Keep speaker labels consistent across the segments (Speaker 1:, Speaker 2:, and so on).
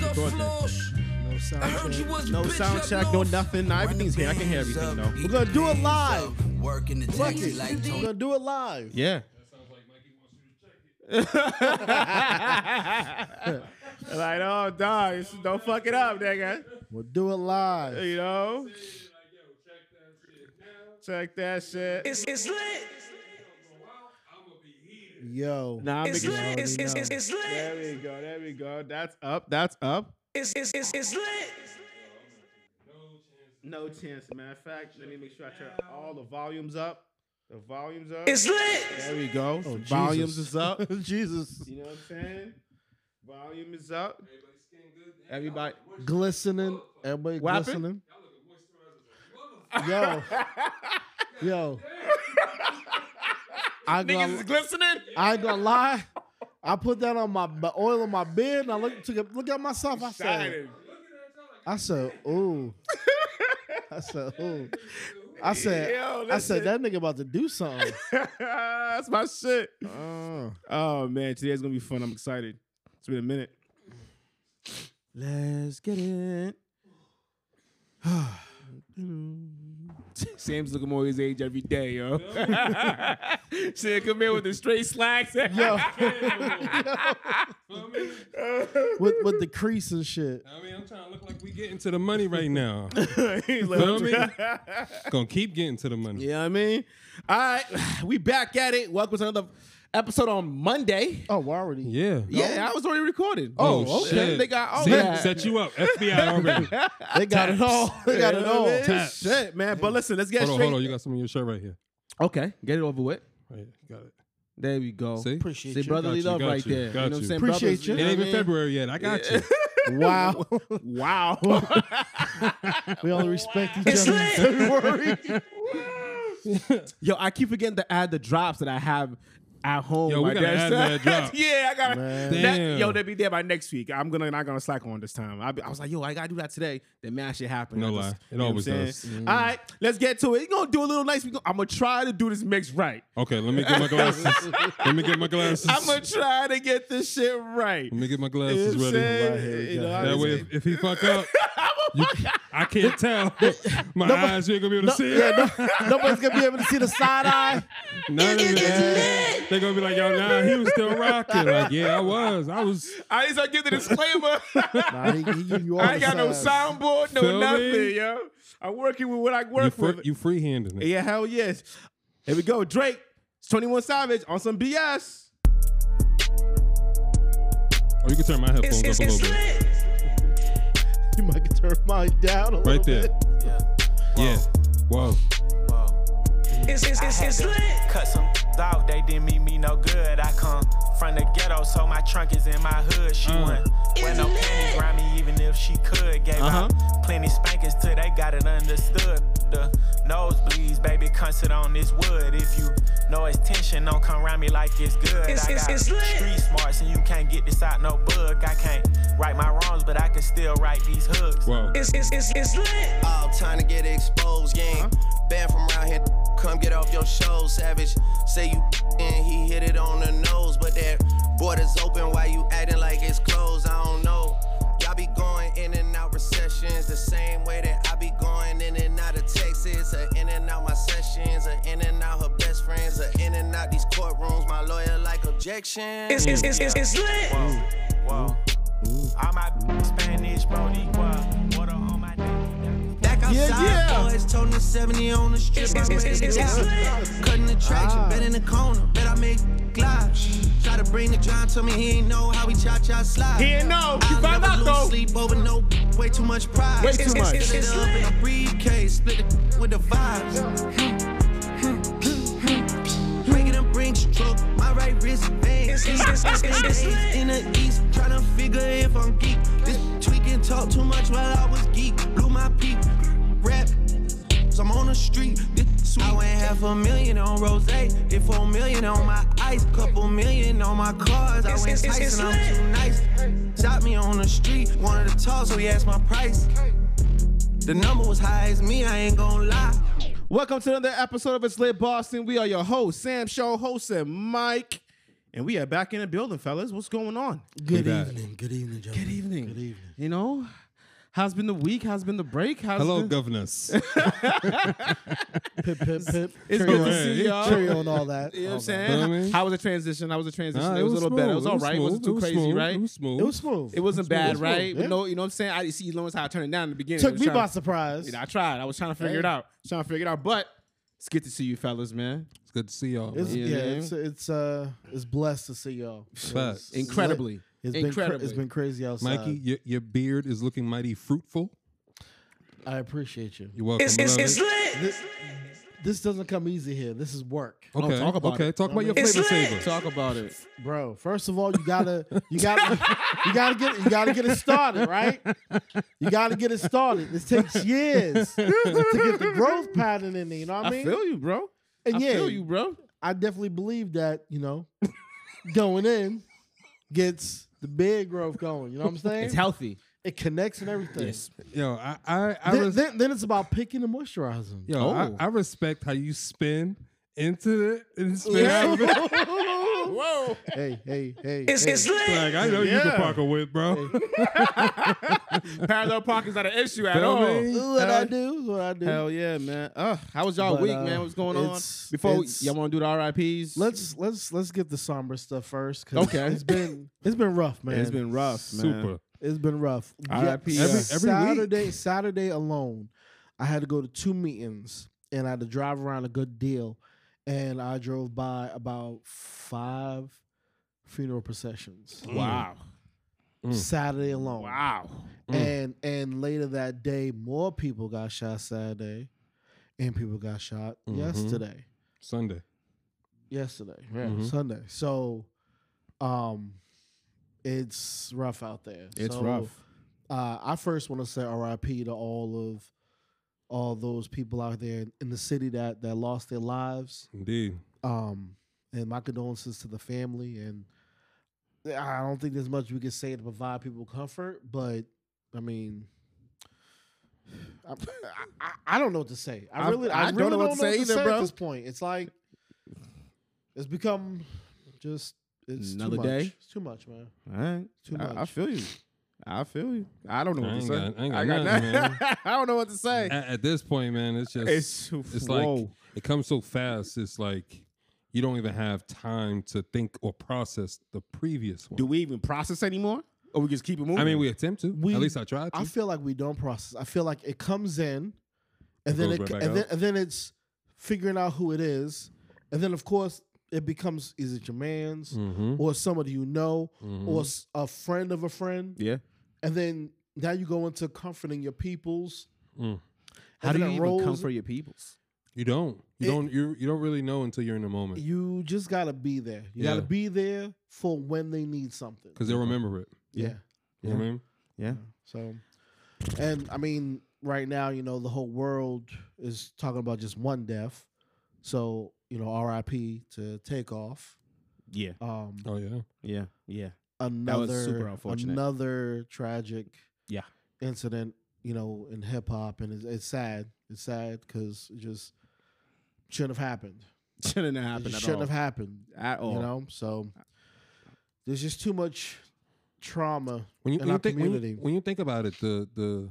Speaker 1: record that.
Speaker 2: No sound
Speaker 3: I heard
Speaker 2: check.
Speaker 3: you was a
Speaker 2: no
Speaker 3: bitch
Speaker 2: sound
Speaker 3: up
Speaker 2: check, no
Speaker 3: north.
Speaker 2: nothing. Nah, everything's here. I can hear everything though.
Speaker 3: We're
Speaker 2: We're
Speaker 3: gonna do it live.
Speaker 2: Fuck
Speaker 3: Fuck
Speaker 2: it. We're gonna do it live.
Speaker 1: Yeah.
Speaker 2: Like, oh, dog, it's- don't fuck it up, nigga.
Speaker 3: We'll do it live.
Speaker 2: You know. Check that shit.
Speaker 4: It's, it's lit.
Speaker 3: Yo.
Speaker 2: Nah, I'm
Speaker 4: It's
Speaker 2: making-
Speaker 4: lit. It's, it's, it's, it's
Speaker 2: There
Speaker 4: lit.
Speaker 2: we go. There we go. That's up. That's up.
Speaker 4: It's, it's, it's, it's lit.
Speaker 2: No chance. Matter of fact, let me make sure I turn all the volumes up. The volumes up.
Speaker 4: It's lit.
Speaker 2: There we go.
Speaker 3: Oh,
Speaker 2: The volumes
Speaker 3: Jesus.
Speaker 2: is up.
Speaker 3: Jesus.
Speaker 2: You know what I'm saying? Volume is up. Everybody.
Speaker 3: Glistening. Everybody
Speaker 2: Whapping?
Speaker 3: glistening. Yo. Yo. I
Speaker 1: Niggas is
Speaker 3: got
Speaker 1: glistening.
Speaker 3: I ain't gonna lie. I put that on my, my oil on my beard and I look took a, look at myself. I said, I said, ooh. I said, ooh. I said,
Speaker 2: Yo,
Speaker 3: I
Speaker 2: that
Speaker 3: said
Speaker 2: shit-
Speaker 3: that nigga about to do something.
Speaker 2: That's my shit.
Speaker 3: Uh,
Speaker 2: Oh man, today's gonna be fun. I'm excited. It's been a minute.
Speaker 3: let's get it.
Speaker 2: Sam's looking more his age every day, yo. shit, come here with the straight slacks.
Speaker 3: Yo. with with the crease and shit.
Speaker 5: I mean, I'm trying to look like we getting to the money right now.
Speaker 2: He's like,
Speaker 5: Feel me? Gonna keep getting to the money.
Speaker 2: You know what I mean? All right, we back at it. Welcome to another episode on Monday.
Speaker 3: Oh, we already.
Speaker 5: Yeah.
Speaker 2: Yeah, I was already recorded.
Speaker 5: Oh, shit.
Speaker 2: They got all
Speaker 5: See,
Speaker 2: that.
Speaker 5: set you up. FBI already.
Speaker 3: They got it all. They got it all.
Speaker 2: Yeah,
Speaker 5: Taps.
Speaker 2: Shit, man. But listen, let's get
Speaker 5: hold on,
Speaker 2: straight.
Speaker 5: hold on. You got some of your shirt right here.
Speaker 2: Okay, get it over with.
Speaker 5: Right, here. got it.
Speaker 2: There we go.
Speaker 5: See?
Speaker 3: Appreciate
Speaker 2: See,
Speaker 3: you.
Speaker 2: brotherly
Speaker 5: Got you,
Speaker 2: love
Speaker 5: got
Speaker 2: right
Speaker 5: you,
Speaker 2: there. You know
Speaker 5: got
Speaker 2: what I'm
Speaker 5: you.
Speaker 2: saying?
Speaker 3: Appreciate
Speaker 2: Brothers,
Speaker 3: you.
Speaker 5: It
Speaker 2: know
Speaker 5: ain't
Speaker 2: what
Speaker 5: even February yet. I got you.
Speaker 3: Wow.
Speaker 2: I mean? Wow.
Speaker 3: we all respect each
Speaker 4: It's
Speaker 3: other.
Speaker 4: lit.
Speaker 2: Yo, I keep forgetting to add the drops that I have at home.
Speaker 5: Yo, we
Speaker 2: My
Speaker 5: gotta
Speaker 2: dad's-
Speaker 5: add that drop.
Speaker 2: yeah, I got
Speaker 3: Man.
Speaker 2: that.
Speaker 5: Damn.
Speaker 2: Yo, they'll be there by next week. I'm gonna not gonna slack on this time. I, be- I was like, yo, I gotta do that today. Then man, shit happened.
Speaker 5: No
Speaker 2: I
Speaker 5: lie. It
Speaker 2: you know what
Speaker 5: always
Speaker 2: I'm saying?
Speaker 5: does.
Speaker 2: All right, let's get to it. We're gonna do a little nice. We go- I'm gonna try to do this mix right.
Speaker 5: Okay, let me get my glasses. let me get my glasses.
Speaker 2: I'm gonna try to get this shit right.
Speaker 5: let me get my
Speaker 2: You know
Speaker 5: glasses
Speaker 2: what I'm
Speaker 5: ready.
Speaker 2: saying?
Speaker 3: Right here,
Speaker 2: You know,
Speaker 3: yeah.
Speaker 2: I
Speaker 5: That
Speaker 2: just-
Speaker 5: way, if, if he fuck up, you, I can't tell. My eyes, you ain't gonna be able to
Speaker 3: No-
Speaker 5: see it.
Speaker 3: yeah, no- nobody's gonna be able to see the side eye.
Speaker 5: None of that. They're gonna be like, yo, nah, he was still rocking. Like, yeah, I was. I was.
Speaker 2: I just gotta give the disclaimer.
Speaker 3: Nah, he, he give you all
Speaker 2: I ain't
Speaker 3: the
Speaker 2: got no
Speaker 3: sides.
Speaker 2: soundboard, no
Speaker 5: Feel me?
Speaker 2: nothing, yo. I'm working with what I
Speaker 5: You,
Speaker 2: work
Speaker 5: free,
Speaker 2: with.
Speaker 5: you freehanding it.
Speaker 2: Yeah, hell yes. Here we go. Drake, it's 21 Savage on some BS.
Speaker 5: Or Oh, you can turn my
Speaker 4: It's, it's,
Speaker 5: headphones up a
Speaker 4: it's
Speaker 5: little bit.
Speaker 4: lit.
Speaker 3: You might turn mine down a little
Speaker 5: Right there.
Speaker 3: bit.
Speaker 5: Yeah. Whoa.
Speaker 4: It's, it's, it's, it's lit.
Speaker 6: Cut some dog, they didn't mean me no good. I come from the ghetto, so my trunk is in my hood. She
Speaker 5: Mm.
Speaker 6: wouldn't wear no panties around me, even if she could. Gave out plenty spankings till they got it understood. The nosebleeds, baby, come sit on this wood. If you know it's tension, don't come around me like it's good.
Speaker 4: It's-
Speaker 6: I
Speaker 4: it's-
Speaker 6: got
Speaker 4: it's lit.
Speaker 6: street smarts, and you can't get this out no book. I can't right my wrongs, but I can still right these hooks.
Speaker 5: Whoa.
Speaker 4: It's, it's, it's, it's lit.
Speaker 7: All time to get exposed, gang. Banned from around here. Come get off your show, savage. Say you and he hit it on the nose, but that border's open. Why you acting like it's closed? I don't know. Y'all be going in and out recessions the same way that I be going in and out of Texas, or in and out my sessions, or in and out her best friends, or in and out these courtrooms. My lawyer like objection.
Speaker 4: It's, it's, it's, it's, it's lit.
Speaker 6: Whoa, whoa. All my Spanish, Boricua, water on my neck.
Speaker 7: Back outside,
Speaker 2: yeah.
Speaker 7: boys, toting the 70 on the strip.
Speaker 4: It's-
Speaker 7: I'm
Speaker 4: it's- it's-
Speaker 7: ready
Speaker 4: it's-
Speaker 7: to
Speaker 4: it's
Speaker 7: go.
Speaker 4: lit.
Speaker 7: Cutting the traction, bet in the corner, bet I make glide. Try to bring the John, told me he ain't know how we cha cha slide.
Speaker 2: He ain't know. You
Speaker 7: I'll
Speaker 2: found
Speaker 7: never
Speaker 2: out,
Speaker 7: lose
Speaker 2: though.
Speaker 7: Sleep over no way too much pride.
Speaker 2: Way
Speaker 7: Split
Speaker 2: too much.
Speaker 4: It's,
Speaker 7: it
Speaker 4: it's
Speaker 7: up in
Speaker 4: lit.
Speaker 7: a briefcase, split it with the vibes. Making them bring stroke, my right wrist
Speaker 4: It's, it's,
Speaker 7: veins.
Speaker 4: it's, it's, it's, it's
Speaker 7: Days
Speaker 4: lit.
Speaker 7: in the east, tryna figure if I'm geek. This tweaking talk too much while I was geek. Blew my peak, rap. So I'm on the street. This sweet. I went half a million on rose. Did four million on my ice. Couple million on my cars. I
Speaker 4: It's-
Speaker 7: went
Speaker 4: it's- it's-
Speaker 7: Tyson,
Speaker 4: it's lit.
Speaker 7: I'm too nice. Shot me on the street. Wanted to talk, so he asked my price. The number was high as me, I ain't gonna lie.
Speaker 2: Welcome to another episode of It's Lit Boston. We are your hosts, Sam Show, host, and Mike. And we are back in the building, fellas. What's going on?
Speaker 3: Good
Speaker 5: Hey, Dad.
Speaker 3: evening. Good evening, gentlemen.
Speaker 2: Good evening.
Speaker 3: Good evening.
Speaker 2: You know, how's been the week? How's been the break? How's
Speaker 5: Hello,
Speaker 2: been-
Speaker 5: governors.
Speaker 3: Pip, pip, pip.
Speaker 2: It's
Speaker 3: Cheerio.
Speaker 2: good to
Speaker 5: Right.
Speaker 2: see y'all.
Speaker 3: Cheerio and all that.
Speaker 2: You know what I'm
Speaker 3: All that.
Speaker 2: saying?
Speaker 5: Know what I mean?
Speaker 2: How was the transition? How was the transition?
Speaker 5: Nah,
Speaker 2: it, was a little better. It was all right. It wasn't too
Speaker 5: smooth.
Speaker 2: crazy,
Speaker 5: smooth.
Speaker 2: right?
Speaker 5: It was smooth.
Speaker 3: It was smooth.
Speaker 2: It wasn't bad,
Speaker 3: smooth.
Speaker 2: right?
Speaker 3: Yeah.
Speaker 2: But no, you know what I'm saying? I see you notice how I turned it down in the beginning. I
Speaker 3: Took
Speaker 2: was
Speaker 3: me
Speaker 2: trying
Speaker 3: by
Speaker 2: to-
Speaker 3: surprise.
Speaker 2: I tried. I was trying to figure it
Speaker 3: Hey.
Speaker 2: out. Trying to figure it out. But it's good to see you fellas, man.
Speaker 5: It's good to see y'all.
Speaker 3: It's,
Speaker 5: man.
Speaker 3: yeah,
Speaker 2: Yeah.
Speaker 3: it's it's uh it's blessed to see y'all. It's
Speaker 5: Facts.
Speaker 2: Incredibly.
Speaker 3: lit. It's
Speaker 2: Incredibly.
Speaker 3: been cra- it's been crazy outside.
Speaker 5: Mikey,
Speaker 2: uh,
Speaker 5: your, your beard is looking mighty fruitful.
Speaker 3: I appreciate you.
Speaker 5: You're welcome.
Speaker 4: It's,
Speaker 5: I
Speaker 4: it's,
Speaker 5: love
Speaker 4: it's
Speaker 5: it.
Speaker 4: lit.
Speaker 3: This, this doesn't come easy here. This is work, Oh,
Speaker 5: Okay,
Speaker 2: talk about
Speaker 5: okay.
Speaker 2: it.
Speaker 5: Talk about your
Speaker 4: It's
Speaker 5: flavor
Speaker 4: lit.
Speaker 5: saver.
Speaker 2: Talk about it.
Speaker 3: bro. First of all, you gotta you gotta you gotta get you gotta get it started, right? You gotta get it started. This takes years to get the growth pattern in there. You know what I
Speaker 2: I
Speaker 3: mean?
Speaker 2: feel you, bro.
Speaker 3: and
Speaker 2: I
Speaker 3: yeah,
Speaker 2: feel you, bro.
Speaker 3: I definitely believe that, you know, going in gets the big growth going. You know what I'm saying?
Speaker 2: It's healthy.
Speaker 3: it connects and everything.
Speaker 5: Yo, I, I, I,
Speaker 3: Then,
Speaker 5: res-
Speaker 3: then, then it's about picking and moisturizing.
Speaker 5: yo,
Speaker 2: Oh.
Speaker 5: I, I respect how you spin into it and spin out of it.
Speaker 3: Whoa. Oh. Hey, hey, hey.
Speaker 4: It's,
Speaker 3: hey.
Speaker 4: it's lit.
Speaker 5: Like, I know you
Speaker 2: Yeah.
Speaker 5: can park a whip, bro.
Speaker 2: Parallel parking's not an issue at
Speaker 5: Feel
Speaker 2: all.
Speaker 5: me?
Speaker 3: Ooh, what I do, is what I do.
Speaker 2: Hell yeah, man. Ugh, how was y'all
Speaker 3: But,
Speaker 2: week,
Speaker 3: uh,
Speaker 2: man? What's going on?
Speaker 3: it's-
Speaker 2: Before we-
Speaker 3: it's-
Speaker 2: y'all want to do the RIPS?
Speaker 3: Let's let's let's get the somber stuff first. 'cause
Speaker 2: Okay.
Speaker 3: it's been it's been rough, man.
Speaker 2: It's been rough, man.
Speaker 5: Super.
Speaker 3: it's been rough.
Speaker 2: R.I.P.,
Speaker 3: Yeah,
Speaker 2: uh,
Speaker 5: every
Speaker 3: Saturday Saturday alone, I had to go to two meetings and I had to drive around a good deal, and I drove by about five funeral processions.
Speaker 2: Mm. Wow. Mm.
Speaker 3: Saturday alone.
Speaker 2: Wow. Mm.
Speaker 3: and and later that day, more people got shot Saturday, and people got shot
Speaker 2: Mm-hmm.
Speaker 5: Mhm.
Speaker 3: yesterday,
Speaker 5: Sunday.
Speaker 3: yesterday, yeah,
Speaker 2: Mm-hmm.
Speaker 5: Mhm.
Speaker 3: Sunday. So, um, it's rough out there.
Speaker 2: It's
Speaker 3: So,
Speaker 2: rough.
Speaker 3: Uh, I first want to say R.I.P. to all of all those people out there in the city that that lost their lives.
Speaker 5: Indeed.
Speaker 3: Um, and my condolences to the family. And I don't think there's much we can say to provide people comfort, but I mean, I, I, I don't know what to say. I
Speaker 2: I-
Speaker 3: really, I,
Speaker 2: I
Speaker 3: really don't know what to say,
Speaker 2: either, bro.
Speaker 3: at this point. It's like it's become just it's
Speaker 2: Another
Speaker 3: too
Speaker 2: day?
Speaker 3: Much. It's too much, man.
Speaker 2: All right.
Speaker 3: Too
Speaker 2: I- I
Speaker 3: much.
Speaker 2: feel you. I feel you. I don't know what
Speaker 5: I
Speaker 2: to
Speaker 5: ain't
Speaker 2: say.
Speaker 5: got- I ain't got nothing,
Speaker 2: nothing. I don't know what to say.
Speaker 5: At, at this point, man, it's just
Speaker 2: It's,
Speaker 5: it's like
Speaker 2: whoa.
Speaker 5: it comes so fast. It's like you don't even have time to think or process the previous one.
Speaker 2: Do we even process anymore? Or we just keep it moving?
Speaker 5: I mean, we attempt to.
Speaker 3: We-
Speaker 5: at least I tried to.
Speaker 3: I feel like we don't process. I feel like it comes in, and then
Speaker 5: goes
Speaker 3: it,
Speaker 5: right back
Speaker 3: and then
Speaker 5: out.
Speaker 3: and then it's figuring out who it is, and then of course it becomes is it your man's
Speaker 5: Mm-hmm.
Speaker 3: or somebody you know or s- a friend of a friend,
Speaker 2: yeah.
Speaker 3: and then now you go into comforting your peoples.
Speaker 5: Mm.
Speaker 2: How
Speaker 3: and
Speaker 2: do you
Speaker 3: then it
Speaker 2: even
Speaker 3: rolls-
Speaker 2: comfort your peoples?
Speaker 5: you don't. You
Speaker 3: It-
Speaker 5: don't. You you don't really know until you're in the moment
Speaker 3: You just gotta be there. You gotta
Speaker 5: Yeah.
Speaker 3: be there for when they need something.
Speaker 5: because they'll remember it.
Speaker 3: Yeah.
Speaker 5: You know what I mean?
Speaker 2: Yeah.
Speaker 3: So, and I mean, right now, you know, the whole world is talking about just one death. So, you know, RIP to take off.
Speaker 2: Yeah.
Speaker 3: Um,
Speaker 5: Oh yeah.
Speaker 2: Yeah. Yeah.
Speaker 5: Oh,
Speaker 3: another
Speaker 2: super unfortunate.
Speaker 3: another tragic
Speaker 2: Yeah.
Speaker 3: incident. You know, in hip hop, and it's, it's sad. It's sad because it just shouldn't have happened.
Speaker 2: Shouldn't have
Speaker 3: It
Speaker 2: happened
Speaker 3: just
Speaker 2: at
Speaker 3: shouldn't
Speaker 2: all.
Speaker 3: have happened.
Speaker 2: at all.
Speaker 3: You
Speaker 5: Oh.
Speaker 3: know, so there's just too much trauma
Speaker 5: When
Speaker 3: in
Speaker 5: you, when you
Speaker 3: our
Speaker 5: think when
Speaker 3: community.
Speaker 5: you, when you think about it, the the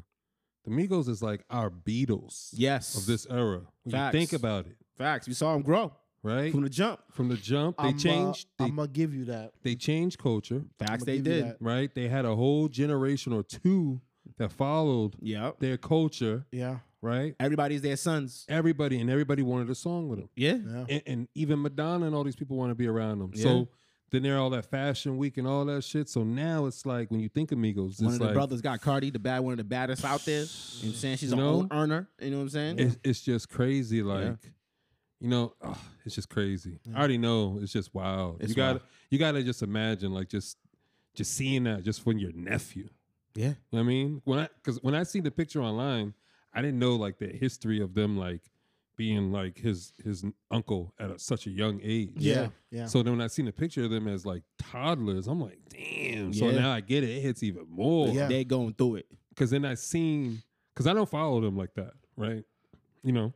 Speaker 5: the Migos is like our Beatles
Speaker 2: Yes.
Speaker 5: of this era. When
Speaker 2: Facts.
Speaker 5: you think about it,
Speaker 2: Facts. We saw him grow
Speaker 5: right?
Speaker 2: from the jump.
Speaker 5: From the jump, they
Speaker 3: I'm, uh,
Speaker 5: changed. they,
Speaker 3: I'm gonna give you that.
Speaker 5: they changed culture.
Speaker 2: Facts.
Speaker 3: I'ma
Speaker 2: They
Speaker 3: give you
Speaker 2: did.
Speaker 3: that.
Speaker 5: right? They had a whole generation or two that followed
Speaker 2: Yep.
Speaker 5: their culture,
Speaker 3: Yeah.
Speaker 5: right?
Speaker 2: Everybody's their sons.
Speaker 5: Everybody and everybody wanted a song with them,
Speaker 2: Yeah.
Speaker 3: Yeah.
Speaker 5: and, and even Madonna and all these people want to be around them. So then they're all that Fashion Week and all that shit. So now it's like when you think Amigos, it's
Speaker 2: One of the
Speaker 5: like
Speaker 2: brothers got Cardi, the bad one of the baddest out there. You know what I'm saying? She's
Speaker 5: You
Speaker 2: an
Speaker 5: know?
Speaker 2: old earner. You know what I'm saying?
Speaker 5: it's, it's just crazy, like. You know, ugh, it's just crazy. I already know it's just wild.
Speaker 2: It's
Speaker 5: you got to
Speaker 2: wild.
Speaker 5: you got to just imagine, like just just seeing that, just when your nephew,
Speaker 2: yeah.
Speaker 5: You know what I mean, when I because when I seen the picture online, I didn't know like the history of them like being like his his uncle at a, such a young age.
Speaker 3: Yeah. Yeah.
Speaker 5: So then when I seen the picture of them as like toddlers, I'm like, damn. So
Speaker 2: Yeah.
Speaker 5: now I get it. It hits even more.
Speaker 3: Yeah.
Speaker 2: They going through it.
Speaker 5: Because then I seen because I don't follow them like that, right? You know.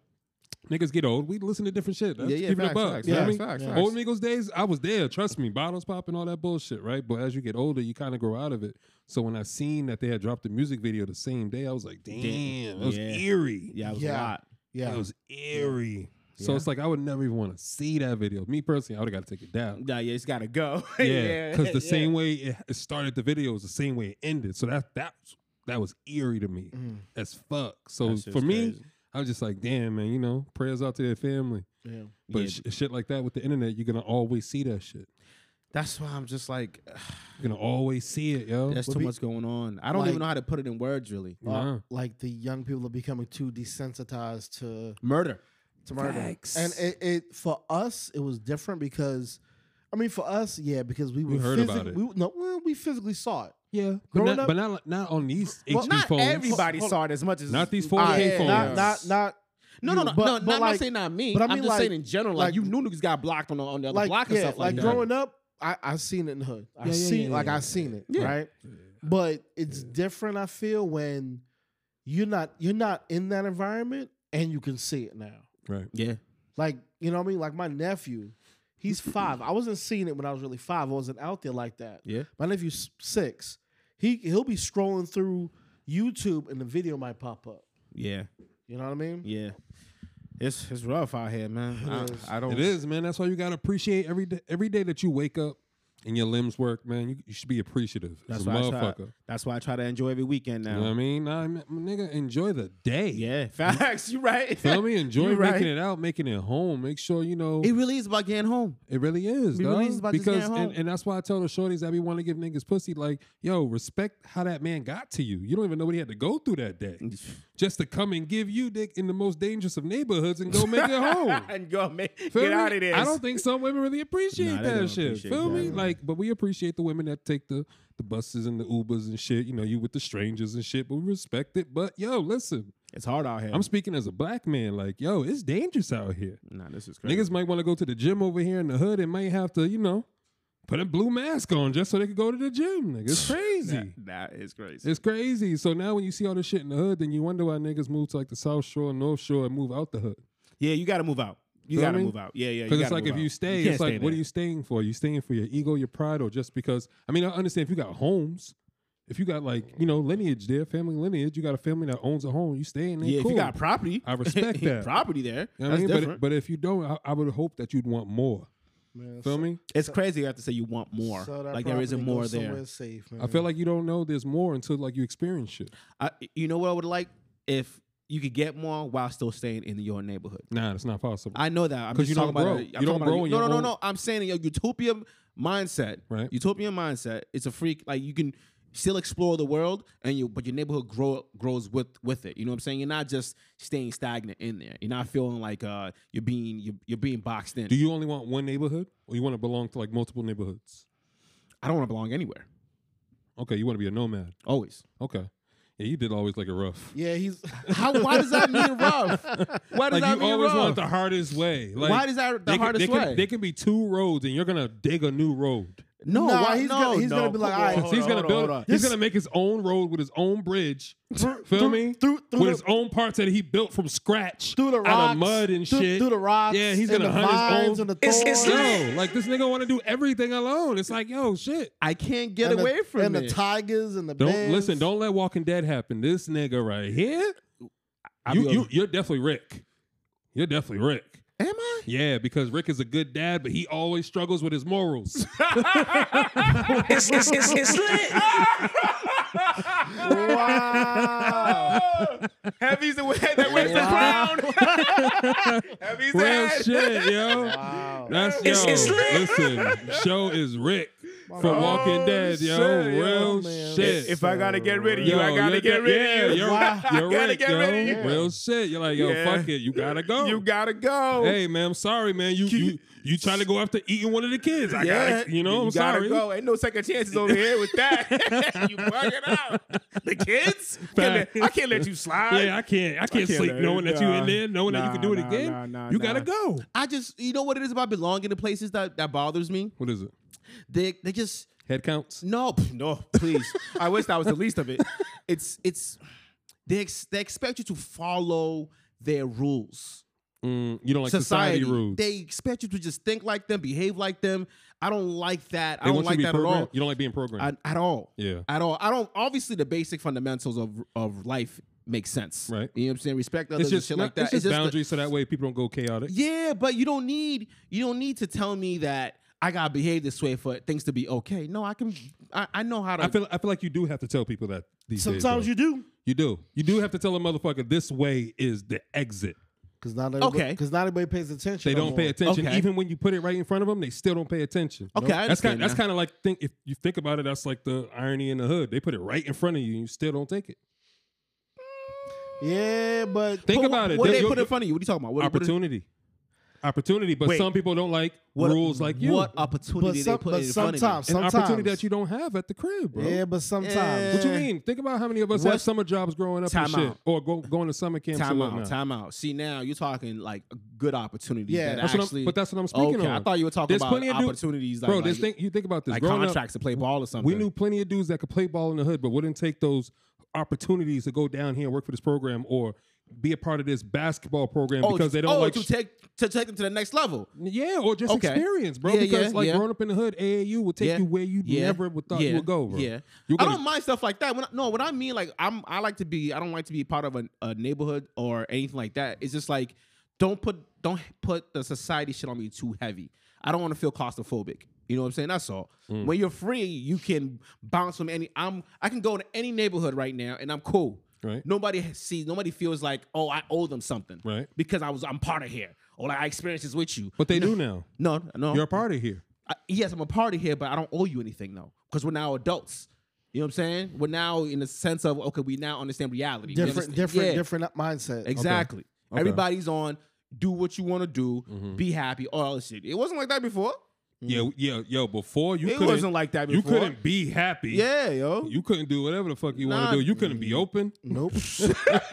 Speaker 5: Niggas get old. We listen to different shit. That's
Speaker 2: Yeah,
Speaker 5: yeah,
Speaker 2: yeah,
Speaker 5: yeah, keeping
Speaker 2: facts,
Speaker 5: it a buck.
Speaker 2: facts,
Speaker 5: you know what I
Speaker 3: facts,
Speaker 5: mean?
Speaker 2: facts,
Speaker 5: Old Migos days, I was there. Trust me, bottles popping, all that bullshit, right? But as you get older, you kind of grow out of it. So when I seen that they had dropped the music video the same day, I was like, damn, it was
Speaker 2: Yeah.
Speaker 5: eerie.
Speaker 2: Yeah, it was
Speaker 3: Yeah.
Speaker 2: a lot.
Speaker 3: Yeah.
Speaker 5: It was eerie. So
Speaker 2: Yeah.
Speaker 5: it's like I would never even want to see that video. Me personally, I would have got to take it down.
Speaker 2: Nah, yeah, it's gotta go.
Speaker 5: Yeah, because the same way it it started the video is the same way it ended. So that that was- that was eerie to me as fuck. So
Speaker 2: That shit
Speaker 5: for
Speaker 2: was
Speaker 5: me,
Speaker 2: crazy.
Speaker 5: I was just like, damn, man, you know, prayers out to their family.
Speaker 3: Yeah.
Speaker 5: But
Speaker 2: Yeah.
Speaker 5: sh- shit like that with the internet, you're gonna always see that shit.
Speaker 2: That's why I'm just like,
Speaker 5: You're gonna always see it, yo.
Speaker 2: that's
Speaker 3: Well,
Speaker 2: too
Speaker 3: be-
Speaker 2: much going on. I don't
Speaker 3: like-
Speaker 2: even know how to put it in words, really.
Speaker 3: Uh,
Speaker 5: Nah.
Speaker 3: Like the young people are becoming too desensitized to
Speaker 2: Murder.
Speaker 3: to murder. And it, it for us it was different because I mean for us yeah because we were
Speaker 5: heard about
Speaker 3: physic- We, no, well, we physically saw it.
Speaker 5: yeah, but
Speaker 3: growing
Speaker 5: not,
Speaker 3: up-
Speaker 5: but not like- not on these HD
Speaker 3: Well,
Speaker 2: Not
Speaker 5: phones.
Speaker 2: everybody
Speaker 3: Hold-
Speaker 2: saw it as much as
Speaker 5: Not these
Speaker 2: Yeah,
Speaker 5: 4K phones.
Speaker 3: Not not not.
Speaker 2: No,
Speaker 3: you,
Speaker 2: no, no,
Speaker 3: but-
Speaker 2: no.
Speaker 3: but
Speaker 2: not,
Speaker 3: like-
Speaker 2: I'm not saying not me.
Speaker 3: but I
Speaker 2: I
Speaker 3: mean,
Speaker 2: am just
Speaker 3: like-
Speaker 2: saying in general, like,
Speaker 3: like-
Speaker 2: you knew niggas got blocked on the on the, on the block and
Speaker 3: yeah,
Speaker 2: stuff like, that.
Speaker 3: growing up, I I seen it in the hood. I
Speaker 5: Yeah, yeah,
Speaker 3: seen
Speaker 5: yeah,
Speaker 3: like
Speaker 5: yeah,
Speaker 3: I seen it,
Speaker 2: Yeah.
Speaker 3: right? But it's different. I feel when you're not you're not in that environment and you can see it now.
Speaker 5: right?
Speaker 2: yeah,
Speaker 3: Like you know what I mean? Like my nephew, he's five. I wasn't seeing it when I was really five. I wasn't out there like that.
Speaker 2: yeah.
Speaker 3: My nephew's six. He he'll be scrolling through YouTube and the video might pop up.
Speaker 2: Yeah,
Speaker 3: You know what I mean?
Speaker 2: yeah. It's it's rough out here, man.
Speaker 3: is.
Speaker 2: I, I don't.
Speaker 5: It is, man. That's why you gotta appreciate every day. Every day that you wake up and your limbs work, man, you, you should be appreciative.
Speaker 2: That's
Speaker 5: as a
Speaker 2: why I try.
Speaker 5: motherfucker.
Speaker 2: That's why I try to enjoy every weekend
Speaker 5: You know what I
Speaker 2: now.
Speaker 5: mean? Nah, man, nigga, enjoy the day.
Speaker 2: Yeah, facts. You right.
Speaker 5: Feel me? Enjoy
Speaker 2: You
Speaker 5: making
Speaker 2: right.
Speaker 5: it out, making it home. Make sure you know
Speaker 2: It really is about getting home.
Speaker 5: It really is,
Speaker 2: It really
Speaker 5: dawg.
Speaker 2: is about just
Speaker 5: because
Speaker 2: getting
Speaker 5: and,
Speaker 2: home.
Speaker 5: and that's why I tell the shorties that we want to give niggas pussy. Like, yo, respect how that man got to you. You don't even know what he had to go through that day just to come and give you dick in the most dangerous of neighborhoods and go make it home.
Speaker 2: and go, man.
Speaker 5: Feel
Speaker 2: get
Speaker 5: me?
Speaker 2: out of this.
Speaker 5: I don't think some women really appreciate
Speaker 2: Nah, they
Speaker 5: that
Speaker 2: don't
Speaker 5: shit.
Speaker 2: appreciate
Speaker 5: Feel
Speaker 2: that,
Speaker 5: me?
Speaker 2: man.
Speaker 5: Like, but we appreciate the women that take the the buses and the Ubers and shit. You know, you with the strangers and shit, but we respect it. But yo, listen,
Speaker 2: It's hard out here.
Speaker 5: I'm speaking as a black man. Like, yo, it's dangerous out here.
Speaker 2: nah, this is crazy.
Speaker 5: Niggas might want to go to the gym over here in the hood and might have to, you know, put a blue mask on just so they could go to the gym. Nigga, it's crazy.
Speaker 2: that is crazy.
Speaker 5: it's crazy. So now when you see all this shit in the hood, then you wonder why niggas move to like the South Shore and North Shore and move out the hood.
Speaker 2: Yeah, you got to move out. You
Speaker 5: Feel
Speaker 2: got to
Speaker 5: me?
Speaker 2: move out. Yeah, yeah.
Speaker 5: Because it's
Speaker 2: gotta
Speaker 5: like
Speaker 2: move
Speaker 5: if you
Speaker 2: out.
Speaker 5: stay,
Speaker 2: can't
Speaker 5: it's like, what
Speaker 2: there.
Speaker 5: are you staying for? You staying for your ego, your pride, or just because? I mean, I understand if you got homes, if you got like you know lineage there, family lineage, you got a family that owns a home, you staying there.
Speaker 2: Yeah,
Speaker 5: cool.
Speaker 2: if you got property,
Speaker 5: I respect that.
Speaker 2: property there.
Speaker 5: You know what
Speaker 2: that's
Speaker 5: I mean?
Speaker 2: different.
Speaker 5: But, but if you don't, I, I would hope that you'd want more. Feel me?
Speaker 2: it's crazy. You have to say you want more.
Speaker 3: So that
Speaker 2: like there isn't
Speaker 3: property
Speaker 2: more
Speaker 3: goes
Speaker 2: there.
Speaker 3: somewhere Safe, man.
Speaker 5: I feel like you don't know there's more until like you experience shit.
Speaker 2: I, you know what I would like if you could get more while still staying in your neighborhood.
Speaker 5: Nah, it's not possible.
Speaker 2: I know that. I'm
Speaker 5: 'Cause
Speaker 2: just
Speaker 5: you
Speaker 2: talking
Speaker 5: don't
Speaker 2: about.
Speaker 5: grow.
Speaker 2: a- I'm
Speaker 5: You
Speaker 2: talking
Speaker 5: don't
Speaker 2: about a-
Speaker 5: grow in
Speaker 2: no,
Speaker 5: your
Speaker 2: no, no,
Speaker 5: own-
Speaker 2: no. I'm saying a utopian mindset.
Speaker 5: Right.
Speaker 2: Utopian mindset. It's a freak. Like you can still explore the world, and you but your neighborhood grow grows with with it. You know what I'm saying? You're not just staying stagnant in there. You're not feeling like uh you're being you're, you're being boxed in.
Speaker 5: Do you only want one neighborhood, or you want to belong to like multiple neighborhoods?
Speaker 2: I don't want to belong anywhere.
Speaker 5: Okay, you want to be a nomad.
Speaker 2: Always.
Speaker 5: Okay, yeah, you did always like a rough.
Speaker 3: yeah, he's
Speaker 2: How? Why does that mean rough? Why does
Speaker 5: Like
Speaker 2: that
Speaker 5: you
Speaker 2: mean
Speaker 5: always
Speaker 2: rough?
Speaker 5: want the hardest way. Like,
Speaker 2: Why does that the
Speaker 5: they
Speaker 2: hardest
Speaker 5: can, they
Speaker 2: way?
Speaker 5: Can, they can be two roads, and you're gonna dig a new road.
Speaker 2: no,
Speaker 3: Nah,
Speaker 2: why,
Speaker 3: he's
Speaker 2: no,
Speaker 3: gonna- he's
Speaker 2: no,
Speaker 3: gonna be like,
Speaker 2: come
Speaker 3: all
Speaker 2: on,
Speaker 3: right,
Speaker 5: Cause
Speaker 2: hold
Speaker 5: he's
Speaker 2: on,
Speaker 5: gonna
Speaker 2: hold
Speaker 5: build.
Speaker 2: on.
Speaker 5: He's gonna make his own road with his own bridge. Feel
Speaker 3: through-
Speaker 5: me?
Speaker 3: through- through the-
Speaker 5: with his own parts that he built from scratch
Speaker 3: through the rocks,
Speaker 5: out of mud and
Speaker 3: through,
Speaker 5: shit.
Speaker 3: through the rocks.
Speaker 5: Yeah, he's
Speaker 3: and
Speaker 5: gonna
Speaker 3: the
Speaker 5: hunt his
Speaker 3: vines
Speaker 5: own-
Speaker 3: and the
Speaker 4: It's-
Speaker 3: thorns.
Speaker 4: it's lit.
Speaker 5: Yo, like this nigga want to do everything alone. It's like, yo, shit.
Speaker 2: I can't get
Speaker 3: and
Speaker 2: away
Speaker 3: the,
Speaker 2: from
Speaker 3: and the
Speaker 2: it.
Speaker 3: tigers and the
Speaker 5: Don't
Speaker 3: bears.
Speaker 5: listen. Don't let Walking Dead happen. This nigga right here,
Speaker 2: I'll
Speaker 5: you,
Speaker 2: be
Speaker 5: you
Speaker 2: over-
Speaker 5: you're definitely Rick. You're definitely Rick.
Speaker 2: Am I?
Speaker 5: Yeah, because Rick is a good dad, but he always struggles with his morals.
Speaker 4: It's it's it's it's lit.
Speaker 2: Wow. Heavy's the head that wears the crown. Heavy's the
Speaker 5: Real
Speaker 2: head.
Speaker 5: shit, yo.
Speaker 3: Wow.
Speaker 5: That's yo.
Speaker 4: It's- it's lit.
Speaker 5: listen, show is Rick from Walking Dead, yo.
Speaker 2: shit, yo,
Speaker 5: Real
Speaker 3: man.
Speaker 5: shit.
Speaker 2: If I gotta get rid of you,
Speaker 5: Yo,
Speaker 2: I gotta
Speaker 5: you're
Speaker 2: get
Speaker 5: the-
Speaker 2: rid of you.
Speaker 5: yeah, You're,
Speaker 3: Wow.
Speaker 5: you're
Speaker 2: Gotta
Speaker 5: Rick,
Speaker 2: get
Speaker 5: yo.
Speaker 2: rid of you.
Speaker 5: Real shit. You're like, yo,
Speaker 2: Yeah.
Speaker 5: fuck it. You gotta go.
Speaker 2: You gotta go.
Speaker 5: Hey man, I'm sorry, man. You you you trying to go after eating one of the kids? I gotta, you know,
Speaker 2: you
Speaker 5: I'm
Speaker 2: gotta
Speaker 5: sorry.
Speaker 2: go. Ain't no second chances over here with that. you bugging out. The kids? Can't
Speaker 5: Fact.
Speaker 2: let- I can't let you slide.
Speaker 5: Yeah, I can't. I can't,
Speaker 2: can't
Speaker 5: sleep
Speaker 2: let it-
Speaker 5: knowing that you in
Speaker 2: nah.
Speaker 5: there, knowing that you can
Speaker 2: Nah,
Speaker 5: do it
Speaker 2: nah,
Speaker 5: again.
Speaker 2: nah, nah,
Speaker 5: you
Speaker 2: nah.
Speaker 5: gotta go.
Speaker 2: I just, you know what it is about belonging to places that, that bothers me?
Speaker 5: What is it?
Speaker 2: They, they just,
Speaker 5: Head counts.
Speaker 2: No, p- no, please. I wish that was the least of it. It's it's they ex- they expect you to follow their rules.
Speaker 5: Mm, you don't like society, rules.
Speaker 2: They expect you to just think like them, behave like them. I don't like that.
Speaker 5: They
Speaker 2: I don't
Speaker 5: want you
Speaker 2: like
Speaker 5: to be
Speaker 2: that at
Speaker 5: programmed.
Speaker 2: all.
Speaker 5: You don't like being programmed.
Speaker 2: I, at all.
Speaker 5: Yeah.
Speaker 2: At all. I don't. Obviously, the basic fundamentals of of life make sense.
Speaker 5: Right.
Speaker 2: You know what I'm saying? Respect others
Speaker 5: it's just
Speaker 2: and shit
Speaker 5: not-
Speaker 2: like that.
Speaker 5: It's just,
Speaker 2: the-
Speaker 5: boundaries, so that way people don't go chaotic.
Speaker 2: yeah, but you don't need you don't need to tell me that I gotta behave this way for things to be okay. No, I can. I, I know how to.
Speaker 5: I feel I feel like you do have to tell people that these days.
Speaker 3: Sometimes
Speaker 5: though.
Speaker 3: you do.
Speaker 5: You do. You do have to tell a motherfucker this way is the exit.
Speaker 3: Because not everybody,
Speaker 2: Okay.
Speaker 3: Because not everybody pays attention.
Speaker 5: They
Speaker 3: no
Speaker 5: don't pay
Speaker 3: more.
Speaker 5: attention.
Speaker 2: Okay.
Speaker 5: Even when you put it right in front of them, they still don't pay attention.
Speaker 2: Okay, I
Speaker 5: that's
Speaker 2: understand
Speaker 5: kind. That's
Speaker 2: that.
Speaker 5: kind of like think. If you think about it, that's like the irony in the hood. They put it right in front of you, and you still don't take it.
Speaker 3: Yeah, but
Speaker 5: Think
Speaker 2: But
Speaker 5: about
Speaker 2: what,
Speaker 5: it.
Speaker 2: What
Speaker 5: They-
Speaker 2: they
Speaker 5: you'll-
Speaker 2: put in front of you? What are you talking about? What, what-
Speaker 5: opportunity, opportunity. But
Speaker 2: Wait.
Speaker 5: some people don't like
Speaker 2: what-
Speaker 5: rules like you.
Speaker 2: What
Speaker 3: but,
Speaker 2: opportunity
Speaker 3: some,
Speaker 2: they put
Speaker 3: but
Speaker 2: in front of me?
Speaker 3: sometimes,
Speaker 5: an
Speaker 3: sometimes
Speaker 5: opportunity that you don't have at the crib, bro.
Speaker 3: Yeah, but sometimes.
Speaker 5: What you mean? Think about how many of us had
Speaker 2: What's-
Speaker 5: summer jobs growing up and
Speaker 2: Time
Speaker 5: shit,
Speaker 2: out.
Speaker 5: or go, going to summer camps and
Speaker 2: Time
Speaker 5: whatnot.
Speaker 2: out, time out. See now you're talking like good opportunities.
Speaker 3: Yeah,
Speaker 2: that
Speaker 5: That's what I'm-
Speaker 2: actually,
Speaker 5: but that's what I'm speaking
Speaker 2: okay,
Speaker 5: on.
Speaker 2: I thought you were talking
Speaker 5: There's
Speaker 2: about
Speaker 5: plenty of dudes-
Speaker 2: opportunities, like,
Speaker 5: bro.
Speaker 2: like,
Speaker 5: this thing you think about this.
Speaker 2: like
Speaker 5: growing up,
Speaker 2: contracts to play ball or something.
Speaker 5: We knew plenty of dudes that could play ball in the hood, but wouldn't take those opportunities to go down here and work for this program or be a part of this basketball program because they don't
Speaker 2: oh,
Speaker 5: like.
Speaker 2: to take to take them to the next level.
Speaker 5: yeah, or just
Speaker 2: Okay.
Speaker 5: experience, bro.
Speaker 2: Yeah,
Speaker 5: because
Speaker 2: yeah,
Speaker 5: like
Speaker 2: yeah.
Speaker 5: growing up in the hood, AAU will take
Speaker 2: Yeah,
Speaker 5: you where you
Speaker 2: yeah,
Speaker 5: never would thought
Speaker 2: yeah,
Speaker 5: you would go, bro.
Speaker 2: Yeah,
Speaker 5: You're
Speaker 2: I
Speaker 5: gonna-
Speaker 2: don't mind stuff like that. When I, no, what I mean, like I'm, I like to be. I don't like to be part of a, a neighborhood or anything like that. It's just like don't put don't put the society shit on me too heavy. I don't want to feel claustrophobic. You know what I'm saying? That's all.
Speaker 5: Mm.
Speaker 2: When you're free, you can bounce from any. I'm. I can go to any neighborhood right now, and I'm cool.
Speaker 5: Right.
Speaker 2: Nobody sees. Nobody feels like, oh, I owe them something.
Speaker 5: Right.
Speaker 2: Because I was. I'm part of here, or like I experienced this with you.
Speaker 5: But they do now.
Speaker 2: no, no.
Speaker 5: You're a part of here.
Speaker 2: I, yes, I'm a party here, but I don't owe you anything though, because we're now adults. You know what I'm saying? We're now in the sense of okay, we now understand reality. We
Speaker 3: Different,
Speaker 2: understand-
Speaker 3: different,
Speaker 2: yeah,
Speaker 3: different mindset.
Speaker 2: Exactly. Everybody's on. Do what you want to do.
Speaker 5: Mm-hmm.
Speaker 2: Be happy. All that shit. It wasn't like that before.
Speaker 5: Yeah, yeah, yo. Before you
Speaker 2: Mm. It
Speaker 5: couldn't,
Speaker 2: wasn't like that
Speaker 5: you
Speaker 2: before.
Speaker 5: couldn't be happy.
Speaker 2: Yeah, yo.
Speaker 5: You couldn't do whatever the fuck you
Speaker 2: Nah. Mm.
Speaker 5: want to do. You couldn't be open.
Speaker 3: Nope.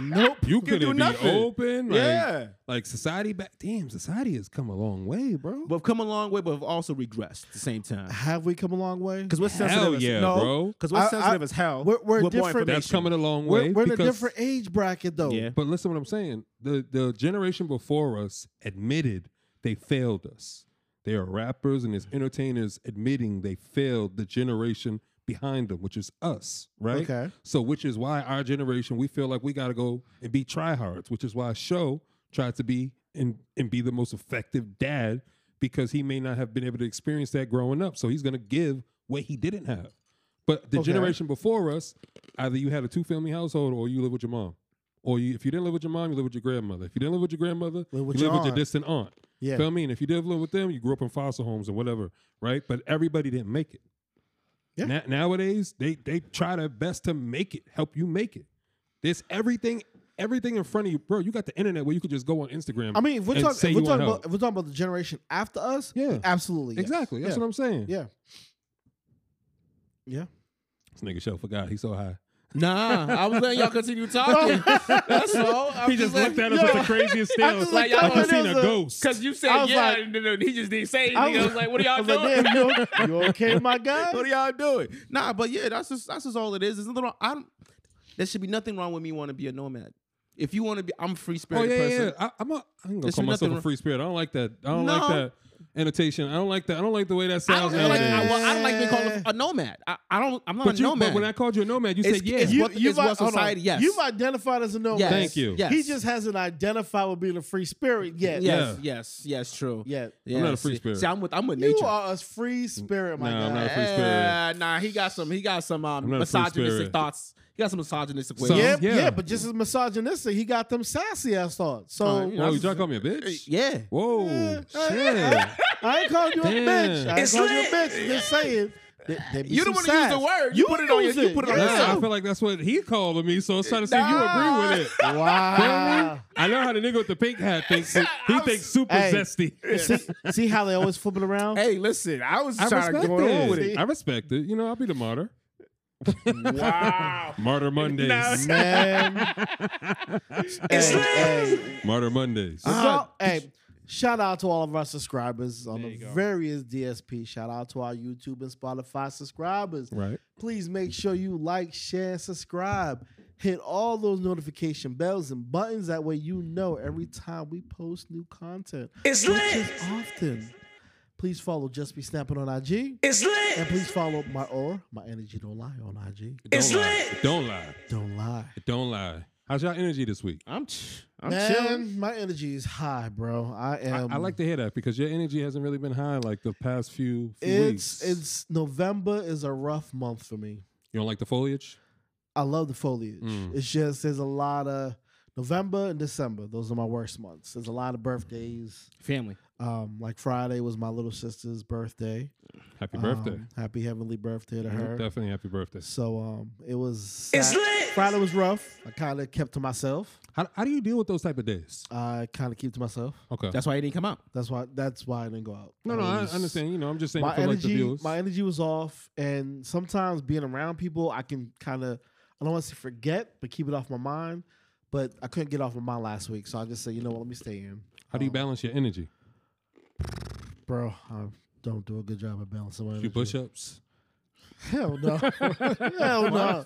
Speaker 3: nope.
Speaker 5: You couldn't
Speaker 2: do
Speaker 5: be
Speaker 2: nothing.
Speaker 5: open. Like,
Speaker 2: Yeah.
Speaker 5: Like society back. Damn, society has come a long way, bro.
Speaker 2: But we've come a long way, but we've also regressed at the same time.
Speaker 3: Have we come a long way?
Speaker 2: Because we're sensitive. as,
Speaker 5: yeah,
Speaker 2: no,
Speaker 5: bro.
Speaker 2: Because we're
Speaker 3: I- I-
Speaker 2: sensitive as hell.
Speaker 3: we're- we're
Speaker 2: with more
Speaker 3: different-
Speaker 2: information.
Speaker 5: That's coming a long way.
Speaker 3: we're, we're in a
Speaker 5: because-
Speaker 3: different age bracket, though.
Speaker 2: Yeah.
Speaker 5: But listen, to what I'm saying the the generation before us admitted they failed us. They are rappers and there's entertainers admitting they failed the generation behind them, which is us, right?
Speaker 3: Okay.
Speaker 5: So, which is why our generation we feel like we got to go and be tryhards, which is why Show tried to be and and be the most effective dad because he may not have been able to experience that growing up, so he's gonna give what he didn't have. But the
Speaker 3: Okay.
Speaker 5: generation before us, either you had a two family household or you live with your mom. Or you, if you didn't live with your mom, you live with your grandmother. If you didn't live with your grandmother,
Speaker 3: Live with
Speaker 5: you
Speaker 3: your
Speaker 5: live with your
Speaker 3: aunt.
Speaker 5: distant aunt.
Speaker 3: Yeah.
Speaker 5: Feel me? And if you did live with them, you grew up in foster homes or whatever, right? But everybody didn't make it.
Speaker 3: Yeah.
Speaker 5: Na- nowadays, they they try their best to make it, help you make it. There's everything, everything in front of you, bro. You got the internet where you could just go on Instagram.
Speaker 3: I mean, if we're,
Speaker 5: and
Speaker 3: talking,
Speaker 5: say
Speaker 3: if we're
Speaker 5: you want
Speaker 3: talking about
Speaker 5: help.
Speaker 3: if we're talking about the generation after us,
Speaker 5: Yeah.
Speaker 3: absolutely, yes.
Speaker 5: exactly. That's
Speaker 3: yeah.
Speaker 5: what I'm saying.
Speaker 3: Yeah, yeah.
Speaker 5: This nigga show forgot. He's so high.
Speaker 2: Nah, I was letting y'all continue talking. That's all. I'm
Speaker 5: he just
Speaker 2: letting-
Speaker 5: looked at us with the craziest
Speaker 3: I
Speaker 5: stare,
Speaker 3: just
Speaker 5: like,
Speaker 3: looked
Speaker 5: like
Speaker 3: up
Speaker 5: he
Speaker 3: and it
Speaker 5: seen a
Speaker 3: was a-
Speaker 5: ghost.
Speaker 2: Because you
Speaker 3: I
Speaker 2: said
Speaker 3: was
Speaker 2: yeah,
Speaker 3: like-
Speaker 2: and then uh, he just didn't say anything.
Speaker 3: I
Speaker 2: I
Speaker 3: was-
Speaker 2: was, like, "What are
Speaker 3: I
Speaker 2: y'all
Speaker 3: was
Speaker 2: doing?"
Speaker 3: like, damn, you, o- you okay, my guy?
Speaker 2: what are y'all doing? Nah, but yeah, that's just that's just all it is. There's nothing wrong. I don't, there should be nothing wrong with me wanting to be a nomad. If you want to be, I'm a free
Speaker 5: Oh
Speaker 2: spirited
Speaker 5: yeah, yeah,
Speaker 2: person.
Speaker 5: yeah. I, I'm a, I'm gonna
Speaker 2: There's
Speaker 5: call myself
Speaker 2: nothing
Speaker 5: a
Speaker 2: wrong-
Speaker 5: free spirit. I don't like that. I don't like
Speaker 2: No.
Speaker 5: that annotation. I don't like that. I don't like the way that
Speaker 2: I don't
Speaker 5: sounds
Speaker 2: feel like I,
Speaker 5: nowadays.
Speaker 2: wa- I don't like being called a nomad. I, I don't. I'm not
Speaker 5: but
Speaker 2: a
Speaker 5: you,
Speaker 2: nomad.
Speaker 5: but when I called you a nomad, you
Speaker 2: It's-
Speaker 5: said yeah.
Speaker 2: it's
Speaker 5: You-
Speaker 2: what- is what
Speaker 3: hold on.
Speaker 2: society- yes.
Speaker 3: You've identified as a nomad.
Speaker 2: yes,
Speaker 5: Thank you.
Speaker 2: Yes.
Speaker 3: He just hasn't identified with being a free spirit yet.
Speaker 2: Yes,
Speaker 5: Yeah.
Speaker 2: yes, yes, true.
Speaker 3: Yeah. I'm
Speaker 2: yeah.
Speaker 5: not a free
Speaker 2: see-
Speaker 5: spirit.
Speaker 2: See, I'm with I'm with
Speaker 3: You
Speaker 2: nature.
Speaker 3: are a free spirit, my
Speaker 5: No,
Speaker 3: guy.
Speaker 5: I'm not a free spirit.
Speaker 2: Eh, nah, he got some. He got some um,
Speaker 5: I'm not a free
Speaker 2: misogynistic
Speaker 5: spirit.
Speaker 2: thoughts. He got some misogynistic ways.
Speaker 5: So-
Speaker 3: yeah, yeah,
Speaker 5: Yeah.
Speaker 3: but just as misogynistic, he got them sassy ass thoughts. So
Speaker 2: Uh, you know,
Speaker 5: oh, you trying to call me a bitch?
Speaker 2: yeah.
Speaker 5: Whoa, shit.
Speaker 3: I ain't calling you a
Speaker 5: Damn.
Speaker 3: bitch. I ain't
Speaker 4: It's
Speaker 3: calling you a
Speaker 4: lit.
Speaker 3: bitch. Just saying. There- there be
Speaker 2: You
Speaker 3: some
Speaker 2: don't want to use the
Speaker 3: sass.
Speaker 2: word. You, put it on your.
Speaker 3: use
Speaker 2: You put it on
Speaker 3: Yeah.
Speaker 5: Nah,
Speaker 2: yourself.
Speaker 5: I feel like that's what he called to me. So I was trying to see if
Speaker 2: Nah.
Speaker 5: you agree with it.
Speaker 3: Wow.
Speaker 5: I know how the nigga with the pink hat thinks. He
Speaker 2: I was-
Speaker 5: thinks super
Speaker 3: Hey.
Speaker 5: zesty.
Speaker 3: see, see how they always flip it around?
Speaker 2: Hey, listen, I was
Speaker 5: I
Speaker 2: trying to
Speaker 5: respect
Speaker 2: go on
Speaker 5: it.
Speaker 2: with it.
Speaker 5: I respect it. You know, I'll be the martyr.
Speaker 2: Wow.
Speaker 5: Martyr Mondays.
Speaker 3: Man. hey, hey,
Speaker 5: Martyr Mondays.
Speaker 2: Ah.
Speaker 3: so- hey, shout out to all of our subscribers on the various DSP. Shout out to our YouTube and Spotify subscribers.
Speaker 5: Right.
Speaker 3: Please make sure you like, share, subscribe. Hit all those notification bells and buttons. That way, you know every time we post new content.
Speaker 4: It's
Speaker 3: which
Speaker 4: lit.
Speaker 3: is often. Please follow Just Be Snapping on IG.
Speaker 4: It's
Speaker 3: And
Speaker 4: lit.
Speaker 3: please follow my or my energy don't lie on IG.
Speaker 4: It's
Speaker 5: don't lie.
Speaker 4: lit.
Speaker 5: Don't lie.
Speaker 3: Don't lie.
Speaker 5: Don't lie. How's y'all energy this week?
Speaker 2: I'm ch- I'm
Speaker 3: Man,
Speaker 2: chilling.
Speaker 3: my energy is high, bro. I am.
Speaker 5: I, I like to hear that because your energy hasn't really been high like the past few, few
Speaker 3: It's
Speaker 5: weeks.
Speaker 3: it's November is a rough month for me.
Speaker 5: you don't like the foliage?
Speaker 3: I love the foliage.
Speaker 5: Mm.
Speaker 3: It's just there's a lot of November and December. Those are my worst months. There's a lot of birthdays.
Speaker 2: Family.
Speaker 3: Um, like Friday was my little sister's birthday.
Speaker 5: Happy birthday.
Speaker 3: Um, happy heavenly birthday to
Speaker 5: Yeah,
Speaker 3: her.
Speaker 5: Definitely happy birthday.
Speaker 3: So um, it was.
Speaker 4: It's
Speaker 3: sad.
Speaker 4: lit.
Speaker 3: Friday was rough. I kind of kept to myself.
Speaker 5: How, how do you deal with those type of days?
Speaker 3: I kind of keep to myself.
Speaker 5: Okay.
Speaker 2: That's why he didn't come out.
Speaker 3: That's why. That's why I didn't go out.
Speaker 5: no, no, I
Speaker 3: was-
Speaker 5: understand. You know, I'm just saying
Speaker 3: My
Speaker 5: for like the
Speaker 3: energy,
Speaker 5: viewers.
Speaker 3: my energy was off, and sometimes being around people, I can kind of, I don't want to say forget, but keep it off my mind. But I couldn't get off my mind last week, so I just said, you know what, let me stay in,
Speaker 5: how do you balance your energy?
Speaker 3: bro. I don't do a good job at balancing my
Speaker 5: Do
Speaker 3: energy.
Speaker 5: push ups?
Speaker 3: Hell no, hell no.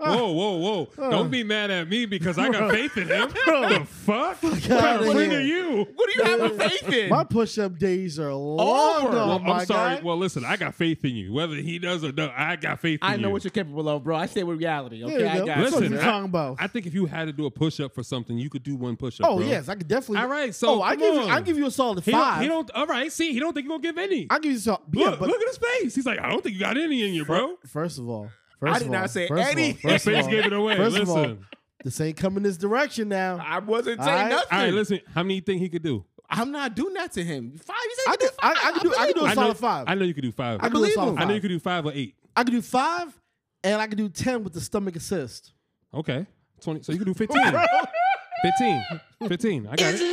Speaker 3: Ah.
Speaker 5: Whoa, whoa, whoa. Don't be mad at me because I got faith in him. the fuck? What
Speaker 3: outta
Speaker 5: kind of friend
Speaker 3: here.
Speaker 5: are you?
Speaker 2: What do you have a faith in?
Speaker 3: My push-up days are long
Speaker 2: Over.
Speaker 3: gone,
Speaker 5: Well,
Speaker 3: my
Speaker 5: I'm sorry.
Speaker 3: guy.
Speaker 5: Well, listen, I got faith in you. Whether he does or not, I got faith in
Speaker 2: I
Speaker 5: you.
Speaker 2: know what you're capable of, bro. I stay with reality.
Speaker 3: There
Speaker 2: Okay, I
Speaker 3: you go.
Speaker 2: got
Speaker 3: That's
Speaker 2: you.
Speaker 3: what
Speaker 5: Listen,
Speaker 3: we're
Speaker 5: I-
Speaker 3: talking about.
Speaker 5: I think if you had to do a push up for something, you could do one push up.
Speaker 3: oh yes, I could definitely.
Speaker 5: All right, so
Speaker 3: oh, I
Speaker 5: come
Speaker 3: give you,
Speaker 5: on.
Speaker 3: I give you a solid
Speaker 5: He
Speaker 3: five.
Speaker 5: don't, he don't. All right. See, he don't think you're gonna give any.
Speaker 3: I give you some.
Speaker 5: look,
Speaker 3: Yeah, but
Speaker 5: look at his face. He's like, I don't think you got any in you, bro.
Speaker 3: First of all, first
Speaker 2: did
Speaker 3: of
Speaker 2: not
Speaker 3: all,
Speaker 2: say
Speaker 3: first of all,
Speaker 2: anything.
Speaker 3: first of
Speaker 5: Face
Speaker 3: all,
Speaker 5: gave it away.
Speaker 3: First
Speaker 5: listen.
Speaker 3: of all, this ain't coming this direction now.
Speaker 2: I wasn't
Speaker 3: All
Speaker 2: saying
Speaker 3: right.
Speaker 2: nothing.
Speaker 5: all right, listen. How many you think he could do?
Speaker 2: I'm not doing that to him. Five. He said
Speaker 3: I
Speaker 2: he
Speaker 3: could,
Speaker 2: could do
Speaker 3: I,
Speaker 2: five.
Speaker 3: I could do, I could do a
Speaker 5: I know,
Speaker 3: solid five.
Speaker 5: I know you could do five.
Speaker 3: I could do
Speaker 5: I,
Speaker 3: a
Speaker 2: believe
Speaker 3: solid
Speaker 2: him.
Speaker 3: five.
Speaker 5: know you could do five or eight.
Speaker 3: I could do five, and I could do ten with the stomach assist.
Speaker 5: Okay, twenty. So you could do fifteen. 15. 15. I got it.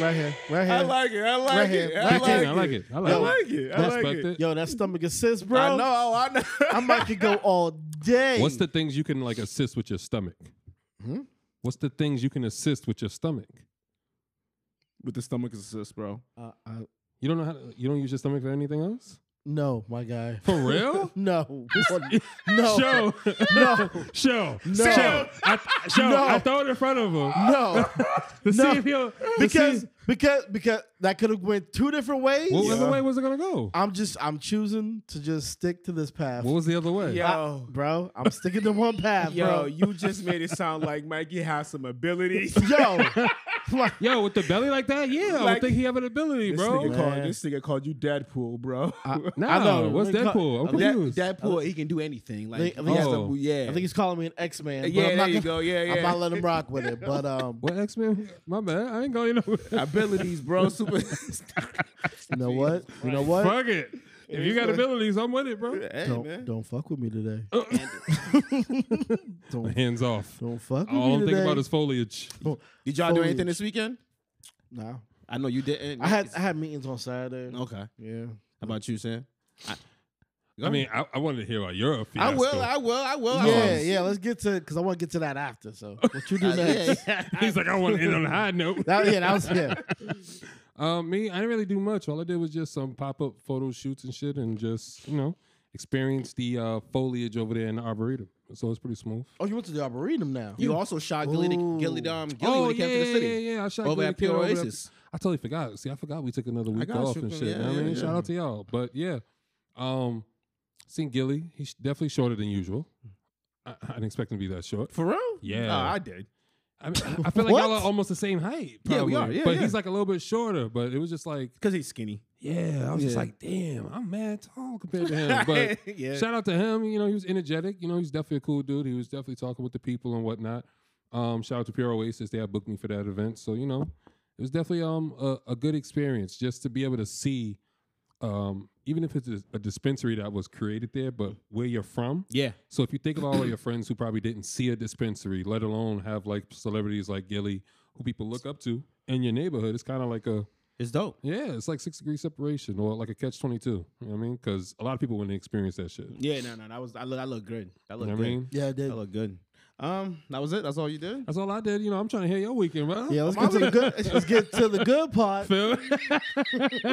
Speaker 3: Right here, right here.
Speaker 2: I like it. I like
Speaker 3: Right here.
Speaker 2: it. I
Speaker 3: Right
Speaker 2: like
Speaker 3: here.
Speaker 2: it.
Speaker 5: I like it. I like
Speaker 3: Yo,
Speaker 2: I
Speaker 5: it.
Speaker 2: like it. I
Speaker 5: That's
Speaker 2: like
Speaker 5: about
Speaker 2: it.
Speaker 5: it.
Speaker 3: Yo, that stomach assist, bro.
Speaker 2: I know. I know.
Speaker 3: I might could go all day.
Speaker 5: What's the things you can like assist with your stomach?
Speaker 3: Hmm?
Speaker 5: What's the things you can assist with your stomach?
Speaker 2: With the stomach assist, bro.
Speaker 3: Uh, I-
Speaker 5: You don't know how to, you don't use your stomach for anything else?
Speaker 3: no, my guy.
Speaker 5: For real?
Speaker 3: No, no,
Speaker 5: Show.
Speaker 3: no,
Speaker 5: Show. Show. I, show.
Speaker 3: No.
Speaker 5: I throw it in front of him.
Speaker 3: no. No.
Speaker 5: To see if he'll to
Speaker 3: Because
Speaker 5: see-
Speaker 3: because because that could have went two different ways.
Speaker 5: what other way was it gonna go?
Speaker 3: I'm just I'm choosing to just stick to this path.
Speaker 5: What was the other way?
Speaker 2: Yo.
Speaker 3: bro, I'm sticking to one path,
Speaker 2: Yo,
Speaker 3: bro.
Speaker 2: you just made it sound like Mikey has some ability.
Speaker 3: Yo, like,
Speaker 5: Yo, with the belly like that, yeah, I would
Speaker 2: Like-
Speaker 5: think he have an ability,
Speaker 2: This
Speaker 5: bro.
Speaker 2: nigga, called,
Speaker 3: Man.
Speaker 2: this nigga called you Deadpool, bro.
Speaker 5: Nah,
Speaker 3: I know.
Speaker 5: what's
Speaker 3: They call-
Speaker 5: Deadpool? I'm
Speaker 3: That-
Speaker 5: confused.
Speaker 2: Deadpool, he can do anything.
Speaker 3: think- I
Speaker 2: he
Speaker 3: think-
Speaker 2: has
Speaker 5: Oh.
Speaker 2: the- yeah.
Speaker 3: I think he's calling me an X Man.
Speaker 2: Yeah,
Speaker 3: I'm
Speaker 2: there
Speaker 3: not
Speaker 2: you
Speaker 3: gonna-
Speaker 2: go. Yeah,
Speaker 3: I'm
Speaker 2: yeah.
Speaker 3: not letting him rock with it, but um,
Speaker 5: what X Men? My bad. I ain't going nowhere.
Speaker 2: abilities, bro. Super.
Speaker 3: you know what? You know what?
Speaker 5: Fuck it. If you got abilities, I'm with it, bro.
Speaker 2: hey,
Speaker 3: don't
Speaker 2: man. Uh,
Speaker 3: don't fuck with me today. don't
Speaker 5: Hands off.
Speaker 3: don't fuck with
Speaker 5: All
Speaker 3: me
Speaker 5: I'm
Speaker 3: today.
Speaker 5: thinking about is foliage.
Speaker 2: Did y'all do
Speaker 3: Foliage.
Speaker 2: anything this weekend?
Speaker 3: nah.
Speaker 2: I know you didn't.
Speaker 3: I had I
Speaker 2: It's-
Speaker 3: had meetings on Saturday.
Speaker 2: okay. How
Speaker 3: Yeah,
Speaker 2: about you, Sam?
Speaker 5: I mean, I, I wanted to hear about your fiasco.
Speaker 2: I will. I will. I will. I
Speaker 3: yeah,
Speaker 2: will.
Speaker 3: yeah. Let's get to because I want to get to that after. So what you do
Speaker 2: Uh, yeah,
Speaker 3: next?
Speaker 2: yeah.
Speaker 5: He's like, I want to end on a high note.
Speaker 3: That, yeah, that was yeah.
Speaker 5: Um, me, I didn't really do much. All I did was just some pop up photo shoots and shit, and just you know experience the uh, foliage over there in the arboretum. So it's pretty smooth.
Speaker 3: Oh, you went to the arboretum now.
Speaker 2: You also shot Gilly, the,
Speaker 3: Ooh.
Speaker 2: Gilly, the, um, Gilly when he came to the city.
Speaker 5: Oh, yeah, yeah. I shot
Speaker 2: Over
Speaker 5: Gilly
Speaker 2: at
Speaker 5: Kid
Speaker 2: Pure
Speaker 5: over there.
Speaker 2: Oasis.
Speaker 5: I totally forgot. See, I forgot we took another week
Speaker 2: got
Speaker 5: off
Speaker 2: you,
Speaker 5: and
Speaker 2: bro.
Speaker 5: shit.
Speaker 2: Yeah,
Speaker 5: You know what I
Speaker 2: yeah,
Speaker 5: mean,
Speaker 2: yeah.
Speaker 5: shout out to y'all. But yeah, um, seen Gilly. He's definitely shorter than usual. I, I didn't expect him to be that short.
Speaker 2: For real?
Speaker 5: Yeah.
Speaker 2: No, I did.
Speaker 5: I, mean, I feel like y'all
Speaker 3: What?
Speaker 5: are almost the same height.
Speaker 2: Yeah, we
Speaker 5: probably.
Speaker 2: are. Yeah,
Speaker 5: but
Speaker 2: yeah.
Speaker 5: he's like a little bit shorter. But it was just like,
Speaker 2: Because he's skinny.
Speaker 5: yeah, I was just
Speaker 2: Yeah.
Speaker 5: like, damn, I'm mad tall compared to him. But
Speaker 2: yeah.
Speaker 5: Shout out to him. You know, he was energetic. You know, he's definitely a cool dude. He was definitely talking with the people and whatnot. Um, shout out to Pure Oasis. They had booked me for that event. So, you know, it was definitely um a, a good experience just to be able to see, um, even if it's a, a dispensary that was created there, but where you're from.
Speaker 2: Yeah.
Speaker 5: So if you think of all of your friends who probably didn't see a dispensary, let alone have like celebrities like Gilly, who people look up to in your neighborhood, it's kind of like a
Speaker 2: It's dope.
Speaker 5: yeah, it's like six degree separation or like a catch twenty two. You know what I mean? Because a lot of people wouldn't experience that shit.
Speaker 2: Yeah, no, no, that was I look I look good. That
Speaker 5: You
Speaker 2: look
Speaker 5: know what I
Speaker 2: good.
Speaker 5: mean?
Speaker 3: Yeah, I did.
Speaker 2: That look good. Um, that was it. That's all you did.
Speaker 5: That's all I did. You know, I'm trying to hear your weekend, bro.
Speaker 3: Yeah, let's get to the good. Let's get to the good part.
Speaker 5: Phil.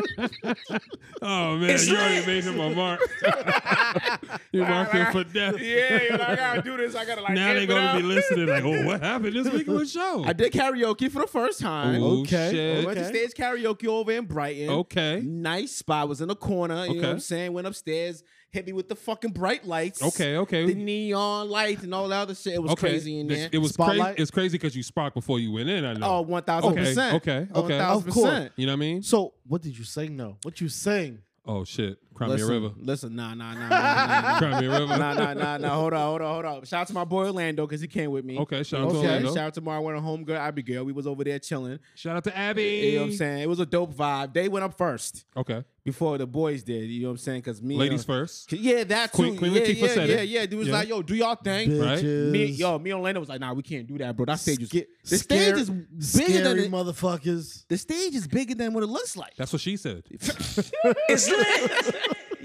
Speaker 5: oh man, you already made him a mark. you marked him for death.
Speaker 1: Yeah, you're like, I gotta do this. I gotta like.
Speaker 5: Now
Speaker 1: amp
Speaker 5: they're
Speaker 1: it
Speaker 5: gonna be
Speaker 1: up.
Speaker 5: listening, like, oh, what happened this week on the show?
Speaker 2: I did karaoke for the first time.
Speaker 5: Ooh,
Speaker 3: Okay.
Speaker 5: shit.
Speaker 2: We went to
Speaker 3: okay.
Speaker 2: stage karaoke over in Brighton.
Speaker 5: Okay.
Speaker 2: Nice spot. Was in the corner. You know
Speaker 5: Okay.
Speaker 2: what I'm saying? Went upstairs, hit me with the fucking bright lights.
Speaker 5: Okay. Okay.
Speaker 2: The neon lights and all that other shit. It was
Speaker 5: okay.
Speaker 2: crazy in
Speaker 5: This-
Speaker 2: there.
Speaker 5: It was crazy.
Speaker 3: Spotlight?
Speaker 5: It's crazy because you sparked before you went in. I know.
Speaker 2: Oh, 1000%.
Speaker 5: Okay, okay, okay.
Speaker 2: 1000%.
Speaker 3: Of course.
Speaker 5: You know what I mean?
Speaker 3: So, what did you sing though? What you sing?
Speaker 5: Oh shit! Cry
Speaker 2: Listen,
Speaker 5: me a river.
Speaker 2: listen, nah, nah, nah, nah, nah, nah.
Speaker 5: Cry me a river.
Speaker 2: nah, nah, nah, nah. Hold on, hold on, hold on. Shout out to my boy Orlando because he came with me.
Speaker 5: Okay, shout out to
Speaker 2: Okay,
Speaker 5: Orlando.
Speaker 2: Shout out to my one home girl, Abigail. We was over there chilling.
Speaker 5: Shout out to Abby.
Speaker 2: You know what I'm saying? It was a dope vibe. They went up first
Speaker 5: Okay.
Speaker 2: before the boys did. You know what I'm saying? Because me,
Speaker 5: Ladies
Speaker 2: and,
Speaker 5: first.
Speaker 2: Yeah, that
Speaker 5: Queen-
Speaker 2: too.
Speaker 5: Queen
Speaker 2: yeah,
Speaker 5: Latifah
Speaker 2: yeah,
Speaker 5: said
Speaker 2: yeah,
Speaker 5: it.
Speaker 2: yeah. Dude was
Speaker 5: Yeah.
Speaker 2: like, yo, do y'all thing.
Speaker 5: Right.
Speaker 3: Bitches.
Speaker 2: Me, yo, me and Orlando was like, nah, we can't do that, bro. That stage is
Speaker 3: Sca-
Speaker 2: the
Speaker 3: scary-
Speaker 2: stage is bigger than
Speaker 3: scary
Speaker 2: it,
Speaker 3: motherfuckers.
Speaker 2: the stage is bigger than what it looks like.
Speaker 5: That's what she said.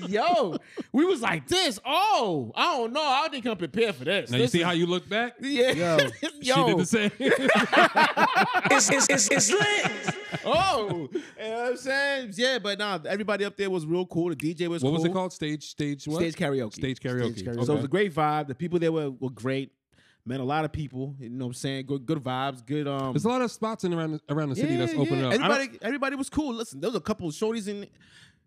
Speaker 2: Yo, we was like this. Oh, I don't know. I didn't come prepared for this.
Speaker 5: Now you
Speaker 2: This
Speaker 5: see
Speaker 2: is-
Speaker 5: how you look back.
Speaker 2: yeah,
Speaker 3: Yo,
Speaker 5: She
Speaker 2: yo,
Speaker 5: did the same.
Speaker 2: oh, you know what I'm saying, yeah, but nah, everybody up there was real cool. The DJ was
Speaker 5: what
Speaker 2: cool.
Speaker 5: was it called? Stage, stage, what?
Speaker 2: Stage karaoke.
Speaker 5: Stage karaoke.
Speaker 3: Stage karaoke.
Speaker 2: So it was
Speaker 5: Okay.
Speaker 2: a great vibe. The people there were, were great. Met a lot of people. You know what I'm saying? Good good vibes. Good um
Speaker 5: There's a lot of spots in around the, around the city that's opening up. I don't-
Speaker 2: Everybody everybody was cool. Listen, there was a couple of shorties in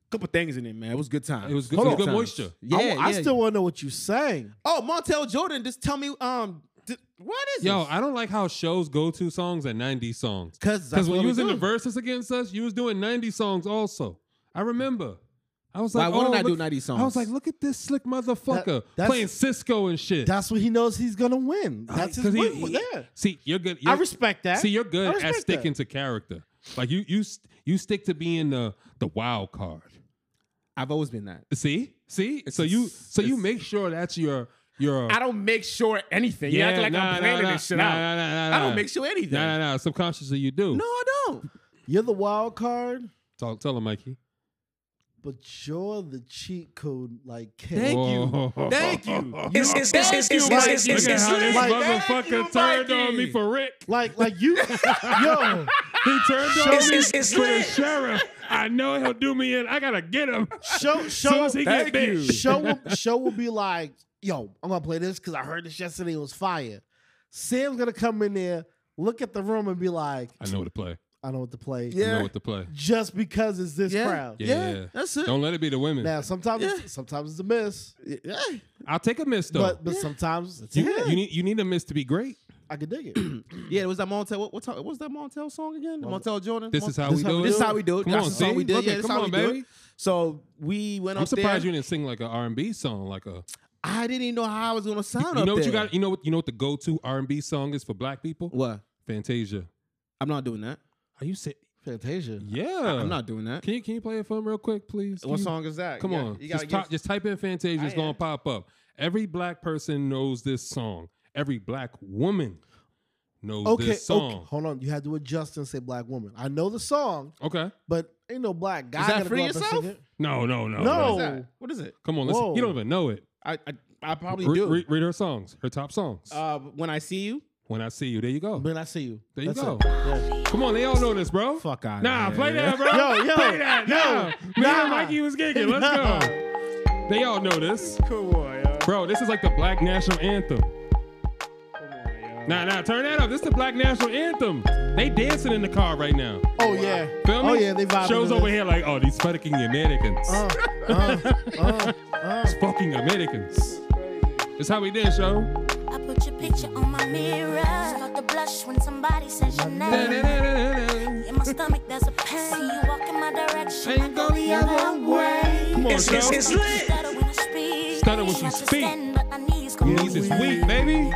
Speaker 2: couple things in it, man. It was a good time.
Speaker 5: It was good-
Speaker 2: Hold
Speaker 5: it was
Speaker 2: on.
Speaker 5: good
Speaker 2: times.
Speaker 5: moisture.
Speaker 2: Yeah,
Speaker 3: I, I
Speaker 2: yeah.
Speaker 3: still want to know what you sang.
Speaker 2: Oh, Montel Jordan, just tell me um d- what is
Speaker 5: Yo,
Speaker 2: this?
Speaker 5: I don't like how shows go to songs and 90 songs.
Speaker 2: 'Cause that's
Speaker 5: Because when
Speaker 2: what we
Speaker 5: you was in the
Speaker 2: do.
Speaker 5: verses against us, you was doing 90 songs also. I remember. I was like,
Speaker 2: Why wouldn't
Speaker 5: oh,
Speaker 2: I do
Speaker 5: look-
Speaker 2: 90
Speaker 5: I was
Speaker 2: songs?
Speaker 5: like, look at this slick motherfucker
Speaker 3: that's-
Speaker 5: playing Cisco and shit.
Speaker 3: That's what he knows he's gonna win. That's his
Speaker 5: 'Cause he-
Speaker 3: win.
Speaker 5: he-
Speaker 3: yeah,
Speaker 5: See, you're good.
Speaker 3: I
Speaker 5: you're-
Speaker 3: respect that.
Speaker 5: See, you're
Speaker 3: I
Speaker 5: good at
Speaker 3: respect
Speaker 5: sticking
Speaker 3: that.
Speaker 5: to character. Like you, you, st- you stick to being the the wild card.
Speaker 2: I've always been that.
Speaker 5: See, see. So you, so you make sure that's your your.
Speaker 2: I don't make sure anything. Yeah, you act like I'm planning
Speaker 5: nah,
Speaker 2: this shit
Speaker 5: nah,
Speaker 2: out.
Speaker 5: Nah, nah, nah,
Speaker 2: I don't
Speaker 5: nah.
Speaker 2: make sure anything.
Speaker 5: Nah, nah, nah. Subconsciously, you do.
Speaker 2: No, I don't.
Speaker 3: You're the wild card,
Speaker 5: Talk, tell him, Mikey.
Speaker 3: but you're the cheat code. Like,
Speaker 2: Thank
Speaker 3: kid.
Speaker 5: you.
Speaker 2: Thank you.
Speaker 4: It's- it's- it's- it's- it's-
Speaker 2: Thank you,
Speaker 4: it's-
Speaker 2: Mikey.
Speaker 4: it's-
Speaker 5: Look at
Speaker 4: it's-
Speaker 5: how this
Speaker 4: like-
Speaker 2: Thank
Speaker 5: motherfucker
Speaker 2: you,
Speaker 5: turned
Speaker 2: Mikey.
Speaker 5: on me for Rick.
Speaker 3: like, like you, yo,
Speaker 5: He turned on
Speaker 4: It's-
Speaker 5: me
Speaker 4: it's- it's
Speaker 5: for the
Speaker 4: lit.
Speaker 5: sheriff. I know he'll do me in. I gotta get him.
Speaker 3: show,
Speaker 5: soon
Speaker 3: show,
Speaker 5: as he get
Speaker 2: Thank you.
Speaker 5: big.
Speaker 3: show, will, show will be like, yo, I'm gonna play this because I heard this yesterday. It was fire. Sam's gonna come in there, look at the room, and be like,
Speaker 5: I know what to play.
Speaker 3: I know what to play.
Speaker 5: I know
Speaker 2: Yeah.
Speaker 5: what to play.
Speaker 3: just because it's this
Speaker 2: Yeah.
Speaker 3: crowd.
Speaker 5: Yeah.
Speaker 2: Yeah, that's it.
Speaker 5: Don't let it be the women.
Speaker 3: Now, sometimes, it's, sometimes it's a miss,
Speaker 2: Yeah.
Speaker 5: I'll take a miss though.
Speaker 3: but but sometimes it's a
Speaker 5: you,
Speaker 3: hit.
Speaker 5: you need you need a miss to be great.
Speaker 3: I can dig it.
Speaker 2: Yeah, it was that Montel. What, what, what was that Montel song again? The Montel Jordan.
Speaker 5: This is how
Speaker 3: this
Speaker 5: we
Speaker 3: how
Speaker 5: do
Speaker 3: we
Speaker 5: it.
Speaker 2: This is how we do it.
Speaker 5: Come
Speaker 2: That's
Speaker 5: on,
Speaker 2: the song
Speaker 5: see?
Speaker 2: we did.
Speaker 5: Look
Speaker 2: Yeah,
Speaker 5: at-
Speaker 2: that's
Speaker 5: come
Speaker 2: how
Speaker 5: on,
Speaker 2: we do
Speaker 5: baby.
Speaker 2: it. So we went
Speaker 5: I'm
Speaker 2: up there.
Speaker 5: surprised you didn't sing like an R and B song, like a.
Speaker 2: I didn't even know how I was gonna sound
Speaker 5: You
Speaker 2: up
Speaker 5: know what you
Speaker 2: there.
Speaker 5: got? You know what? You know what the go-to R and B song is for Black people?
Speaker 2: What?
Speaker 5: Fantasia.
Speaker 2: I'm not doing that.
Speaker 5: Are you sick?
Speaker 3: Fantasia.
Speaker 5: Yeah.
Speaker 2: I'm not doing that.
Speaker 5: Can you can you play it for him real quick, please? Can
Speaker 2: What
Speaker 5: you-
Speaker 2: song is that?
Speaker 5: Come
Speaker 2: Yeah,
Speaker 5: on.
Speaker 2: you gotta
Speaker 5: just, ty-
Speaker 2: give-
Speaker 5: just type in Fantasia. It's
Speaker 2: I
Speaker 5: gonna
Speaker 2: am.
Speaker 5: pop up. Every black person knows this song. Every black woman knows
Speaker 3: Okay,
Speaker 5: this
Speaker 3: okay.
Speaker 5: song.
Speaker 3: Hold on. You had to adjust and say black woman. I know the song,
Speaker 5: Okay.
Speaker 3: but ain't no black guy
Speaker 2: that
Speaker 3: gonna
Speaker 2: Free
Speaker 3: go up and
Speaker 2: Yourself?
Speaker 3: sing it.
Speaker 5: No, no, no.
Speaker 3: No.
Speaker 5: What is that?
Speaker 2: What is it?
Speaker 5: Come on, listen.
Speaker 3: Whoa.
Speaker 5: You don't even know it.
Speaker 2: I I, I probably
Speaker 5: Re-
Speaker 2: do.
Speaker 5: re- read her songs, her top songs.
Speaker 2: uh, when I see you.
Speaker 5: when I see you, there you go.
Speaker 3: Man, I see you.
Speaker 5: There you
Speaker 3: That's
Speaker 5: go.
Speaker 3: it. Yeah.
Speaker 5: Come on, they all know this, bro.
Speaker 2: Fuck outta
Speaker 5: Nah,
Speaker 2: here.
Speaker 5: play that, bro.
Speaker 3: Yo, yo,
Speaker 5: play that.
Speaker 3: yo,
Speaker 5: Nah. Me and
Speaker 3: nah.
Speaker 5: Mikey was gigging. Let's
Speaker 3: Nah.
Speaker 5: go. They all know this. Come on, yo. Bro, this is like the black national anthem. Nah, nah, turn that up. This is the Black National Anthem. They dancing in the car right now.
Speaker 3: Oh yeah.
Speaker 5: Feel me?
Speaker 3: Oh yeah. They vibing.
Speaker 5: Shows
Speaker 3: to
Speaker 5: over
Speaker 3: this.
Speaker 5: here like, oh, these fucking Americans.
Speaker 3: Uh, uh, uh, uh.
Speaker 5: Fucking Americans. It's how we did, show.
Speaker 8: I put your picture on my mirror. Start to blush when somebody says your name. In my stomach, there's a pain. See you walk in my direction. I go the other way.
Speaker 5: Come on,
Speaker 4: It's-
Speaker 5: show.
Speaker 4: it's- it's lit.
Speaker 8: Stutter when I speak.
Speaker 5: Stutter when you
Speaker 8: Not to
Speaker 5: speak.
Speaker 8: stand, but my knees go
Speaker 5: Knees is
Speaker 8: weak.
Speaker 5: weak, baby.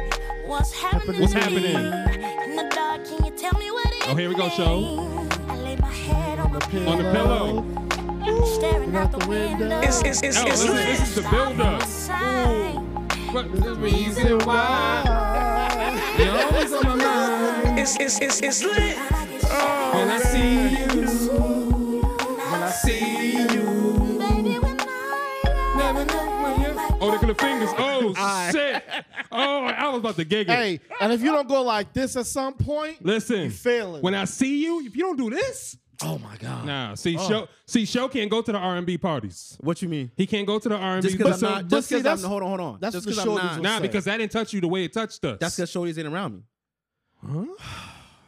Speaker 8: What's happening?
Speaker 5: What's
Speaker 8: to
Speaker 5: happening?
Speaker 8: me? In the dark, can you tell me what it
Speaker 5: Oh, here we go, show.
Speaker 8: means? I lay my head on the
Speaker 5: On the
Speaker 8: pillow.
Speaker 5: pillow.
Speaker 8: Staring out the window.
Speaker 4: It's- it's- it's-
Speaker 5: Oh,
Speaker 4: it's
Speaker 5: listen,
Speaker 4: lit.
Speaker 5: this is the build-up. But the reason why you're always on my mind.
Speaker 4: It's it's it's it's lit.
Speaker 5: When I see you, when I see you.
Speaker 8: Baby, when I
Speaker 5: Never know when you're- Oh, they're gonna fingers. Oh shit! Oh, I was about to giggle.
Speaker 3: Hey, and if you don't go like this at some point,
Speaker 5: Listen,
Speaker 3: failing.
Speaker 5: when I see you, if you don't do this,
Speaker 3: oh my god,
Speaker 5: nah. See, show, see, show can't go to the R and B parties.
Speaker 2: What you mean?
Speaker 5: He can't go to the R and B.
Speaker 2: Just because I'm
Speaker 5: so-
Speaker 2: not.
Speaker 3: but
Speaker 2: Just
Speaker 3: see,
Speaker 2: because I'm.
Speaker 3: that's-
Speaker 2: Hold on, hold on.
Speaker 3: that's
Speaker 2: just
Speaker 3: what the
Speaker 2: I'm
Speaker 3: shoulders
Speaker 2: not.
Speaker 3: was-
Speaker 5: Nah,
Speaker 3: say.
Speaker 5: because that didn't touch you the way it touched us.
Speaker 2: That's because Shorty's ain't around me.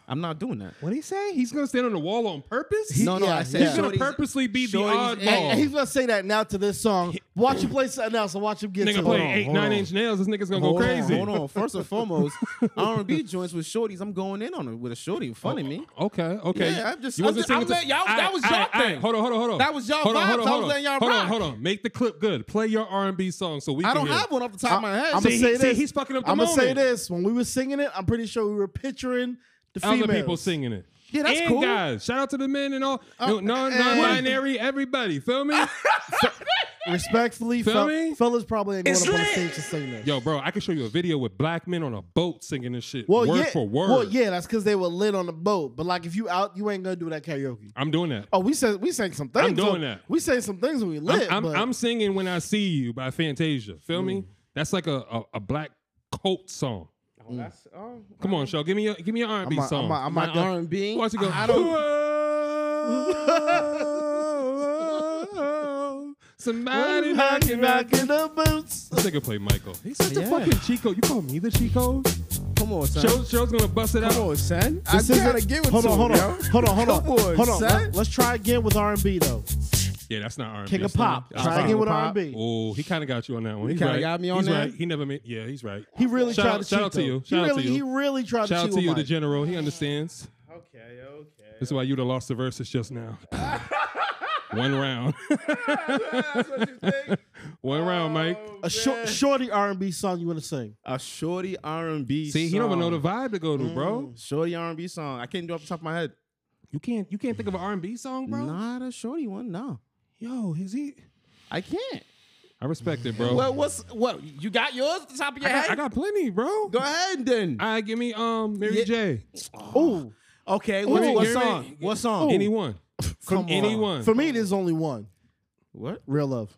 Speaker 2: I'm not doing that.
Speaker 5: what he say? He's gonna stand on the wall on purpose.
Speaker 2: no, no.
Speaker 3: yeah,
Speaker 2: I said
Speaker 3: he's
Speaker 5: He's gonna
Speaker 2: Shorty's-
Speaker 5: purposely be the
Speaker 2: Shorty's-
Speaker 5: oddball.
Speaker 3: and, and he's gonna say that now to this song. Watch him play something else and watch him get to
Speaker 5: nigga
Speaker 3: it.
Speaker 5: play
Speaker 3: Hold on,
Speaker 5: eight,
Speaker 3: hold
Speaker 5: nine
Speaker 3: on.
Speaker 5: inch nails. This nigga's gonna
Speaker 2: Hold
Speaker 5: go crazy.
Speaker 2: On, hold on. First and foremost, R&B joints with shorties. I'm going in on it with a shorty in
Speaker 3: Oh,
Speaker 2: front of me.
Speaker 5: Okay, okay.
Speaker 2: Yeah, I'm just-
Speaker 5: You
Speaker 2: I'm
Speaker 5: wasn't
Speaker 2: just- I'm
Speaker 5: singing to-
Speaker 2: letting y'all- that
Speaker 5: Alright,
Speaker 2: was y'all
Speaker 5: alright, alright.
Speaker 2: thing.
Speaker 5: Hold on, hold on, hold on.
Speaker 2: That was y'all
Speaker 5: hold on,
Speaker 2: vibes.
Speaker 5: hold on,
Speaker 2: I was
Speaker 5: hold on.
Speaker 2: letting y'all
Speaker 5: Hold on,
Speaker 2: rock.
Speaker 5: hold on. Make the clip good. Play your R and B song so we.
Speaker 2: I
Speaker 5: can
Speaker 2: don't
Speaker 5: hear.
Speaker 2: have one off the top of my head.
Speaker 3: I'm
Speaker 5: See,
Speaker 3: gonna
Speaker 5: he-
Speaker 3: say
Speaker 5: see,
Speaker 3: this.
Speaker 5: he's fucking up the
Speaker 3: I'm gonna say
Speaker 5: moment.
Speaker 3: this. When we were singing it, I'm pretty sure we were picturing the
Speaker 5: Other
Speaker 3: females.
Speaker 5: people singing it.
Speaker 2: Yeah, that's
Speaker 5: and
Speaker 2: cool. Oh,
Speaker 5: guys, shout out to the men and all non
Speaker 3: eh.
Speaker 5: non-binary everybody. Feel me?
Speaker 3: Respectfully,
Speaker 5: Feel
Speaker 3: fel-
Speaker 5: me?
Speaker 3: fellas probably ain't going
Speaker 4: It's
Speaker 3: up on the
Speaker 4: lit.
Speaker 3: stage to sing this.
Speaker 5: Yo, bro, I can show you a video with black men on a boat singing this shit
Speaker 3: well,
Speaker 5: word
Speaker 3: yeah,
Speaker 5: for word.
Speaker 3: Well, yeah, that's because they were lit on the boat. But like, if you out, you ain't gonna do that karaoke.
Speaker 5: I'm doing that.
Speaker 3: Oh, we said we sang some things.
Speaker 5: I'm doing
Speaker 3: on-
Speaker 5: that.
Speaker 3: We sang some things when we
Speaker 5: I'm,
Speaker 3: lit.
Speaker 5: I'm,
Speaker 3: but
Speaker 5: I'm singing when I see you by Fantasia. Feel
Speaker 2: Mm.
Speaker 5: me? That's like a, a, a black cult song.
Speaker 2: um,
Speaker 5: Come on, show. Give me a give me an R&B
Speaker 3: I'm a-
Speaker 5: song.
Speaker 3: I'm a- I'm
Speaker 2: My
Speaker 3: a-
Speaker 2: R&B.
Speaker 5: Watch it go.
Speaker 2: I don't.
Speaker 5: Somebody
Speaker 3: Rockin',
Speaker 5: knocking back.
Speaker 3: rockin' the boots.
Speaker 5: This nigga play Michael. He's such a
Speaker 2: Yeah.
Speaker 5: fucking Chico. You call me the Chico?
Speaker 2: Come on, son.
Speaker 5: Show, show's gonna bust it out.
Speaker 2: Come on, son. I
Speaker 3: This isn't-
Speaker 2: gotta give it
Speaker 3: hold
Speaker 2: to
Speaker 3: on, hold
Speaker 2: him,
Speaker 3: on,
Speaker 2: yo.
Speaker 3: hold on, hold on,
Speaker 2: Come on,
Speaker 3: hold on.
Speaker 2: son.
Speaker 3: Let, us try again with R and B though.
Speaker 5: Yeah, that's not R&B.
Speaker 3: King
Speaker 5: That's
Speaker 3: of Pop.
Speaker 5: not-
Speaker 3: Try
Speaker 5: King
Speaker 3: again
Speaker 5: of
Speaker 3: with R
Speaker 2: Pop.
Speaker 3: and B.
Speaker 5: Oh, he kind of got you on that one. He
Speaker 2: kinda
Speaker 5: right.
Speaker 2: got me on
Speaker 5: he's
Speaker 2: that.
Speaker 5: Right. He never made. Yeah, he's right.
Speaker 3: He really
Speaker 5: Shout
Speaker 3: tried
Speaker 5: out-
Speaker 3: to
Speaker 5: shout
Speaker 3: cheat,
Speaker 5: out to
Speaker 3: though.
Speaker 5: you.
Speaker 3: He
Speaker 5: Shout out to
Speaker 3: really,
Speaker 5: you.
Speaker 3: He really tried
Speaker 5: Shout
Speaker 3: to
Speaker 5: out
Speaker 3: cheat
Speaker 5: to
Speaker 3: with
Speaker 5: you, the
Speaker 3: Mike.
Speaker 5: general. He understands. Okay, okay. That's why you'd have lost the verses just now. one round. one round, Mike.
Speaker 3: A short, shorty R and B song you want to sing?
Speaker 2: A shorty R&B.
Speaker 5: See, he
Speaker 2: song. Mm.
Speaker 5: don't even know the vibe to go to, bro.
Speaker 2: shorty R&B song. I can't do it off the top of my head.
Speaker 5: You can't. You can't think of an R and B song, bro.
Speaker 2: Not a shorty one. No,
Speaker 5: Yo, is he?
Speaker 2: I can't.
Speaker 5: I respect it, bro.
Speaker 2: Well, what's what? You got yours at the top of
Speaker 5: I,
Speaker 2: your
Speaker 5: got,
Speaker 2: head.
Speaker 5: I got plenty, bro.
Speaker 2: Go ahead then.
Speaker 5: I give me um Mary
Speaker 2: Yeah.
Speaker 5: J.
Speaker 3: Ooh,
Speaker 2: okay. What,
Speaker 5: Ooh,
Speaker 2: what
Speaker 5: give me-
Speaker 2: song? What song?
Speaker 5: Anyone. From
Speaker 3: Oh. come on.
Speaker 5: anyone.
Speaker 3: For me, there's only one.
Speaker 2: What?
Speaker 3: Real love.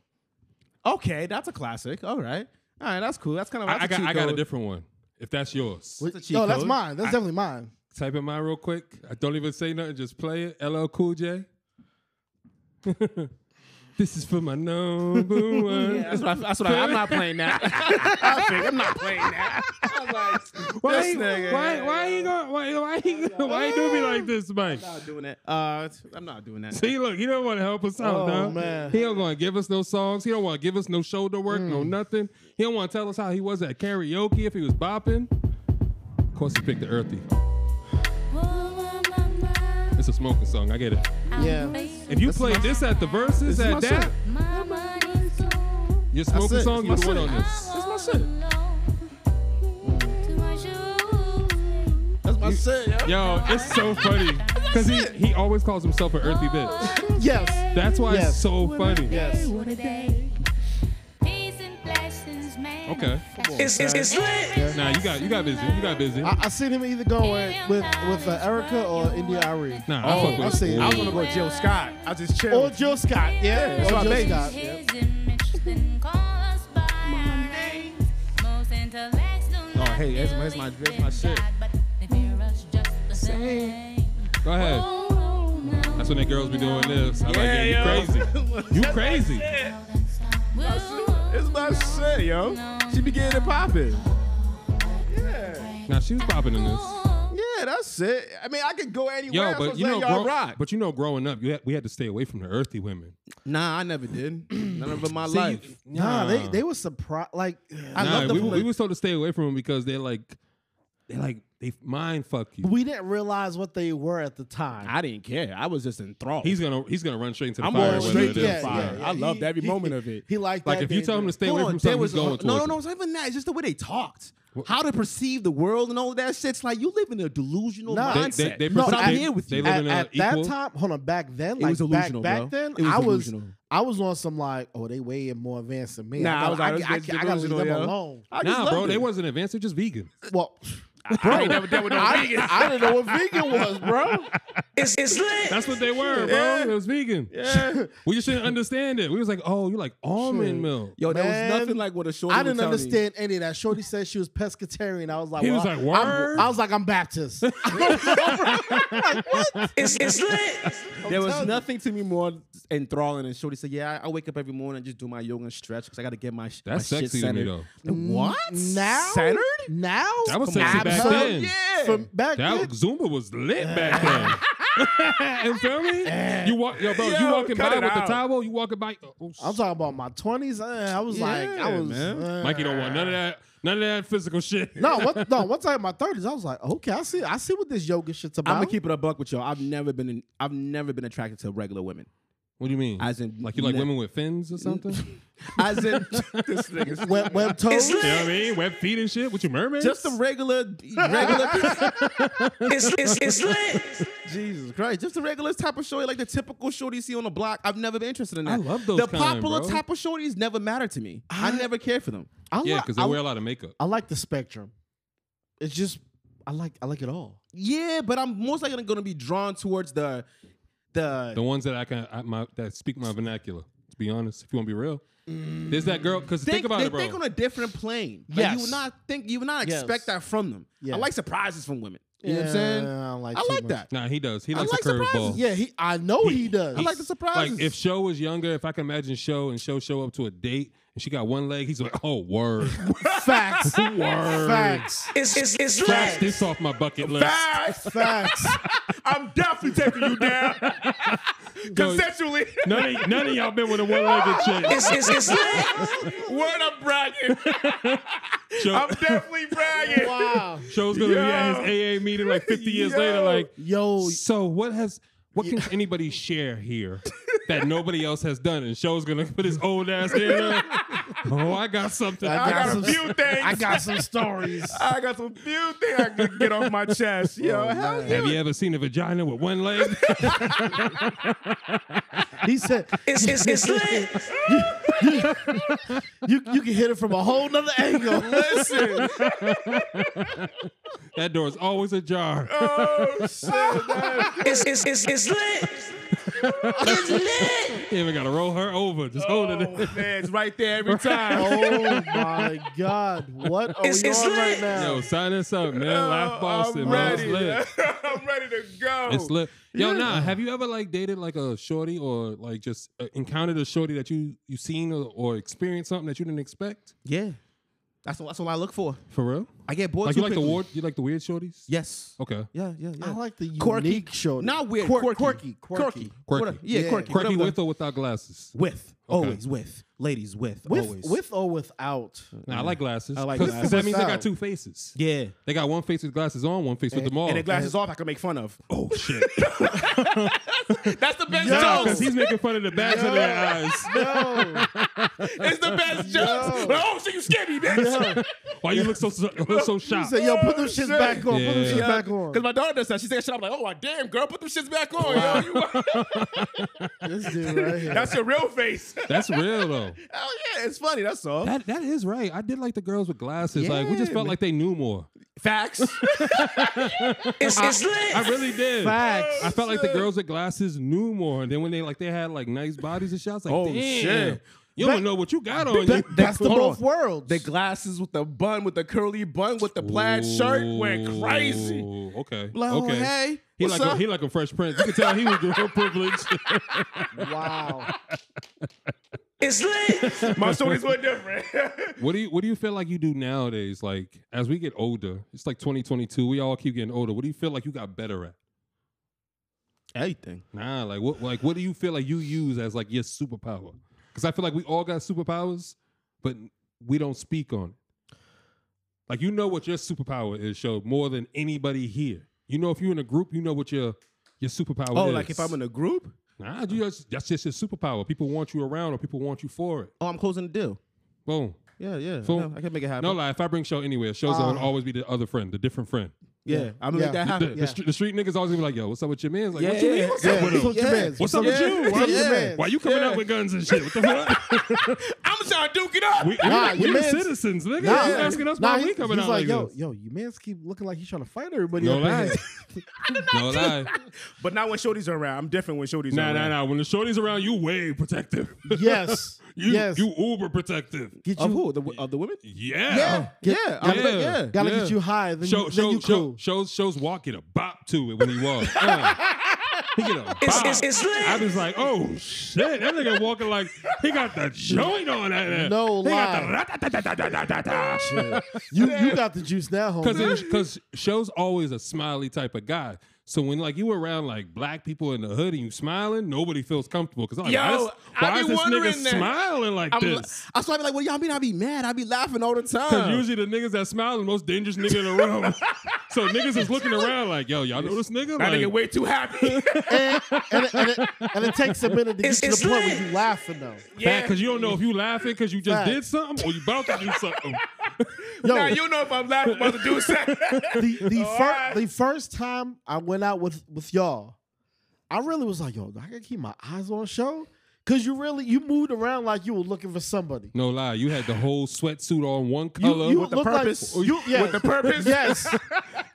Speaker 2: Okay, that's a classic. All right. All right, that's cool. That's kind of.
Speaker 5: I, I got. I got a different one. If that's yours.
Speaker 2: That's a cheat
Speaker 3: No, that's
Speaker 2: code.
Speaker 3: mine. That's definitely mine.
Speaker 5: Type in mine real quick. I don't even say nothing. Just play it. LL Cool J. this is for my number one.
Speaker 2: That's what. I, that's what I, I'm not playing that.
Speaker 5: why,
Speaker 2: this nigga.
Speaker 5: why, why he going? Why, why he? Why he do me like this, Mike?
Speaker 2: I'm not doing that. Uh, I'm not doing that.
Speaker 5: See, look, he don't want to help us out,
Speaker 3: Oh,
Speaker 5: dog.
Speaker 3: man.
Speaker 5: He don't want to give us no songs. He don't want to give us no shoulder work, no nothing. He don't want to tell us how he was at karaoke if he was bopping. Of course, he picked the earthy. It's a smoking song. I get it.
Speaker 3: Yeah.
Speaker 5: If you played this at the verses
Speaker 2: This is
Speaker 5: at
Speaker 2: my
Speaker 5: that,
Speaker 2: shit.
Speaker 5: your smoking
Speaker 2: it.
Speaker 5: song, you're
Speaker 2: That's
Speaker 5: the one
Speaker 2: it.
Speaker 5: on this.
Speaker 2: That's my shit, yo.
Speaker 5: Yo, it's so funny because he, he always calls himself an earthy bitch.
Speaker 3: Yes.
Speaker 5: That's why it's
Speaker 3: Yes.
Speaker 5: so funny.
Speaker 3: Yes.
Speaker 8: What a day. Peace and blessings, man.
Speaker 5: Okay.
Speaker 4: It's, it's, it's lit.
Speaker 5: Nah, you got you got busy. You got busy.
Speaker 3: I, I seen him either going with with uh, Erica or India Ari
Speaker 5: nah, I
Speaker 3: Oh, I
Speaker 5: fuck with
Speaker 3: see.
Speaker 5: you.
Speaker 2: I was gonna go Jill Scott. I just chill.
Speaker 3: or Jill Scott. Yeah.
Speaker 2: my
Speaker 3: Or Jill
Speaker 2: baby.
Speaker 3: Scott.
Speaker 8: His image, then call us by our names. Most intellects do
Speaker 2: Oh,
Speaker 8: not
Speaker 2: hey, here's my- here's
Speaker 8: believe
Speaker 2: my- here's
Speaker 8: in
Speaker 2: my shit.
Speaker 8: God, but they fear us just the same.
Speaker 5: Go ahead.
Speaker 8: Oh, no.
Speaker 5: That's when they girls be doing this. I like it. You crazy. You crazy.
Speaker 2: It's my shit, yo. She be getting it popping.
Speaker 5: Now she was popping in this.
Speaker 2: Yeah, that's it. I mean, I could go anywhere.
Speaker 5: Yo,
Speaker 2: else
Speaker 5: but
Speaker 2: I'm
Speaker 5: you know,
Speaker 2: saying y'all
Speaker 5: grow-
Speaker 2: rock.
Speaker 5: but you know, growing up, you had, we had to stay away from the earthy women.
Speaker 2: nah, I never did. None of it in my
Speaker 5: See,
Speaker 2: life.
Speaker 5: you-
Speaker 3: Nah, they they were surprised. Like I
Speaker 5: nah,
Speaker 3: love them.
Speaker 5: we,
Speaker 3: for
Speaker 5: we were told to stay away from them because they're like, they like they mind fuck you.
Speaker 3: we didn't realize what they were at the time.
Speaker 2: I didn't care. I was just enthralled.
Speaker 5: He's gonna he's gonna run straight into the
Speaker 2: I'm
Speaker 5: fire.
Speaker 2: going
Speaker 5: whether
Speaker 2: straight
Speaker 5: it
Speaker 2: to
Speaker 5: is.
Speaker 2: the fire. I loved every moment of it.
Speaker 3: He liked
Speaker 5: Like
Speaker 3: that
Speaker 5: if you
Speaker 3: danger.
Speaker 5: tell him to stay
Speaker 2: Hold
Speaker 5: away from
Speaker 2: on, there
Speaker 5: something, he's going
Speaker 2: no, no,
Speaker 5: towards
Speaker 2: no.
Speaker 5: it.
Speaker 2: It's not even that. It's just the way they talked. How they perceive the world and all that shit. It's like you live in a delusional
Speaker 3: Nah. They-
Speaker 2: mindset.
Speaker 5: they- they
Speaker 2: but
Speaker 5: perceive-
Speaker 2: I'm
Speaker 5: they-
Speaker 2: here with
Speaker 5: they
Speaker 2: you.
Speaker 5: live
Speaker 2: I-
Speaker 5: in
Speaker 3: at,
Speaker 5: a
Speaker 3: at that
Speaker 5: equal-
Speaker 3: time, hold on, back then, like
Speaker 2: was
Speaker 3: back,
Speaker 2: illusional,
Speaker 3: back
Speaker 2: bro.
Speaker 3: then,
Speaker 2: It was
Speaker 3: I was
Speaker 2: illusional.
Speaker 3: I was on some like, oh, they way more advanced than me.
Speaker 2: Nah,
Speaker 3: I,
Speaker 2: I was
Speaker 3: gotta-
Speaker 2: like,
Speaker 3: I, I,
Speaker 2: it's
Speaker 3: I gotta leave
Speaker 2: delusional,
Speaker 3: them
Speaker 2: yo.
Speaker 3: alone.
Speaker 2: I just
Speaker 5: Nah,
Speaker 2: loved
Speaker 5: bro, they
Speaker 2: it.
Speaker 5: wasn't advanced. They're just vegan.
Speaker 3: Well,
Speaker 2: Bro,
Speaker 1: ain't never dealt with no vegan.
Speaker 3: I didn't know what vegan was, bro.
Speaker 4: It's, it's lit.
Speaker 5: That's what they were, bro. It was vegan.
Speaker 1: Yeah.
Speaker 5: We just didn't understand it. We was like, oh, you like almond
Speaker 3: Shit.
Speaker 5: milk.
Speaker 2: Yo, there
Speaker 3: Man,
Speaker 2: was nothing like what a short.
Speaker 3: I didn't understand any of that. Shorty said she was pescatarian. I was like,
Speaker 5: He
Speaker 3: well,
Speaker 5: was
Speaker 3: I-
Speaker 5: like,
Speaker 3: I'm-
Speaker 5: word?
Speaker 3: I was like, I'm Baptist.
Speaker 4: It's, it's lit.
Speaker 2: There was nothing to me more enthralling than Shorty said, "Yeah, I, I wake up every morning and just do my yoga and stretch because I got to get my sh-
Speaker 5: That's
Speaker 2: my shit
Speaker 5: sexy to me,
Speaker 2: centered."
Speaker 5: though.
Speaker 2: What
Speaker 3: now?
Speaker 2: centered?
Speaker 3: Now?
Speaker 5: That was
Speaker 2: Come on.
Speaker 5: sexy back
Speaker 3: Absolute-
Speaker 5: then.
Speaker 3: From back
Speaker 5: That
Speaker 3: then?
Speaker 5: Zumba was lit back then. you feel me? You walk, yo, bro. you walking by
Speaker 1: cut
Speaker 5: with
Speaker 1: it
Speaker 5: the
Speaker 1: out.
Speaker 5: towel. You walking by. Oh,
Speaker 3: I'm talking about my 20s. Uh, I was like, I was.
Speaker 5: man.
Speaker 3: uh,
Speaker 5: Mikey don't want none of that. None of that physical shit.
Speaker 3: No, what, no. Once I had my 30s, I was like, okay, I see, I see what this yoga shit's about.
Speaker 2: I'm gonna keep it a buck with y'all. I've never been, in, I've never been attracted to regular women.
Speaker 5: What do you mean?
Speaker 2: As in-
Speaker 5: like you like
Speaker 2: ne-
Speaker 5: women with fins or something? you
Speaker 2: As in, this nigga's
Speaker 3: web, web toes.
Speaker 5: know what I mean? Web feet and shit with your mermaids.
Speaker 2: just the regular, regular,
Speaker 4: It's, it's, it's lit.
Speaker 2: Jesus Christ, just the regular type of shorty, like the typical shorty you see on the block. I've never been interested in
Speaker 5: I
Speaker 2: that.
Speaker 5: love those
Speaker 2: The
Speaker 5: kind,
Speaker 2: popular
Speaker 5: bro.
Speaker 2: type of shorties never matter to me. I, never care for them.
Speaker 3: I
Speaker 5: yeah,
Speaker 3: li-
Speaker 5: because they
Speaker 3: I,
Speaker 5: wear a lot of makeup.
Speaker 3: I like the spectrum. It's just I like I like it all.
Speaker 2: Yeah, but I'm most likely gonna be drawn towards the, the.
Speaker 5: The ones that I can I, my, that speak my vernacular. To be honest, if you want to be real, there's that girl. Because think,
Speaker 2: Think,
Speaker 5: about
Speaker 2: they
Speaker 5: it, bro.
Speaker 2: think on a different plane. Like you
Speaker 3: Yes.
Speaker 2: would not think you would not
Speaker 3: Yes.
Speaker 2: expect that from them.
Speaker 3: Yes.
Speaker 2: I like surprises from women. You know what I'm
Speaker 3: Yeah,
Speaker 2: saying?
Speaker 3: I don't like
Speaker 2: I
Speaker 3: too
Speaker 2: like
Speaker 3: much.
Speaker 2: that.
Speaker 5: nah, he does. He
Speaker 2: I
Speaker 5: likes
Speaker 2: like
Speaker 5: a curveball.
Speaker 2: surprises.
Speaker 3: Yeah, he. I know he does.
Speaker 2: I like the surprises.
Speaker 5: Like if Show was younger, if I can imagine Show and Show show up to a date and she got one leg, he's like, oh word,
Speaker 3: facts.
Speaker 5: word,
Speaker 3: facts.
Speaker 4: It's, it's, it's
Speaker 5: scratch
Speaker 4: lit.
Speaker 5: this off my bucket list.
Speaker 3: Facts.
Speaker 1: I'm definitely taking you down
Speaker 5: Yo,
Speaker 1: conceptually.
Speaker 5: none, of, none of y'all been with a one-legged chick.
Speaker 4: It's, it's, it's lit.
Speaker 1: Word, I'm bragging.
Speaker 5: Show,
Speaker 1: I'm definitely bragging.
Speaker 3: Wow.
Speaker 5: show's gonna be at his AA meeting like 50 years later.
Speaker 1: Yo.
Speaker 5: Like,
Speaker 1: Oh,
Speaker 3: Yo,
Speaker 5: so what has what can anybody share here that nobody else has done? And Show's gonna put his old ass in there. Oh, I got something.
Speaker 1: I got a
Speaker 3: some-
Speaker 1: few things.
Speaker 3: I got some stories.
Speaker 1: I got some few things I could get off my chest. Yo, hell yeah.
Speaker 5: Have you ever seen a vagina with one leg?
Speaker 3: He said
Speaker 4: It's, it's, it's lit.
Speaker 3: you you can hit it from a whole nother angle.
Speaker 1: Listen.
Speaker 5: that door's always ajar.
Speaker 1: Oh, shit. man.
Speaker 4: It's, it's, it's, it's lit. It's lit.
Speaker 5: You even gotta roll her over. Just hold it.
Speaker 1: Oh, man, it's right there every time.
Speaker 3: Oh my God! What are
Speaker 4: It's-
Speaker 3: we
Speaker 4: it's
Speaker 3: on
Speaker 4: lit.
Speaker 3: right now?
Speaker 5: Yo, sign us up, man. Laugh Boston,
Speaker 1: Oh, I'm
Speaker 5: man. It's
Speaker 1: ready.
Speaker 5: lit.
Speaker 1: I'm ready to go.
Speaker 5: It's lit. Yo, nah. Have you ever like dated like a shorty or like just uh, encountered a shorty that you you seen or, or experienced something that you didn't expect?
Speaker 2: yeah, that's what, that's what I look for.
Speaker 5: For real?
Speaker 2: I get bored.
Speaker 5: Like
Speaker 2: too
Speaker 5: you like the
Speaker 2: quickly.
Speaker 5: ward? You like the weird shorties?
Speaker 2: Yes.
Speaker 5: Okay.
Speaker 2: Yeah, yeah, yeah.
Speaker 3: I like the unique
Speaker 2: Quirky.
Speaker 3: shorty.
Speaker 2: Not weird.
Speaker 3: Quir-
Speaker 2: quirky.
Speaker 3: quirky, quirky.
Speaker 5: Quirky.
Speaker 2: Whatever. Yeah,
Speaker 3: Yeah.
Speaker 2: quirky.
Speaker 5: Quirky
Speaker 2: Whatever
Speaker 5: with
Speaker 2: the-
Speaker 5: or without glasses?
Speaker 2: with. Always with. Ladies with.
Speaker 3: With
Speaker 2: always.
Speaker 3: with or without.
Speaker 5: Nah, I like glasses.
Speaker 2: I like
Speaker 5: Cause, 'cause
Speaker 2: glasses.
Speaker 5: that means they got
Speaker 3: Without.
Speaker 5: two faces.
Speaker 2: Yeah.
Speaker 5: They got one face with glasses on, one face with them off.
Speaker 2: And the glasses off, I can make fun of.
Speaker 5: oh shit!
Speaker 1: That's the best joke.
Speaker 5: Because he's making fun of the backs of their eyes.
Speaker 3: No,
Speaker 1: It's the best joke. Oh, shit, you scared me, bitch.
Speaker 5: Why you look so so, look so shocked?
Speaker 3: say yo, put them shits back on. Put them
Speaker 5: Yeah.
Speaker 3: shits back on.
Speaker 1: Because my daughter does that. She said shit. I'm like, oh, damn, girl, put them shits back on. Yo, you,
Speaker 3: This dude right here.
Speaker 1: that's your real face.
Speaker 5: That's real though.
Speaker 1: Hell yeah, it's funny. That's all.
Speaker 5: That that is right. I did like the girls with glasses. like we just
Speaker 2: Yeah,
Speaker 5: felt like they knew more.
Speaker 1: Facts.
Speaker 4: It's, it's
Speaker 5: I
Speaker 4: lit.
Speaker 5: really did.
Speaker 3: Facts.
Speaker 5: I felt like the girls with glasses knew more. And then when they like they had like nice bodies and shots, like
Speaker 2: Oh,
Speaker 5: damn,
Speaker 2: shit.
Speaker 5: you don't know what you got on you.
Speaker 2: They-
Speaker 3: That's the
Speaker 2: hold
Speaker 3: both
Speaker 2: on.
Speaker 3: worlds.
Speaker 2: The glasses with the bun, with the curly bun, with the plaid shirt went crazy.
Speaker 5: Ooh, Okay.
Speaker 2: Like, oh,
Speaker 5: okay.
Speaker 2: hey,
Speaker 5: He
Speaker 2: what's
Speaker 5: like a,
Speaker 2: up?
Speaker 5: he like a fresh prince. You can tell he was real privileged.
Speaker 3: wow.
Speaker 4: It's lit.
Speaker 1: my stories were different.
Speaker 5: what do you What do you feel like you do nowadays? Like as we get older, it's like 2022. We all keep getting older. What do you feel like you got better at?
Speaker 2: Everything.
Speaker 5: Nah, like what like what do you feel like you use as like your superpower? Because I feel like we all got superpowers, but we don't speak on it. Like you know what your superpower is, show more than anybody here. You know if you're in a group, you know what your your superpower
Speaker 2: Oh,
Speaker 5: is.
Speaker 2: like if I'm in a group?
Speaker 5: nah, you just, that's just your superpower. People want you around or people want you for it.
Speaker 2: Oh, I'm closing the deal.
Speaker 5: Boom.
Speaker 2: Yeah, yeah.
Speaker 5: Fool.
Speaker 2: No, I can make it Uh, happen.
Speaker 5: No lie, if I bring show anywhere, show's gonna always be the other friend, the different friend.
Speaker 2: yeah, I'm gonna
Speaker 3: Yeah.
Speaker 2: make that
Speaker 5: The,
Speaker 2: happen.
Speaker 5: the str- the street niggas always gonna be like, yo, what's up with your man? Like,
Speaker 2: Yeah,
Speaker 5: what you
Speaker 2: yeah,
Speaker 5: mean? What's
Speaker 3: Yeah,
Speaker 5: up with
Speaker 3: what's
Speaker 5: him?
Speaker 3: up with your mans?
Speaker 5: What's up with you?
Speaker 3: What's up with your
Speaker 2: Yeah.
Speaker 3: mans?
Speaker 5: Why you coming out with guns and shit? What the fuck?
Speaker 1: I'm gonna trying to duke it up.
Speaker 5: We,
Speaker 3: Nah, your
Speaker 5: we, we the
Speaker 3: man's-
Speaker 5: citizens, nigga.
Speaker 3: Nah,
Speaker 5: you asking us
Speaker 3: nah,
Speaker 5: why
Speaker 3: he-
Speaker 5: we coming
Speaker 3: he's
Speaker 5: out
Speaker 3: like,
Speaker 5: like,
Speaker 3: yo,
Speaker 5: this.
Speaker 3: yo, you man's keep looking like he's trying to fight everybody.
Speaker 5: No
Speaker 3: up in
Speaker 5: lie.
Speaker 3: here.
Speaker 5: No lie.
Speaker 1: But not when shorties are around. I'm different when shorties
Speaker 5: Nah,
Speaker 1: are
Speaker 5: nah,
Speaker 1: around.
Speaker 5: nah. When the shorty's around, you way protective.
Speaker 3: Yes,
Speaker 5: You,
Speaker 3: yes.
Speaker 5: you uber protective.
Speaker 3: get
Speaker 2: Of
Speaker 3: you-
Speaker 2: who? The, w- of the women?
Speaker 5: Yeah. Oh.
Speaker 3: Get-
Speaker 2: yeah, I'm like, yeah.
Speaker 3: Gotta
Speaker 5: yeah.
Speaker 3: get you high, then,
Speaker 5: Show,
Speaker 3: you,
Speaker 5: show,
Speaker 3: then you
Speaker 5: show-
Speaker 3: cool.
Speaker 5: shows, shows walking a bop to it when he walks. Uh, he get a bop.
Speaker 4: It's, it's, it's lit.
Speaker 5: I was like, oh shit, that nigga walking like he got the joint on that. ass.
Speaker 3: No
Speaker 5: he
Speaker 3: lie.
Speaker 5: got the ra-ta-ta-ta-ta-ta-ta-ta.
Speaker 3: You you got the juice now, homie.
Speaker 5: Cause because show's always a smiley type of guy. So when like you around like black people in the hood and you smiling, nobody feels comfortable. Cause I'm like,
Speaker 2: Yo,
Speaker 5: why is,
Speaker 2: I
Speaker 5: why
Speaker 2: be
Speaker 5: is this
Speaker 2: wondering
Speaker 5: nigga
Speaker 2: that.
Speaker 5: smiling like
Speaker 2: I'm li-
Speaker 5: this?
Speaker 2: I saw. I be like, what do y'all mean? I be mad. I be laughing all the
Speaker 5: Cause
Speaker 2: time.
Speaker 5: usually the niggas that smile are the most dangerous nigga in the room. so niggas is looking around like, yo, y'all know this nigga?
Speaker 1: That
Speaker 5: Like,
Speaker 1: nigga way too happy.
Speaker 3: and, and, it, and, it, and it takes a minute to get
Speaker 4: It's-
Speaker 3: to the
Speaker 4: it's
Speaker 3: point
Speaker 4: lit.
Speaker 3: where you laughing though.
Speaker 1: yeah.
Speaker 5: Because you don't know if you laughing because you just
Speaker 3: Facts.
Speaker 5: did something or you about to do something.
Speaker 3: Yo,
Speaker 1: Now you know if I'm laughing about to do something.
Speaker 3: the the, fir-
Speaker 1: Alright.
Speaker 3: the first time I went out with with y'all, I really was like, yo, I gotta keep my eyes on show. Cause you really you moved around like you were looking for somebody.
Speaker 5: no lie, you had the whole sweatsuit on one
Speaker 3: You,
Speaker 5: color.
Speaker 3: you
Speaker 5: What the-
Speaker 3: looked
Speaker 1: purpose.
Speaker 3: Like, you, yeah,
Speaker 1: With the purpose.
Speaker 3: Yes.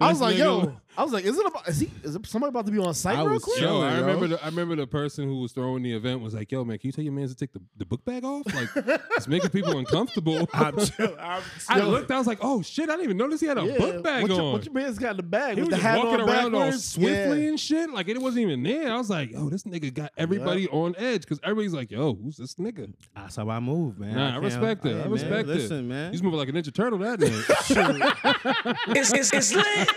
Speaker 3: I was
Speaker 5: This
Speaker 3: like,
Speaker 5: nigga-
Speaker 3: yo, I was like, is it about is he is it somebody about to be on site
Speaker 2: I
Speaker 3: real
Speaker 2: was
Speaker 3: quick?
Speaker 2: shook.
Speaker 5: Yo, I
Speaker 2: Yo.
Speaker 5: remember. The, I remember the person who was throwing the event was like, "Yo, man, can you tell your man to take the, the book bag off? Like, it's making people uncomfortable."
Speaker 1: I'm chill. I'm
Speaker 5: I
Speaker 1: chill.
Speaker 5: looked. I was like, "Oh shit! I didn't even notice he had a
Speaker 3: Yeah.
Speaker 5: book bag
Speaker 3: what,
Speaker 5: on."
Speaker 3: Your, what your man's got in the bag
Speaker 5: he
Speaker 3: with
Speaker 5: was
Speaker 3: the
Speaker 5: just
Speaker 3: hat
Speaker 5: walking
Speaker 3: on
Speaker 5: around all
Speaker 3: backwards?
Speaker 5: swiftly
Speaker 3: Yeah.
Speaker 5: and shit. Like it wasn't even there. I was like, "Yo, this nigga got everybody on edge." Because everybody's like, "Yo, who's this nigga?"
Speaker 2: That's how I move, man.
Speaker 5: Nah, I,
Speaker 2: can't-
Speaker 5: respect
Speaker 2: Hey,
Speaker 5: it. I
Speaker 2: man,
Speaker 5: respect it.
Speaker 2: Listen, man.
Speaker 5: he's moving like a Ninja Turtle. That nigga.
Speaker 4: It's, it's, it's lit.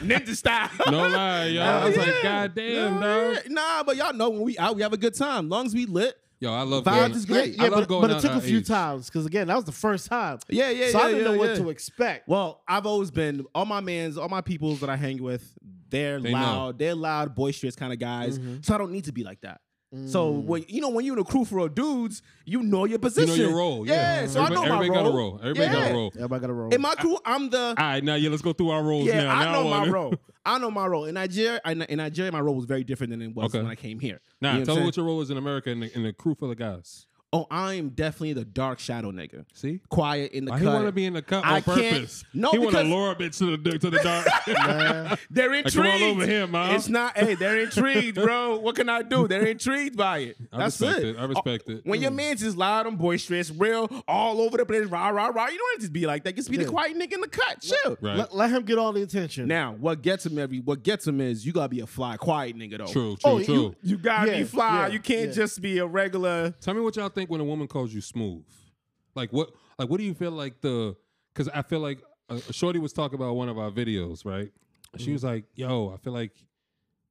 Speaker 1: Ninja style.
Speaker 5: no lie, yo.
Speaker 2: Uh,
Speaker 5: I was like, "God damn, dog."
Speaker 2: Nah, but y'all know when we out, we have a good time. Longs we lit.
Speaker 5: Yo, I love
Speaker 2: Vibes
Speaker 5: going-
Speaker 2: is great.
Speaker 5: I
Speaker 3: Yeah,
Speaker 5: love
Speaker 3: but,
Speaker 5: going
Speaker 3: but
Speaker 5: out
Speaker 3: it took
Speaker 5: at
Speaker 3: a few
Speaker 5: age.
Speaker 3: times because again, that was the first time.
Speaker 2: Yeah, yeah,
Speaker 3: so
Speaker 2: yeah.
Speaker 3: I didn't
Speaker 2: yeah,
Speaker 3: know
Speaker 2: yeah.
Speaker 3: what to expect.
Speaker 2: Well, I've always been all my mans, all my peoples that I hang with. They're
Speaker 5: They know. Mm-hmm.
Speaker 2: loud, they're loud, boisterous kind of guys. So I don't need to be like that. So when you know when you're in a crew full of dudes, you know your position,
Speaker 5: Mm. your role, yeah.
Speaker 2: so I know
Speaker 5: Everybody-
Speaker 2: my
Speaker 5: everybody got a role. Everybody got a role.
Speaker 3: Everybody got a roll.
Speaker 2: In my crew, I'm the
Speaker 5: All right, now yeah, let's go through our roles
Speaker 2: yeah.
Speaker 5: now.
Speaker 2: I
Speaker 5: Now
Speaker 2: know my
Speaker 5: wanna-
Speaker 2: role. I know my role in Nigeria. In in Nigeria, my role was very different than it was
Speaker 5: Okay.
Speaker 2: when I came here.
Speaker 5: Nah,
Speaker 2: You know
Speaker 5: tell
Speaker 2: what
Speaker 5: me
Speaker 2: I'm
Speaker 5: what your role is in America and the, and the crew full of guys.
Speaker 2: Oh, I am definitely the dark shadow nigga.
Speaker 5: See?
Speaker 2: Quiet in the
Speaker 5: Why
Speaker 2: cut.
Speaker 5: he want to be in the cup on
Speaker 2: I can't-
Speaker 5: purpose?
Speaker 2: No,
Speaker 5: he
Speaker 2: because-
Speaker 5: want to lure a bitch to the to the dark.
Speaker 1: They're
Speaker 5: Like, come
Speaker 1: intrigued.
Speaker 5: on over here, ma.
Speaker 1: It's not. Hey, they're intrigued, bro. What can I do? They're intrigued by it.
Speaker 5: I
Speaker 1: That's
Speaker 5: respect
Speaker 1: it.
Speaker 5: I respect it. Mm.
Speaker 1: When your man's just loud and boisterous, real, all over the place, rah, rah, rah, you don't have to be like that. Just be the
Speaker 3: Yeah.
Speaker 1: quiet nigga in the cut. Chill.
Speaker 5: right,
Speaker 3: let, let him get all the attention.
Speaker 2: Now, what gets him every what gets him is you gotta be a fly, quiet nigga though.
Speaker 5: true, true,
Speaker 3: Oh,
Speaker 5: true.
Speaker 3: you-
Speaker 1: You gotta
Speaker 3: Yeah,
Speaker 1: be fly.
Speaker 3: yeah,
Speaker 1: you can't
Speaker 3: yeah.
Speaker 1: just be a regular.
Speaker 5: Tell me what y'all think when a woman calls you smooth. Like what? Like what do you feel like the? Because I feel like uh, Shorty was talking about one of our videos, right? She was like, "Yo, I feel like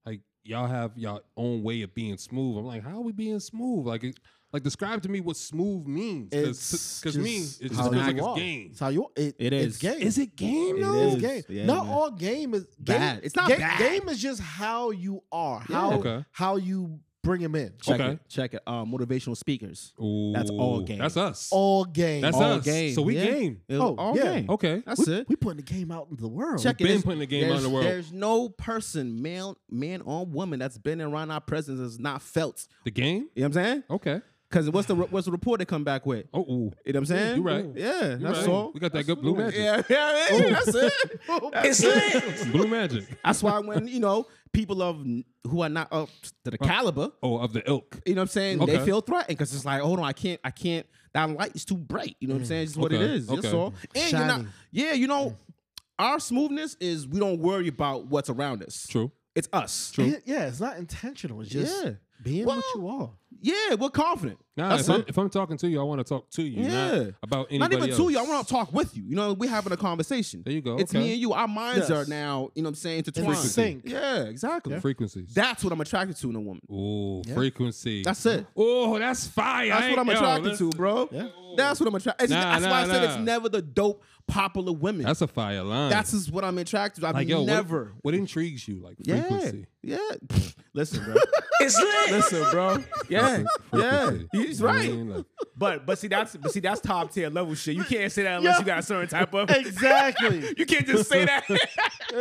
Speaker 5: like y'all have y'all own way of being smooth." I'm like, "How are we being smooth? Like, it, like describe to me what smooth means."
Speaker 3: It's
Speaker 5: Because me,
Speaker 3: just
Speaker 5: it just
Speaker 3: how
Speaker 5: feels
Speaker 3: you
Speaker 5: like
Speaker 3: are.
Speaker 5: it's game.
Speaker 3: It's how you. It,
Speaker 2: It
Speaker 3: It's
Speaker 2: is.
Speaker 3: game.
Speaker 5: Is it game
Speaker 2: It
Speaker 5: though?
Speaker 2: is.
Speaker 3: It's game.
Speaker 2: Yeah,
Speaker 3: not
Speaker 2: man.
Speaker 3: all game is game,
Speaker 2: Bad. It's not
Speaker 3: game,
Speaker 2: bad.
Speaker 3: Game is just how you are. How
Speaker 5: Okay.
Speaker 3: how you bring him in.
Speaker 2: Check
Speaker 5: Okay.
Speaker 2: it. Check it. Uh, motivational speakers.
Speaker 5: Ooh,
Speaker 2: That's all game.
Speaker 5: That's us.
Speaker 3: All game.
Speaker 5: That's
Speaker 2: all
Speaker 5: us.
Speaker 2: game.
Speaker 5: So we
Speaker 2: yeah.
Speaker 5: game.
Speaker 2: It-
Speaker 3: Oh,
Speaker 2: all
Speaker 3: yeah.
Speaker 2: game.
Speaker 5: Okay.
Speaker 2: That's
Speaker 3: Oh, we,
Speaker 2: it.
Speaker 3: we putting the game out into the world.
Speaker 2: Check
Speaker 5: been
Speaker 2: it. It's-
Speaker 5: putting the game out in
Speaker 2: there's-
Speaker 5: the world.
Speaker 2: There's no person, man, man or woman, that's been around our presence that's not felt.
Speaker 5: The game.
Speaker 2: You know what I'm saying?
Speaker 5: Okay.
Speaker 2: Because what's the what's the report they come back with?
Speaker 5: Oh, ooh.
Speaker 2: You know what I'm saying?
Speaker 5: You right.
Speaker 2: Yeah,
Speaker 5: You
Speaker 2: that's
Speaker 5: right.
Speaker 2: all.
Speaker 5: We got that good blue magic. Oh.
Speaker 2: Yeah, yeah, yeah, that's it.
Speaker 4: It's lit.
Speaker 5: Blue magic.
Speaker 2: That's why when you know people of n- who are not up to the caliber,
Speaker 5: Oh, of the ilk.
Speaker 2: you know what I'm saying?
Speaker 5: Okay.
Speaker 2: They feel threatened because it's like, hold on, I can't, I can't. That light is too bright. You know what I'm saying? It's just what it
Speaker 5: Mm. Okay,
Speaker 2: is. That's
Speaker 5: okay.
Speaker 2: all. And you're not,
Speaker 3: Shiny.
Speaker 2: yeah, you
Speaker 3: Mm.
Speaker 2: know, our smoothness is we don't worry about what's around us.
Speaker 5: True.
Speaker 2: It's us.
Speaker 5: True.
Speaker 3: It- yeah, it's not intentional. It's just
Speaker 2: Yeah.
Speaker 3: being
Speaker 2: Well,
Speaker 3: what you are.
Speaker 2: Yeah, we're confident.
Speaker 5: Nah,
Speaker 2: That's
Speaker 5: if, I'm,
Speaker 2: it.
Speaker 5: if I'm talking to you, I want to talk to you,
Speaker 2: Yeah.
Speaker 5: not
Speaker 2: Not
Speaker 5: about anybody
Speaker 2: even to you. I
Speaker 5: else.
Speaker 2: want to talk with you. You know, we're having a conversation.
Speaker 5: There you go,
Speaker 2: It's
Speaker 5: okay.
Speaker 2: me and you. Our minds
Speaker 3: Yes.
Speaker 2: are now, you know what I'm saying, intertwined.
Speaker 3: sync.
Speaker 2: Yeah, exactly.
Speaker 5: Frequencies.
Speaker 2: That's what I'm attracted to in a woman.
Speaker 5: oh, frequency.
Speaker 2: That's it.
Speaker 5: Oh, that's fire.
Speaker 2: That's what I'm attracted to, bro.
Speaker 3: Yeah.
Speaker 2: That's what I'm attracted.
Speaker 5: Nah,
Speaker 2: that's why I
Speaker 5: nah,
Speaker 2: said
Speaker 5: nah.
Speaker 2: it's never the dope, popular women. That's
Speaker 5: That's a fire line.
Speaker 2: just what I'm attracted to. I've
Speaker 5: like, yo, what-
Speaker 2: never.
Speaker 5: What, intrigues you? Like
Speaker 2: yeah,
Speaker 5: frequency.
Speaker 2: yeah. Pfft, Listen, bro.
Speaker 4: It's lit.
Speaker 2: Listen, bro. Yeah,
Speaker 5: Frequency.
Speaker 2: yeah. He's
Speaker 5: You know what I
Speaker 2: right.
Speaker 5: mean? Like,
Speaker 1: But but see that's but see that's top tier level shit. You can't say that unless
Speaker 3: Yeah.
Speaker 1: you got a certain type of
Speaker 3: Exactly.
Speaker 1: You can't just say that. you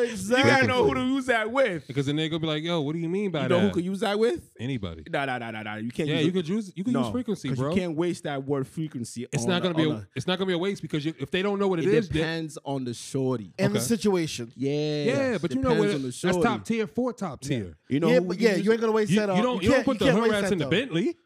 Speaker 3: exactly.
Speaker 1: gotta know who to use that with.
Speaker 5: Because then they're gonna be like, "Yo, what do you mean by
Speaker 1: You
Speaker 5: that?"
Speaker 1: know who could use that with?
Speaker 5: Anybody?
Speaker 1: No, no, no, no, no. You can't.
Speaker 5: Yeah,
Speaker 1: use
Speaker 5: you could use you could use
Speaker 1: No,
Speaker 5: frequency,
Speaker 1: 'cause
Speaker 5: bro.
Speaker 1: You can't waste that word frequency.
Speaker 5: It's
Speaker 1: on
Speaker 5: not gonna
Speaker 1: a-
Speaker 5: be a,
Speaker 1: on
Speaker 5: it's not gonna be a waste because you, if they don't know what
Speaker 2: It
Speaker 5: it is, then-
Speaker 2: depends on the shorty.
Speaker 3: And the
Speaker 5: Okay.
Speaker 3: situation.
Speaker 2: Yeah,
Speaker 5: yeah, but you know
Speaker 2: depends
Speaker 5: what?
Speaker 2: on the
Speaker 5: That's
Speaker 2: shorty.
Speaker 5: top tier, four top tier.
Speaker 2: You know,
Speaker 3: yeah,
Speaker 2: who
Speaker 3: but
Speaker 2: you
Speaker 3: yeah,
Speaker 2: use-
Speaker 3: you ain't gonna waste
Speaker 5: You,
Speaker 3: that.
Speaker 5: you
Speaker 2: uh,
Speaker 3: up.
Speaker 5: don't you, don't
Speaker 3: can't-
Speaker 5: put the
Speaker 3: can't waste
Speaker 5: Herats
Speaker 3: that,
Speaker 5: in the
Speaker 3: though.
Speaker 5: Bentley.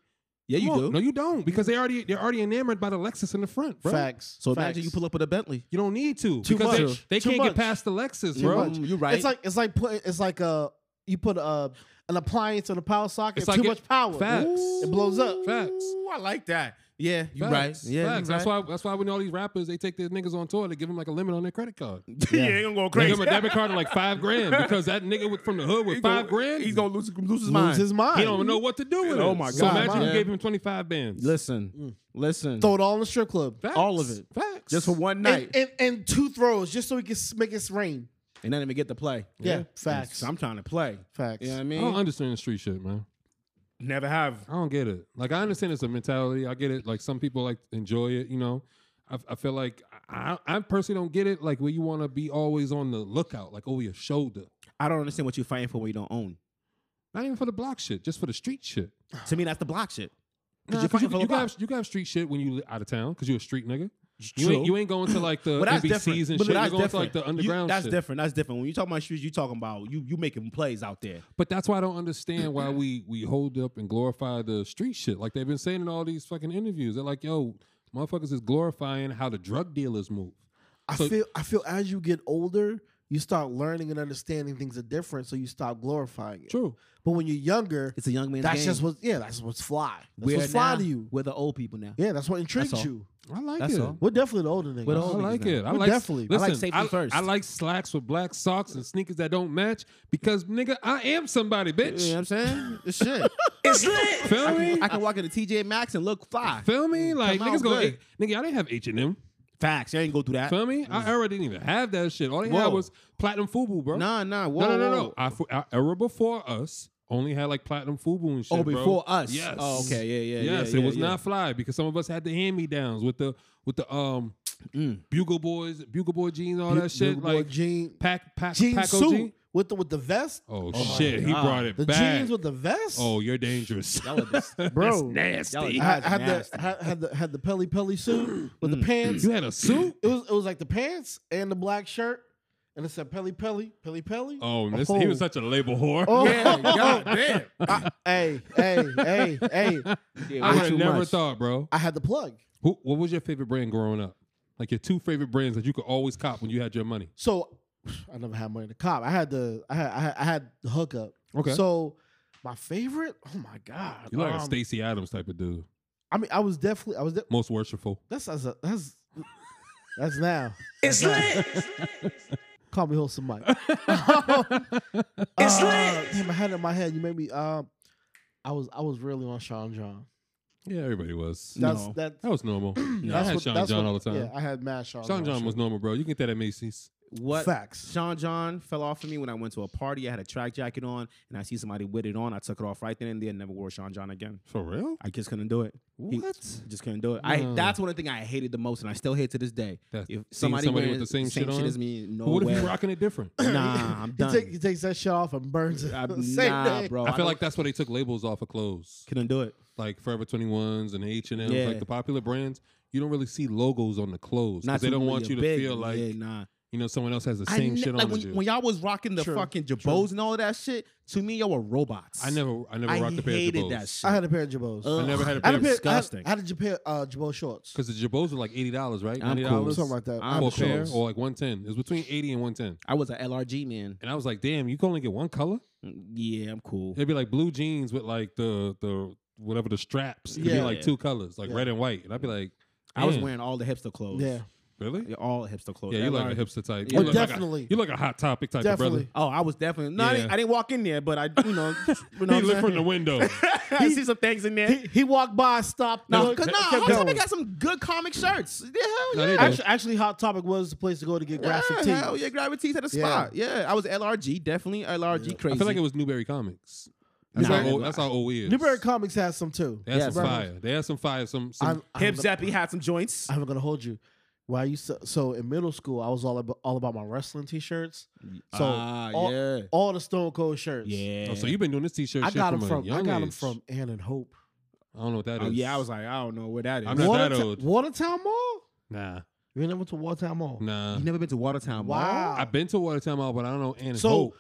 Speaker 2: yeah, you
Speaker 5: Come on.
Speaker 2: do.
Speaker 5: No, you don't because they already they're already enamored by the Lexus in the front, bro.
Speaker 3: Facts.
Speaker 2: so
Speaker 3: Facts.
Speaker 2: imagine you pull up with a Bentley.
Speaker 5: You don't need to
Speaker 3: Too
Speaker 5: because they-
Speaker 3: much.
Speaker 5: they,
Speaker 3: Too
Speaker 5: can't
Speaker 3: much.
Speaker 5: get past the Lexus,
Speaker 3: Too
Speaker 5: bro.
Speaker 3: much.
Speaker 2: you right.
Speaker 3: It's like it's like putting it's like uh you put uh an appliance on the power socket.
Speaker 5: It's
Speaker 3: too
Speaker 5: like it-
Speaker 3: much power.
Speaker 5: Facts.
Speaker 3: It blows up.
Speaker 5: Facts.
Speaker 1: a- Ooh, I like that. Yeah,
Speaker 2: you right.
Speaker 5: Facts.
Speaker 2: Yeah,
Speaker 5: Facts.
Speaker 2: you
Speaker 5: That's
Speaker 2: right.
Speaker 5: why that's why when all these rappers they take their niggas on tour, they give them like a limit on their credit card.
Speaker 1: yeah, they gonna go
Speaker 5: They
Speaker 1: crazy.
Speaker 5: give him a debit card of like five grand because that nigga with, from the hood with
Speaker 1: He
Speaker 5: five
Speaker 1: gonna-
Speaker 5: grand,
Speaker 1: He's gonna lose, lose his
Speaker 3: Lose
Speaker 1: mind.
Speaker 3: his mind.
Speaker 5: he don't know what to do with it.
Speaker 1: Oh my
Speaker 5: So
Speaker 1: God,
Speaker 5: imagine
Speaker 2: man.
Speaker 5: you gave him twenty five bands.
Speaker 2: Listen, listen.
Speaker 3: Throw it all in the strip club.
Speaker 5: Facts.
Speaker 2: all of it.
Speaker 5: Facts.
Speaker 2: just for one night,
Speaker 3: And, and and two throws just so he can s- make it rain.
Speaker 2: and not even get to play.
Speaker 3: Yeah. Facts.
Speaker 1: So I'm trying to play.
Speaker 3: Facts.
Speaker 2: You know what I
Speaker 5: I
Speaker 2: mean?
Speaker 5: don't understand the street shit, man.
Speaker 1: Never have.
Speaker 5: I don't get it. Like I understand it's a mentality. I get it. Like some people like enjoy it. You know, I, I feel like I, I personally don't get it. Like where you want to be always on the lookout, like over your shoulder.
Speaker 2: I don't understand what you're fighting for when you don't own.
Speaker 5: Not even for the block shit, just for the street shit.
Speaker 2: To me, that's the block shit.
Speaker 5: Nah,
Speaker 2: you're
Speaker 5: 'cause
Speaker 2: fucking
Speaker 5: you,
Speaker 2: for the
Speaker 5: you can
Speaker 2: block.
Speaker 5: have, you can have street shit when you li- out of town because you're a street nigga. You ain't,
Speaker 2: True.
Speaker 5: you ain't going to like the
Speaker 2: But that's
Speaker 5: NBCs
Speaker 2: different.
Speaker 5: and
Speaker 2: But
Speaker 5: shit. You're
Speaker 2: that's
Speaker 5: going
Speaker 2: different.
Speaker 5: to like the
Speaker 2: You-
Speaker 5: underground
Speaker 2: that's
Speaker 5: shit.
Speaker 2: different. That's different. When you talk about streets, you talking about you you making plays out there.
Speaker 5: But that's why I don't understand why we we hold up and glorify the street shit. Like they've been saying in all these fucking interviews. They're like, yo, motherfuckers is glorifying how the drug dealers move.
Speaker 3: I
Speaker 5: So-
Speaker 3: feel I feel as you get older, you start learning and understanding things are different, so you stop glorifying it.
Speaker 5: True.
Speaker 3: But when you're younger,
Speaker 2: It's a young man's
Speaker 3: that's
Speaker 2: game.
Speaker 3: just what yeah, that's what's fly. That's
Speaker 2: We're
Speaker 3: what's fly
Speaker 2: now-
Speaker 3: to you.
Speaker 2: We're the old people now.
Speaker 3: Yeah, that's what intrigues
Speaker 2: all.
Speaker 3: you.
Speaker 5: I like
Speaker 2: That's
Speaker 5: it.
Speaker 2: all.
Speaker 3: We're definitely the older niggas.
Speaker 2: We're the
Speaker 5: I
Speaker 2: older
Speaker 5: like
Speaker 2: niggas now.
Speaker 5: it. I
Speaker 3: We're
Speaker 5: like
Speaker 3: definitely-
Speaker 2: I like
Speaker 5: listen,
Speaker 2: safety first.
Speaker 5: I like slacks with black socks and sneakers that don't match because nigga, I am somebody, bitch.
Speaker 2: You know what I'm saying? It's shit.
Speaker 4: It's lit.
Speaker 5: Feel me?
Speaker 2: I can walk into TJ Maxx and look fly.
Speaker 5: Feel me? Like
Speaker 2: out
Speaker 5: niggas gonna eh,
Speaker 2: good.
Speaker 5: nigga, I didn't have H and M.
Speaker 2: Facts. You ain't go through that.
Speaker 5: Feel me? I era didn't even have that shit. All they
Speaker 2: Mm. Whoa.
Speaker 5: had was platinum FUBU, bro.
Speaker 2: Nah, nah. Whoa,
Speaker 5: no, no, no,
Speaker 2: whoa.
Speaker 5: no. I, fu- our era before us only had like platinum FUBU and shit.
Speaker 2: Oh,
Speaker 5: bro.
Speaker 2: before us.
Speaker 5: Yes.
Speaker 2: Oh, okay. Yeah, yeah.
Speaker 5: yes,
Speaker 2: yeah,
Speaker 5: it was
Speaker 2: yeah,
Speaker 5: not fly because some of us had the hand me downs with the with the um
Speaker 2: Mm.
Speaker 5: bugle boys, bugle boy jeans, all
Speaker 3: Bu-
Speaker 5: that shit.
Speaker 3: Bugle boy
Speaker 5: like
Speaker 3: jean-
Speaker 5: pack pack
Speaker 3: jean
Speaker 5: pack
Speaker 3: suit
Speaker 5: OG.
Speaker 3: with the with the vest,
Speaker 5: Oh, shit, he brought it
Speaker 3: the
Speaker 5: back.
Speaker 3: jeans with the vest.
Speaker 5: oh, you're dangerous.
Speaker 2: Y'all are just-
Speaker 3: bro,
Speaker 2: y'all
Speaker 5: Nasty.
Speaker 2: are-
Speaker 3: I had,
Speaker 2: guys
Speaker 3: had
Speaker 2: nasty.
Speaker 3: the had, had the had the pelly pelly suit with the pants.
Speaker 5: You had a suit.
Speaker 3: It was it was like the pants and the black shirt, and it said pelly pelly pelly pelly.
Speaker 5: Oh, this, he was such a label whore.
Speaker 3: Oh.
Speaker 1: God damn.
Speaker 3: hey hey hey hey!
Speaker 2: yeah,
Speaker 5: I
Speaker 2: way
Speaker 5: would
Speaker 2: too
Speaker 5: never
Speaker 2: much.
Speaker 5: thought, bro.
Speaker 3: I had the plug.
Speaker 5: Who, what was your favorite brand growing up? Like your two favorite brands that you could always cop when you had your money.
Speaker 3: So I never had money to cop. I had the I had I had, I had the hookup.
Speaker 5: Okay.
Speaker 3: So my favorite. Oh my god!
Speaker 5: You're like a
Speaker 3: um,
Speaker 5: Stacy Adams type of dude,
Speaker 3: I mean, I was definitely I was. De-
Speaker 5: most worshipful.
Speaker 3: that's that's a, that's that's now.
Speaker 4: It's lit.
Speaker 3: Call me wholesome Mike.
Speaker 4: It's
Speaker 3: Uh,
Speaker 4: lit.
Speaker 3: Damn, I had it in my head. You made me. Um, I was I was really on Sean John.
Speaker 5: Yeah, everybody was.
Speaker 3: That's
Speaker 2: No.
Speaker 3: that.
Speaker 5: That was normal. I
Speaker 3: that's
Speaker 5: had
Speaker 3: what-
Speaker 5: Sean
Speaker 3: that's
Speaker 5: John
Speaker 3: what-
Speaker 5: all the time.
Speaker 3: Yeah, I had mad Sean.
Speaker 5: Sean John was normal, bro. You can get that at Macy's.
Speaker 2: What
Speaker 3: Facts.
Speaker 2: Sean John fell off of me when I went to a party. I had a track jacket on, and I see somebody with it on. I took it off right then and there. Never wore Sean John again.
Speaker 5: For real?
Speaker 2: I just couldn't do it. He-
Speaker 5: What?
Speaker 2: just couldn't do it. I
Speaker 5: No.
Speaker 2: that's one of the things I hated the most, and I still hate to this day.
Speaker 5: That-
Speaker 2: if
Speaker 5: seeing somebody with
Speaker 2: wearing
Speaker 5: the same shit on?
Speaker 2: as me, no
Speaker 5: But what
Speaker 2: way.
Speaker 5: if you rocking it different?
Speaker 2: nah, I'm
Speaker 3: He,
Speaker 2: done.
Speaker 3: take, he takes that shit off and burns it.
Speaker 2: I-
Speaker 3: the same
Speaker 2: nah,
Speaker 3: day.
Speaker 2: bro.
Speaker 5: I feel
Speaker 2: don't-
Speaker 5: like that's why they took labels off of clothes,
Speaker 2: couldn't do it.
Speaker 5: like Forever 21s and H and M,
Speaker 2: Yeah.
Speaker 5: like the popular brands. You don't really see logos on the clothes 'cause
Speaker 2: Not
Speaker 5: they
Speaker 2: too
Speaker 5: don't
Speaker 2: really
Speaker 5: want
Speaker 2: a
Speaker 5: you to
Speaker 2: big one.
Speaker 5: feel like
Speaker 2: yeah, nah.
Speaker 5: you know someone else has the
Speaker 2: I
Speaker 5: same
Speaker 2: ne-
Speaker 5: shit on
Speaker 2: like
Speaker 5: as
Speaker 2: when,
Speaker 5: you.
Speaker 2: when y'all was rocking the
Speaker 3: True,
Speaker 2: fucking
Speaker 3: true.
Speaker 2: jabos and all that shit, to me y'all were robots.
Speaker 5: I never, I never
Speaker 2: I
Speaker 5: rocked a pair of
Speaker 2: hated
Speaker 5: Jabos.
Speaker 2: that shit.
Speaker 3: I had a pair of Jabos.
Speaker 2: Ugh.
Speaker 5: I never had a
Speaker 3: I
Speaker 5: pair
Speaker 3: had a
Speaker 5: of
Speaker 3: pair.
Speaker 2: disgusting.
Speaker 3: I had, I had a pair uh, Jabot shorts.
Speaker 5: because the Jabos are like eighty dollars, right?
Speaker 2: I'm
Speaker 5: Ninety
Speaker 2: cool.
Speaker 5: dollars,
Speaker 3: Something like that. I
Speaker 2: I'm
Speaker 5: for a
Speaker 2: cool.
Speaker 5: pair, or like one ten. It was between eighty and one ten.
Speaker 2: I was an LRG man.
Speaker 5: And I was like, damn, you can only get one color.
Speaker 2: Yeah, I'm cool.
Speaker 5: It'd be like blue jeans with like the the whatever the straps. It'd be
Speaker 3: Yeah.
Speaker 5: like two colors, like
Speaker 3: Yeah.
Speaker 5: red and white. And I'd be like,
Speaker 2: I was
Speaker 5: damn,
Speaker 2: wearing all the hipster clothes.
Speaker 3: Yeah.
Speaker 5: really.
Speaker 2: Yeah, all hipster clothes.
Speaker 5: Yeah, you like
Speaker 2: LRG.
Speaker 5: a hipster type.
Speaker 2: Yeah. Oh,
Speaker 5: You look like a-
Speaker 3: definitely.
Speaker 5: you look a hot topic type
Speaker 3: Definitely.
Speaker 5: of
Speaker 2: Oh, I was definitely no. I, didn't,
Speaker 5: Yeah.
Speaker 2: I didn't walk in there, but I, you know, you know
Speaker 5: brother.
Speaker 2: what
Speaker 5: He
Speaker 2: I'm
Speaker 5: looked from
Speaker 2: saying?
Speaker 5: the window.
Speaker 2: I see some things in there.
Speaker 3: He, he walked by, stopped.
Speaker 2: No,
Speaker 3: looked,
Speaker 2: because
Speaker 3: kept
Speaker 2: no,
Speaker 3: going.
Speaker 2: Hot got some good comic shirts. Yeah,
Speaker 5: No,
Speaker 2: hell
Speaker 5: they
Speaker 2: yeah.
Speaker 5: do.
Speaker 3: Actually, actually, Hot Topic was the place to go to get graphic
Speaker 2: yeah,
Speaker 3: tee.
Speaker 2: Hell yeah, Gravity Tees had a
Speaker 3: Yeah.
Speaker 2: spot. Yeah, I was LRG, definitely LRG
Speaker 5: I
Speaker 2: crazy.
Speaker 5: feel like it was Newberry Comics. That's,
Speaker 2: Nah.
Speaker 5: how, old, that's how old he is.
Speaker 3: Newberry Comics has some too.
Speaker 5: They had some
Speaker 2: Yes.
Speaker 5: fire. They had some fire. Some, some
Speaker 3: I'm, I'm
Speaker 2: Hip
Speaker 3: gonna-
Speaker 2: Zappy had some joints.
Speaker 3: I'm gonna hold you. Why you so, so in middle school? I was all about, all about my wrestling t-shirts. So
Speaker 2: Ah,
Speaker 3: all,
Speaker 2: yeah.
Speaker 3: all the Stone Cold shirts.
Speaker 2: Yeah.
Speaker 5: Oh, so you've been doing this t-shirt
Speaker 3: I
Speaker 5: shit
Speaker 3: got
Speaker 5: from
Speaker 3: them
Speaker 5: a
Speaker 3: from I
Speaker 5: young
Speaker 3: got
Speaker 5: age.
Speaker 3: them from Ann and Hope.
Speaker 5: I don't know what that is.
Speaker 2: Oh yeah, I was like, I don't know where that is.
Speaker 5: I'm not that
Speaker 3: Waterto-
Speaker 5: old.
Speaker 3: Watertown Mall.
Speaker 5: nah,
Speaker 3: You never went to Watertown Mall?
Speaker 5: nah.
Speaker 2: you never been to Watertown? Mall?
Speaker 3: Wow.
Speaker 5: I've been to Watertown Mall, but I don't know. And
Speaker 3: So-
Speaker 5: Hope.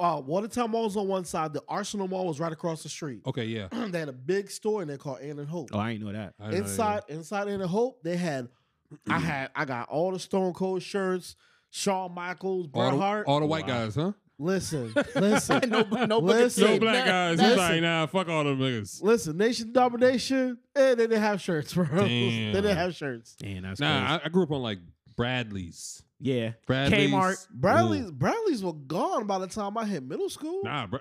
Speaker 3: Uh, Watertown Mall was on one side. The Arsenal Mall was right across the street.
Speaker 5: Okay, yeah.
Speaker 3: they had a big store in there called Ann and Hope.
Speaker 2: Oh, I ain't know that.
Speaker 5: I didn't know Mm-hmm. that
Speaker 3: inside inside in the hope they had I had I got all the Stone Cold shirts, Shawn Michaels,
Speaker 5: either. all
Speaker 3: Bret
Speaker 5: the,
Speaker 3: Hart.
Speaker 5: all the white guys, huh?
Speaker 3: listen, listen,
Speaker 2: no, no,
Speaker 3: listen, listen,
Speaker 5: nah, fuck all them niggas.
Speaker 3: listen, Nation Domination. Eh, they didn't have shirts, bro.
Speaker 5: Damn.
Speaker 3: They didn't have shirts.
Speaker 2: Man, that's
Speaker 5: Nah,
Speaker 2: crazy.
Speaker 5: I, I grew up on like Bradley's.
Speaker 2: yeah.
Speaker 5: Bradley's.
Speaker 2: Kmart.
Speaker 3: Bradley's
Speaker 5: Ooh.
Speaker 3: Bradley's were gone by the time I hit middle school.
Speaker 5: Nah, Bra-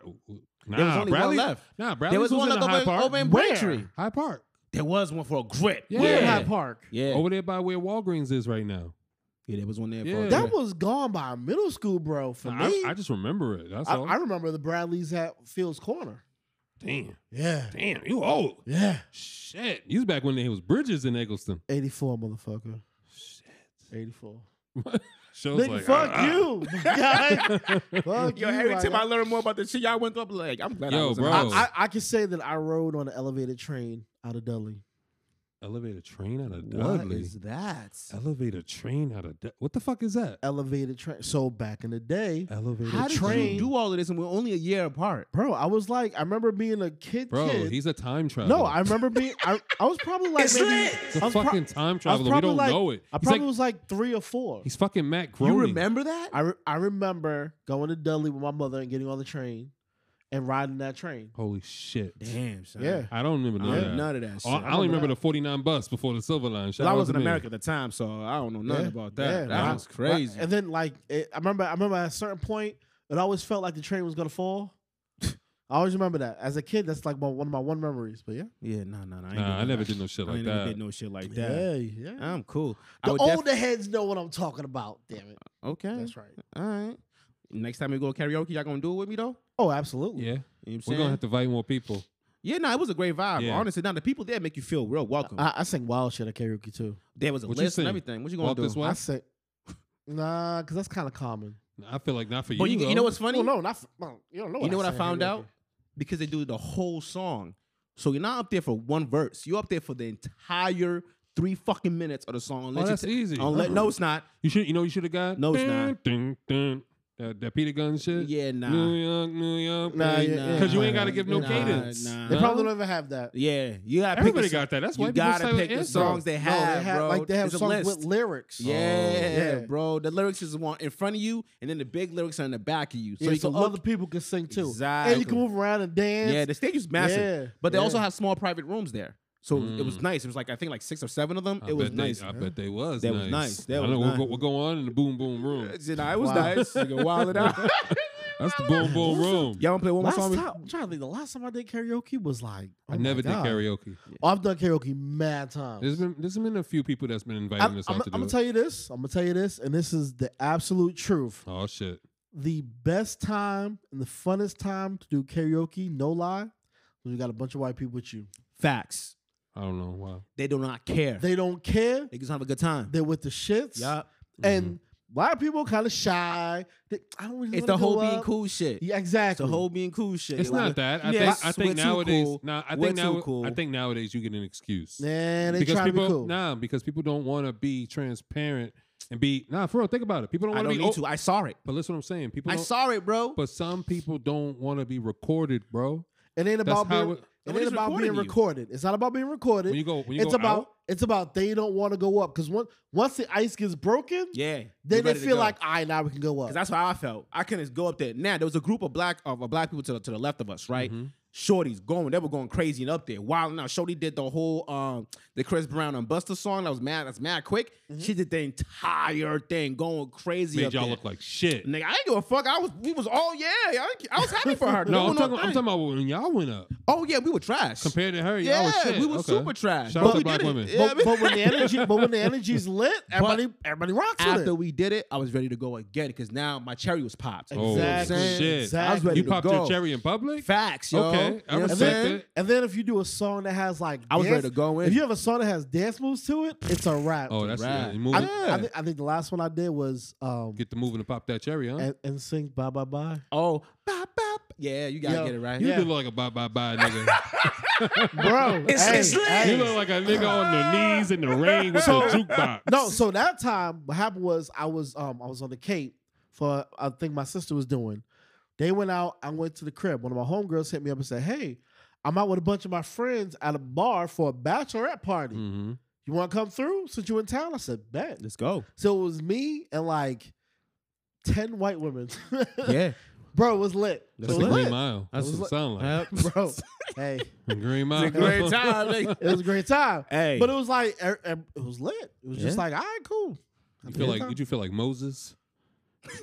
Speaker 5: nah,
Speaker 2: was only one
Speaker 5: Bradley,
Speaker 2: left.
Speaker 5: Nah, Bradley's
Speaker 2: There was, one like
Speaker 5: in the High
Speaker 2: over,
Speaker 5: Park.
Speaker 2: over in
Speaker 3: Where?
Speaker 2: Braintree.
Speaker 5: High Park.
Speaker 2: There was one for a grip.
Speaker 5: Yeah.
Speaker 3: Where
Speaker 2: yeah.
Speaker 3: Hyde Park.
Speaker 2: Yeah.
Speaker 5: Over there by where Walgreens is right now.
Speaker 2: yeah, there was one there for
Speaker 5: Yeah.
Speaker 2: a
Speaker 3: That
Speaker 2: grip.
Speaker 3: was gone by middle school, bro. For
Speaker 5: Nah,
Speaker 3: me,
Speaker 5: I, I just remember it. That's
Speaker 3: I,
Speaker 5: all.
Speaker 3: I remember the Bradley's at Fields Corner.
Speaker 5: damn,
Speaker 3: Yeah,
Speaker 5: damn, you old.
Speaker 3: yeah.
Speaker 5: Shit, you was back when there was bridges in Eggleston.
Speaker 3: Eighty four, motherfucker. Shit, eighty four.
Speaker 5: Shows
Speaker 3: Nigga,
Speaker 5: like,
Speaker 3: fuck
Speaker 5: ah, ah.
Speaker 3: you. my guy. fuck you,
Speaker 2: Yo, every
Speaker 3: my
Speaker 2: time
Speaker 3: guy.
Speaker 2: I learn more about the shit y'all went through, I'm like, I'm glad I
Speaker 5: Yo,
Speaker 2: wasn't
Speaker 5: bro.
Speaker 2: out.
Speaker 5: Oh.
Speaker 3: I, I, I can say that I rode on an elevated train out of Dudley.
Speaker 5: Elevator train out of
Speaker 2: What
Speaker 5: Dudley.
Speaker 2: is that?
Speaker 5: Elevator train out of Dud- what the fuck is that?
Speaker 3: Elevated train. So back in the day,
Speaker 5: Elevator
Speaker 3: How did you
Speaker 5: train.
Speaker 2: Do all of this, and we're only a year apart.
Speaker 3: bro, I was like, I remember being a kid.
Speaker 5: Bro,
Speaker 3: kid.
Speaker 5: he's a time traveler.
Speaker 3: no, I remember being. I, I was probably like
Speaker 4: It's
Speaker 3: maybe.
Speaker 4: lit.
Speaker 3: I
Speaker 5: He's a
Speaker 3: was pro-
Speaker 5: fucking time
Speaker 3: I was
Speaker 5: traveler. We don't
Speaker 3: like,
Speaker 5: know it.
Speaker 3: I
Speaker 5: he's
Speaker 3: probably
Speaker 5: like,
Speaker 3: was like three or four.
Speaker 5: he's fucking Matt Groening.
Speaker 2: You remember that?
Speaker 3: I, re- I remember going to Dudley with my mother and getting on the train and riding that train.
Speaker 5: Holy shit.
Speaker 2: Damn, son.
Speaker 3: Yeah.
Speaker 5: I don't remember none
Speaker 2: I
Speaker 5: of
Speaker 2: don't
Speaker 5: that.
Speaker 2: know none of that
Speaker 5: Oh,
Speaker 2: shit.
Speaker 5: I only remember the 49 bus before the Silver Line. Shout
Speaker 2: But I
Speaker 5: out
Speaker 2: was
Speaker 5: to
Speaker 2: in
Speaker 5: me.
Speaker 2: America at the time, so I don't know nothing
Speaker 3: Yeah.
Speaker 2: about
Speaker 3: Yeah,
Speaker 2: that. that
Speaker 3: right.
Speaker 2: was crazy.
Speaker 3: Right. And then like it, I remember, I remember at a certain point, it always felt like the train was gonna fall. I always remember that as a kid. That's like my, one of my one memories. But yeah,
Speaker 2: yeah, no, no, no. I, ain't
Speaker 5: Nah,
Speaker 2: doing
Speaker 5: I never
Speaker 2: that.
Speaker 5: did no
Speaker 2: I
Speaker 5: shit like
Speaker 2: ain't never
Speaker 5: that.
Speaker 2: did no shit like that.
Speaker 3: yeah.
Speaker 2: I'm cool. I
Speaker 3: The
Speaker 2: would def-
Speaker 3: older heads know what I'm talking about. Damn it,
Speaker 2: okay.
Speaker 3: that's right.
Speaker 2: All right. Next time we go karaoke, y'all gonna do it with me though?
Speaker 3: Oh, absolutely.
Speaker 5: yeah.
Speaker 2: You know what I'm
Speaker 5: We're
Speaker 2: saying?
Speaker 5: going to have to invite more people.
Speaker 2: yeah, no, it was a great vibe.
Speaker 5: Yeah.
Speaker 2: Honestly, now the people there make you feel real welcome.
Speaker 3: I, I sing wild shit at karaoke too.
Speaker 2: there was a
Speaker 5: What you
Speaker 2: list and
Speaker 5: sing?
Speaker 2: everything. What you gonna
Speaker 5: Walk
Speaker 2: do?
Speaker 5: This Way? What?
Speaker 3: I sing, nah, because that's kind of common.
Speaker 5: I feel like not for
Speaker 2: But
Speaker 5: you.
Speaker 2: you, you
Speaker 5: though.
Speaker 2: know what's funny?
Speaker 3: Well, no, not f- no, you don't know. What
Speaker 2: You know what I
Speaker 3: sing at
Speaker 2: found
Speaker 3: karaoke.
Speaker 2: out? Because they do the whole song. So you're not up there for one verse. You're up there for the entire three fucking minutes of the song. Unless
Speaker 5: Oh, that's
Speaker 2: you
Speaker 5: easy.
Speaker 2: unle- no, it's not.
Speaker 5: You should. You know. You should have got.
Speaker 2: No, it's not.
Speaker 5: Dun, dun, dun. That, that Peter Gunn shit.
Speaker 2: Yeah, nah.
Speaker 5: New York, New York.
Speaker 3: Nah,
Speaker 5: baby.
Speaker 3: yeah, yeah.
Speaker 5: Cause you ain't
Speaker 3: Nah,
Speaker 5: gotta give no
Speaker 3: nah,
Speaker 5: cadence.
Speaker 2: nah.
Speaker 3: They
Speaker 5: Huh?
Speaker 3: probably don't even have that.
Speaker 2: Yeah, you got
Speaker 5: Everybody got that. That's why
Speaker 2: you
Speaker 5: people
Speaker 2: gotta
Speaker 5: say
Speaker 2: pick
Speaker 5: it
Speaker 2: the
Speaker 5: is, bro.
Speaker 2: songs they
Speaker 3: No,
Speaker 2: have,
Speaker 3: they have
Speaker 2: bro.
Speaker 3: like they have
Speaker 2: There's a
Speaker 3: songs with
Speaker 2: list.
Speaker 3: lyrics. Oh,
Speaker 5: Oh,
Speaker 2: yeah,
Speaker 3: Yeah.
Speaker 2: bro. The lyrics is one in front of you, and then the big lyrics are in the back of you.
Speaker 3: So,
Speaker 2: So
Speaker 3: yeah,
Speaker 2: you
Speaker 3: so
Speaker 2: can look.
Speaker 3: other people can sing too. And you
Speaker 2: Exactly.
Speaker 3: can move around and dance.
Speaker 2: yeah, the stage is massive,
Speaker 3: Yeah,
Speaker 2: but they also
Speaker 3: yeah.
Speaker 2: have small private rooms there. So it was nice. It was like I think like six or seven of them.
Speaker 5: Mm. I
Speaker 2: it was
Speaker 5: bet they-
Speaker 2: nice.
Speaker 5: I bet they was.
Speaker 2: That
Speaker 5: nice.
Speaker 2: was nice. That
Speaker 5: I
Speaker 2: was
Speaker 5: know
Speaker 2: nice.
Speaker 5: We'll, go, we'll go on in the boom boom room.
Speaker 2: Yeah, nah, it was
Speaker 3: Wow.
Speaker 2: nice. Nigga, wild it out.
Speaker 5: That's the boom boom room.
Speaker 2: Y'all wanna play one more
Speaker 3: Last
Speaker 2: song?
Speaker 3: time, I'm trying to think. The last time I did karaoke was like oh
Speaker 5: I never
Speaker 3: my
Speaker 5: did
Speaker 3: God.
Speaker 5: karaoke.
Speaker 3: Oh, I've done karaoke mad times.
Speaker 5: There's been there's been a few people that's been inviting
Speaker 3: I'm,
Speaker 5: us out to do.
Speaker 3: gonna
Speaker 5: it.
Speaker 3: tell you this. I'm gonna tell you this, and this is the absolute truth.
Speaker 5: oh shit.
Speaker 3: The best time and the funnest time to do karaoke, no lie, when you got a bunch of white people with you.
Speaker 2: Facts.
Speaker 5: I don't know. Wow.
Speaker 2: They do not care. They,
Speaker 3: They don't care.
Speaker 2: just have a good time.
Speaker 3: They're with the shits.
Speaker 2: Yup.
Speaker 3: And
Speaker 5: Mm-hmm.
Speaker 3: black people kind of shy. They, I don't really
Speaker 2: It's
Speaker 3: wanna
Speaker 2: the whole
Speaker 3: go
Speaker 2: being
Speaker 3: up.
Speaker 2: cool shit.
Speaker 3: Yeah, exactly.
Speaker 2: The whole being cool shit.
Speaker 5: It's
Speaker 2: Like,
Speaker 5: not that. I
Speaker 2: yes,
Speaker 5: think I
Speaker 2: we're
Speaker 5: think
Speaker 2: too
Speaker 5: nowadays.
Speaker 2: cool.
Speaker 5: Nah, I
Speaker 2: We're
Speaker 5: think
Speaker 2: too
Speaker 5: now
Speaker 2: cool.
Speaker 5: I think nowadays you get an excuse.
Speaker 3: man, they
Speaker 5: because
Speaker 3: trying
Speaker 5: people
Speaker 3: to be cool.
Speaker 5: nah because people don't want to be transparent and be nah for real. Think about it. People don't
Speaker 2: I
Speaker 5: want
Speaker 2: don't
Speaker 5: be.
Speaker 2: need
Speaker 5: oh,
Speaker 2: to. I saw it.
Speaker 5: but listen, what I'm saying. People.
Speaker 2: I
Speaker 5: don't-
Speaker 2: saw it, bro.
Speaker 5: But some people don't want to be recorded, bro.
Speaker 3: It ain't
Speaker 5: That's
Speaker 3: about
Speaker 5: how
Speaker 3: being,
Speaker 5: it-
Speaker 3: it,
Speaker 2: Nobody's
Speaker 3: ain't about
Speaker 2: recording
Speaker 3: being
Speaker 2: you.
Speaker 3: recorded. It's not about being recorded.
Speaker 5: When you go, when you
Speaker 3: it's
Speaker 5: go
Speaker 3: about
Speaker 5: out,
Speaker 3: it's about they don't want to go up because once once the ice gets broken,
Speaker 2: yeah.
Speaker 3: then they feel like, oh. all right, now we can go up.
Speaker 5: Mm-hmm.
Speaker 2: Because that's how I felt. I couldn't go up there. Now there was a group of black of, of black people to the, to the left of us, right? Shorty's going. They were going crazy and up there. Wow. Now Shorty did the whole um the Chris Brown and Buster song. That was mad. That's mad quick.
Speaker 3: Mm-hmm.
Speaker 2: She did the entire thing going crazy.
Speaker 5: Made
Speaker 2: up
Speaker 5: y'all
Speaker 2: there.
Speaker 5: look like shit.
Speaker 2: Nigga, I ain't give a fuck. I was, we was all yeah. I, I was happy for her.
Speaker 5: No, I'm
Speaker 2: Doing her
Speaker 5: talking, I'm
Speaker 2: thing.
Speaker 5: talking about when y'all went up.
Speaker 2: Oh yeah, we were trash.
Speaker 5: Compared to her, y'all was
Speaker 2: yeah,
Speaker 5: shit.
Speaker 2: we were
Speaker 5: Okay.
Speaker 2: super trash.
Speaker 5: Shout
Speaker 2: But
Speaker 5: out
Speaker 2: we
Speaker 5: to black
Speaker 2: did it.
Speaker 5: women.
Speaker 2: Yeah, I mean-
Speaker 3: but when the energy, but when the energy's lit, everybody, everybody rocks with
Speaker 2: After
Speaker 3: it.
Speaker 2: we did it, I was ready to go again because now my cherry was popped.
Speaker 5: Oh,
Speaker 3: Exactly.
Speaker 5: shit.
Speaker 3: Exactly.
Speaker 2: I was ready
Speaker 5: You
Speaker 2: to
Speaker 5: popped
Speaker 2: go.
Speaker 5: your cherry in public?
Speaker 2: Facts, yo.
Speaker 5: Okay, I
Speaker 2: You know what I'm
Speaker 5: respect
Speaker 2: saying?
Speaker 5: it.
Speaker 3: And then if you do a song that has like,
Speaker 2: I was
Speaker 3: dance-
Speaker 2: ready to go in.
Speaker 3: If you have a song that has dance moves to it, it's a wrap.
Speaker 5: Oh, that's
Speaker 2: Right.
Speaker 5: right. Move,
Speaker 3: I,
Speaker 5: it.
Speaker 3: I think, I think the last one I did was um,
Speaker 5: Get the moving to pop that cherry, huh?
Speaker 3: and, and sing bye bye bye.
Speaker 2: Oh, bop, bop. yeah, you gotta
Speaker 3: Yo,
Speaker 2: get it right.
Speaker 5: you
Speaker 2: Yeah.
Speaker 5: look like a bye bye bye nigga.
Speaker 3: bro.
Speaker 4: It's- it's lit.
Speaker 5: you look like a nigga on the knees in the rain with a jukebox.
Speaker 3: No, so that time what happened was I was um I was on the Cape for I think my sister was doing. They went out. I went to the crib. One of my homegirls hit me up and said, "Hey, I'm out with a bunch of my friends at a bar for a bachelorette party.
Speaker 5: Mm-hmm.
Speaker 3: You want to come through since you in town?" I said, "Bet."
Speaker 2: Let's go.
Speaker 3: So it was me and like ten white women.
Speaker 2: Yeah,
Speaker 3: bro, it was lit. It
Speaker 5: That's
Speaker 3: was
Speaker 5: a green
Speaker 3: lit.
Speaker 5: mile. That's
Speaker 3: It
Speaker 5: what it
Speaker 3: was
Speaker 5: sound like.
Speaker 3: bro. hey,
Speaker 5: A green mile.
Speaker 2: it's a great time. nigga.
Speaker 3: it was a great time.
Speaker 2: Hey,
Speaker 3: But it was like er- er- it was lit. It was just
Speaker 2: Yeah.
Speaker 3: like, all right, cool.
Speaker 5: You feel like? Did you feel like Moses?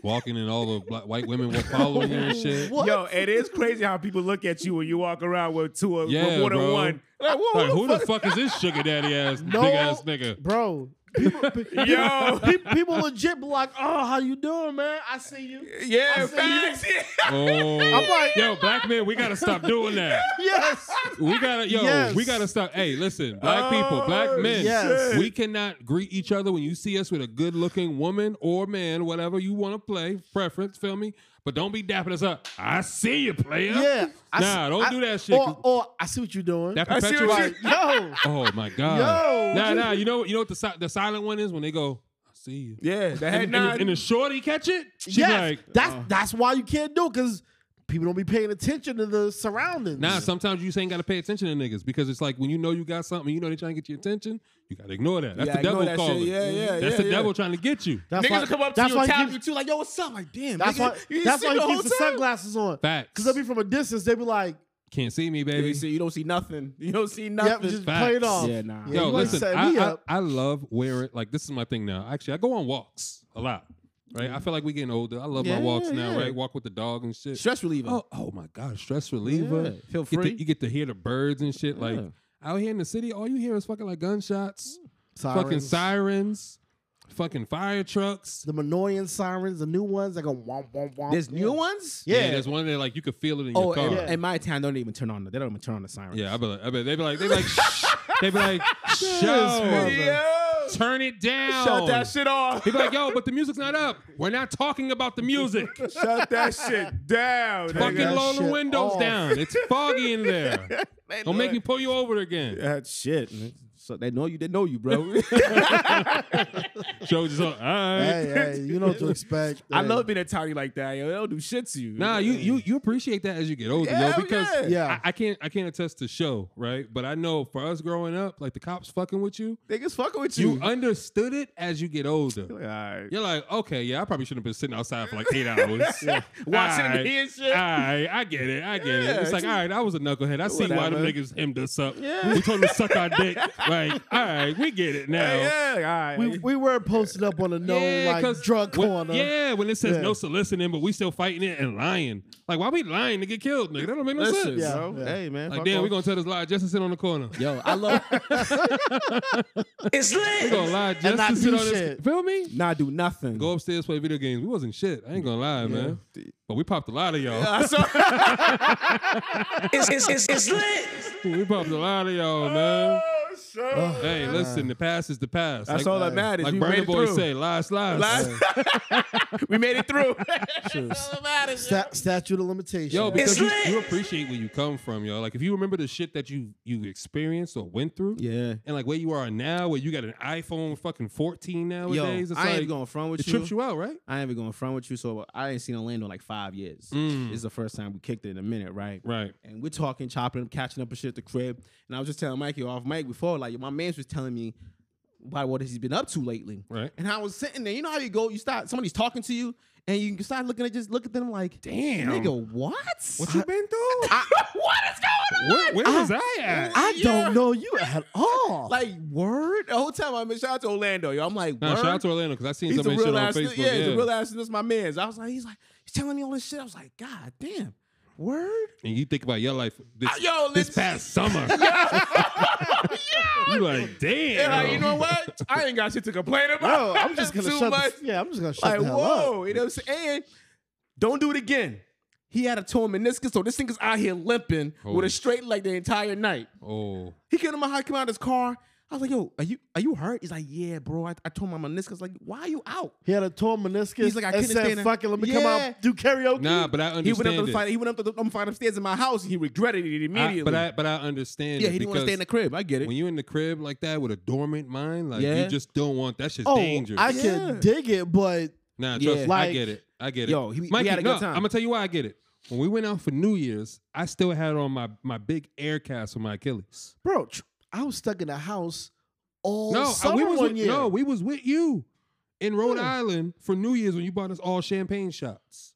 Speaker 5: Walking and all the black, white women were following you and shit.
Speaker 3: What?
Speaker 1: Yo, it is crazy how people look at you when you walk around with two or
Speaker 5: Yeah,
Speaker 1: with more
Speaker 5: bro.
Speaker 1: than one. Like, whoa,
Speaker 5: Like,
Speaker 1: who
Speaker 5: who the fuck is this sugar daddy ass
Speaker 3: No.
Speaker 5: big ass nigga?
Speaker 3: bro. People, pe- people,
Speaker 1: Yo.
Speaker 3: pe- people legit be like, "Oh, how you doing, man? I see you."
Speaker 1: the- yeah,
Speaker 3: I see
Speaker 1: facts.
Speaker 5: Oh,
Speaker 3: like-
Speaker 5: yo, black men, we gotta stop doing that.
Speaker 3: Yes,
Speaker 5: We gotta, yo,
Speaker 3: Yes.
Speaker 5: we gotta stop. Hey, listen, black
Speaker 1: Oh,
Speaker 5: people, black men,
Speaker 3: yes.
Speaker 5: we cannot greet each other when you see us with a good looking woman or man, whatever you want to play, preference, feel me? But don't be dapping us up. I see you, player.
Speaker 3: yeah. I
Speaker 5: Nah,
Speaker 3: see-
Speaker 5: don't
Speaker 3: I-
Speaker 5: do that shit.
Speaker 3: Or, or I see what you're doing.
Speaker 5: That
Speaker 1: I see what
Speaker 5: perpetuates.
Speaker 1: you-
Speaker 3: Yo,
Speaker 5: Oh my god.
Speaker 3: Yo,
Speaker 5: nah,
Speaker 3: what
Speaker 5: nah. You know, you know what the si- the silent one is when they go. I see you.
Speaker 1: Yeah, the head
Speaker 5: And, and,
Speaker 1: nod.
Speaker 5: the, and the shorty catch it. She's
Speaker 3: yes,
Speaker 5: like, "Oh."
Speaker 3: that's that's why you can't do it because people don't be paying attention to the surroundings.
Speaker 5: Nah, sometimes you just ain't gotta pay attention to niggas because it's like when you know you got something, you know they trying to get your attention, you gotta ignore that. That's
Speaker 1: Yeah,
Speaker 5: the
Speaker 1: ignore
Speaker 5: devil
Speaker 1: that shit.
Speaker 5: calling.
Speaker 1: Yeah, yeah,
Speaker 5: That's
Speaker 1: yeah,
Speaker 5: the
Speaker 1: yeah.
Speaker 5: devil trying to get you.
Speaker 3: that's
Speaker 1: Niggas will come up to
Speaker 3: that's
Speaker 1: you
Speaker 3: why
Speaker 1: and
Speaker 3: he
Speaker 1: tap
Speaker 3: keeps-
Speaker 1: you too, like, yo, what's up? Like, damn,
Speaker 3: That's
Speaker 1: nigga,
Speaker 3: why.
Speaker 1: you
Speaker 3: That's
Speaker 1: see
Speaker 3: why
Speaker 1: the
Speaker 3: he
Speaker 1: whole
Speaker 3: keeps the
Speaker 1: time?
Speaker 3: sunglasses on.
Speaker 5: Facts.
Speaker 3: Because they'll be from a distance. They be like,
Speaker 5: Can't see me,
Speaker 2: you
Speaker 5: baby.
Speaker 2: see, you don't see nothing. You don't see
Speaker 3: "Yep,
Speaker 2: nothing.
Speaker 3: just play it
Speaker 5: Facts.
Speaker 3: off."
Speaker 2: Yeah, nah.
Speaker 5: Yo,
Speaker 3: you wanna
Speaker 5: listen,
Speaker 3: set
Speaker 5: I,
Speaker 3: me
Speaker 5: I-
Speaker 3: up.
Speaker 5: I love wearing like this is my thing now. Actually, I go on walks a lot. Right? I feel like we getting older. I love my
Speaker 2: Yeah,
Speaker 5: walks now,
Speaker 2: yeah.
Speaker 5: right? Walk with the dog and shit.
Speaker 2: Stress reliever.
Speaker 5: Oh, oh my God, stress reliever.
Speaker 2: Yeah, feel
Speaker 5: Get to-
Speaker 2: free.
Speaker 5: you get to hear the birds and shit. Like
Speaker 2: Yeah.
Speaker 5: out here in the city, all you hear is fucking like gunshots, fucking
Speaker 3: Sirens.
Speaker 5: sirens, fucking fire trucks.
Speaker 3: The Minoan sirens, the new ones that go womp womp womp.
Speaker 2: There's new
Speaker 3: Yeah.
Speaker 2: ones.
Speaker 5: Yeah,
Speaker 3: Yeah.
Speaker 5: there's one that like you could feel it in
Speaker 2: Oh,
Speaker 5: your car.
Speaker 2: in,
Speaker 5: Yeah,
Speaker 2: in my town, don't even turn on. The, they don't even turn on the siren.
Speaker 5: I bet. I bet they be like, they be like, shh, they be like, show,
Speaker 1: Yo,
Speaker 5: turn it down.
Speaker 1: shut that shit off.
Speaker 5: They be like, yo, but the music's not up. We're not talking about the music.
Speaker 1: Shut that shit down.
Speaker 5: Fucking
Speaker 1: nigga.
Speaker 5: lower the
Speaker 3: shit
Speaker 5: windows
Speaker 3: off.
Speaker 5: down. It's foggy in there. Don't make me pull you over again.
Speaker 2: That shit. man. So they know you. They know you, bro.
Speaker 5: Joe just like, all right.
Speaker 3: Hey, hey, you know what to expect.
Speaker 1: I
Speaker 3: Hey.
Speaker 1: love being a townie like that. Yo, they don't do shit to you.
Speaker 5: Nah, you you you appreciate that as you get older,
Speaker 1: Hell
Speaker 5: yo. Because
Speaker 1: yeah.
Speaker 3: Yeah.
Speaker 5: I, I can't I can't attest to show right, but I know for us growing up, like the cops fucking with you,
Speaker 1: niggas fucking with you.
Speaker 5: you understood it as you get older.
Speaker 1: All right.
Speaker 5: You're like, okay, yeah, I probably should have been sitting outside for like eight hours.
Speaker 1: Watching and
Speaker 5: All right,
Speaker 1: hearing shit.
Speaker 5: All right, I get it. I get it.
Speaker 1: Yeah,
Speaker 5: It's like, all right, I was a knucklehead. I see why them
Speaker 1: Whatever.
Speaker 5: niggas hemmed us up. We told them to suck our dick. Like, all right, we get it now.
Speaker 1: Yeah, like, all right.
Speaker 3: we, we were posted up on a no like
Speaker 5: 'cause
Speaker 3: drug
Speaker 5: when-
Speaker 3: corner.
Speaker 5: Yeah, when it says
Speaker 3: Yeah.
Speaker 5: no soliciting, but we still fighting it and lying. Like, why we lying to get killed, nigga? That don't make no
Speaker 2: Listen,
Speaker 5: sense.
Speaker 3: Yeah,
Speaker 2: bro.
Speaker 3: yeah.
Speaker 2: Hey, man.
Speaker 5: Like,
Speaker 2: fuck
Speaker 5: damn,
Speaker 2: off.
Speaker 5: we gonna tell this lie just to sit on the corner.
Speaker 2: Yo, I love.
Speaker 4: It's
Speaker 5: We
Speaker 4: lit.
Speaker 5: gonna lie just
Speaker 3: not
Speaker 5: to sit
Speaker 3: do
Speaker 5: on this.
Speaker 3: shit.
Speaker 5: Feel me?
Speaker 2: nah, do nothing.
Speaker 5: Go upstairs play video games. We wasn't shit. I ain't gonna lie, man. But we popped a lot of y'all.
Speaker 4: It's, it's, it's, it's lit.
Speaker 5: We popped a lot of y'all, man. Hey, listen, the past is the past.
Speaker 1: That's
Speaker 5: like,
Speaker 2: uh,
Speaker 1: all that matters.
Speaker 5: Like
Speaker 1: we made
Speaker 5: Burner
Speaker 1: it
Speaker 5: Boy
Speaker 1: through.
Speaker 5: say, lies, lies.
Speaker 1: Lies. we made it through.
Speaker 3: Sta- statute of limitations.
Speaker 5: Yo, because
Speaker 4: It's
Speaker 5: you,
Speaker 4: lit.
Speaker 5: you appreciate where you come from, yo. Like if you remember the shit that you you experienced or went through,
Speaker 2: Yeah.
Speaker 5: and like where you are now, where you got an iPhone fucking 14
Speaker 2: Yo, I
Speaker 5: nowadays,
Speaker 2: ain't
Speaker 5: it's like
Speaker 2: going front with
Speaker 5: it trips you out, right?
Speaker 2: I ain't even going front with you, so I ain't seen Orlando in like five years.
Speaker 5: Mm.
Speaker 2: This is the first time we kicked it in a minute, right?
Speaker 5: Right.
Speaker 2: And we're talking, chopping up, catching up and shit at the crib. And I was just telling Mikey off mic before, like my man's was telling me about what he's been up to lately.
Speaker 5: Right.
Speaker 2: And I was sitting there, you know how you go, you start somebody's talking to you, and you can start looking at just look at them like,
Speaker 5: Damn.
Speaker 2: nigga, what?
Speaker 5: What you been through?
Speaker 2: what is going
Speaker 5: where, where was I at?
Speaker 2: I
Speaker 3: don't know you at all.
Speaker 2: Like word, the whole time I'm in shout out to Orlando, yo. I'm like,
Speaker 5: Nah,
Speaker 2: word?
Speaker 5: shout out to Orlando because I seen
Speaker 2: he's a
Speaker 5: some of his shit
Speaker 2: real
Speaker 5: on
Speaker 2: ass,
Speaker 5: Facebook.
Speaker 2: yeah, he's a real ass. This my man's. I was like, he's like, he's telling me all this shit. I was like, God damn, word.
Speaker 5: And you think about your life this,
Speaker 2: Uh, yo,
Speaker 5: this
Speaker 2: listen-
Speaker 5: past summer. you like, damn.
Speaker 2: And like, you know what? I ain't got shit to complain about.
Speaker 3: Bro, I'm just gonna
Speaker 2: too
Speaker 3: shut.
Speaker 2: much.
Speaker 3: The, yeah, I'm just gonna shut
Speaker 2: like,
Speaker 3: the hell up.
Speaker 2: whoa, you know what I'm saying? Don't do it again. He had a torn meniscus, so this nigga's out here limping with
Speaker 5: Holy
Speaker 2: a straight leg the entire night.
Speaker 5: Oh,
Speaker 2: He came to my house, came out of his car. I was like, yo, are you are you hurt? He's like, yeah, bro. I, I told my meniscus, like, why are you out?
Speaker 3: He had a torn meniscus.
Speaker 2: He's like, I
Speaker 3: and
Speaker 2: couldn't
Speaker 3: said,
Speaker 2: stand it.
Speaker 3: "Fuck it, let me come
Speaker 2: Yeah.
Speaker 3: out do karaoke."
Speaker 5: nah, but I
Speaker 2: He went up
Speaker 5: understand
Speaker 2: to
Speaker 5: it.
Speaker 2: find, he went up to the, um, find upstairs in my house and he regretted it immediately.
Speaker 5: I, but I but I understand.
Speaker 2: yeah,
Speaker 5: it
Speaker 2: he didn't want to
Speaker 5: because
Speaker 2: stay in the crib. I get it.
Speaker 5: When you're in the crib like that with a dormant mind, like
Speaker 2: Yeah.
Speaker 5: you just don't want that shit's
Speaker 3: oh,
Speaker 5: dangerous.
Speaker 3: I
Speaker 2: Yeah.
Speaker 3: can dig it, but
Speaker 5: Nah,
Speaker 2: Yeah.
Speaker 5: trust me, I
Speaker 3: Like-
Speaker 5: get it. I get it.
Speaker 2: Yo, he- we
Speaker 5: Mikey,
Speaker 2: had a
Speaker 5: no,
Speaker 2: good time.
Speaker 5: I'm gonna tell you why I get it. When we went out for New Year's, I still had on my my big air cast for my Achilles.
Speaker 3: bro, tr- I was stuck in the house all
Speaker 5: no, I-
Speaker 3: summer
Speaker 5: we was
Speaker 3: one
Speaker 5: with,
Speaker 3: year.
Speaker 5: no, we was with you in Rhode
Speaker 3: Yeah.
Speaker 5: Island for New Year's when you bought us all champagne shots.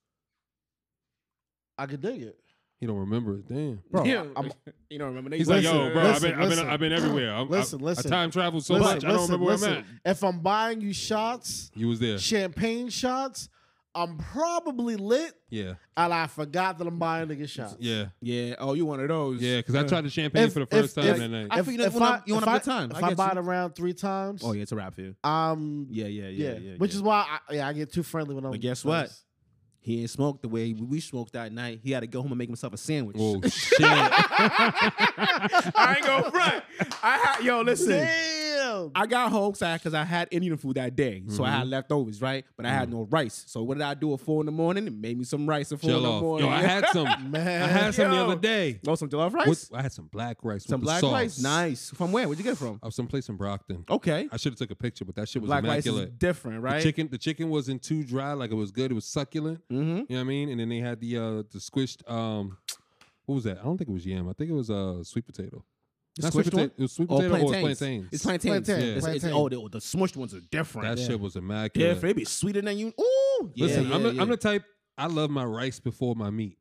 Speaker 3: I could dig it,
Speaker 5: He don't remember it, damn.
Speaker 3: bro.
Speaker 2: Yeah.
Speaker 3: I'm,
Speaker 2: you don't remember.
Speaker 5: He's
Speaker 3: Listen,
Speaker 5: like, yo, bro,
Speaker 3: listen,
Speaker 5: I've been, I've
Speaker 3: listen.
Speaker 5: been, I've been everywhere. I'm,
Speaker 3: Listen,
Speaker 5: I,
Speaker 3: listen.
Speaker 5: I time traveled so
Speaker 3: listen,
Speaker 5: much, I don't
Speaker 3: listen,
Speaker 5: remember where I'm
Speaker 3: listen.
Speaker 5: at.
Speaker 3: If I'm buying you shots,
Speaker 5: You was there,
Speaker 3: champagne shots, I'm probably lit,
Speaker 5: yeah,
Speaker 3: and I forgot that I'm buying nigga shots.
Speaker 5: yeah,
Speaker 2: yeah. Oh, you one of those.
Speaker 5: yeah. Because I tried the champagne for the first time that night.
Speaker 2: I
Speaker 3: if-
Speaker 2: feel you
Speaker 3: if
Speaker 2: wanna-
Speaker 3: I-
Speaker 2: you wanna
Speaker 3: if I-
Speaker 2: have a time.
Speaker 3: If
Speaker 2: I
Speaker 3: I,
Speaker 2: get
Speaker 3: buy
Speaker 2: you.
Speaker 3: it around three times,
Speaker 2: Oh, yeah, it's a wrap for you.
Speaker 3: I'm
Speaker 2: Yeah, yeah, yeah,
Speaker 3: yeah,
Speaker 2: yeah. yeah
Speaker 3: which is why I, yeah I get too friendly when I'm.
Speaker 2: But guess what? He ain't smoked the way we we smoked that night. He had to go home and make himself a sandwich.
Speaker 5: oh shit!
Speaker 2: I ain't gonna front. I had yo, listen.
Speaker 3: Damn.
Speaker 2: I got home because I had Indian food that day, so I had
Speaker 5: Mm-hmm.
Speaker 2: leftovers, right? But I
Speaker 5: Mm.
Speaker 2: had no rice. So what did I do at four in the morning? It made me some rice at four in
Speaker 5: Chill
Speaker 2: the
Speaker 5: off.
Speaker 2: morning.
Speaker 5: Yo, I had some. I had some the
Speaker 2: Yo.
Speaker 5: other day.
Speaker 2: oh, some jollof rice,
Speaker 5: What, I had some black rice.
Speaker 2: some
Speaker 5: with
Speaker 2: black
Speaker 5: the sauce.
Speaker 2: rice. Nice. From where? Where'd you get it from?
Speaker 5: I was someplace in Brockton.
Speaker 2: Okay,
Speaker 5: I should have took a picture, but that shit was
Speaker 2: black rice is
Speaker 5: immaculate.
Speaker 2: different, right?
Speaker 5: The chicken, the chicken wasn't too dry. Like it was good. It was succulent.
Speaker 2: Mm-hmm.
Speaker 5: You know what I mean? And then they had the uh the squished um, what was that? I don't think it was yam. I think it was uh sweet potato. Not sweet
Speaker 2: squished one?
Speaker 5: potato. It was sweet
Speaker 2: Oh,
Speaker 5: potato or
Speaker 2: plantains.
Speaker 5: plantains.
Speaker 2: It's plantains.
Speaker 3: Plantain,
Speaker 2: It's- it's-
Speaker 3: plantain.
Speaker 2: oh, the, the smushed ones are different.
Speaker 5: That
Speaker 2: yeah.
Speaker 5: shit was
Speaker 2: Yeah,
Speaker 5: immaculate.
Speaker 2: if they be sweeter than you. Ooh, yeah,
Speaker 5: Listen,
Speaker 2: yeah,
Speaker 5: I'm, the,
Speaker 2: yeah.
Speaker 5: I'm the type. I love my rice before my meat.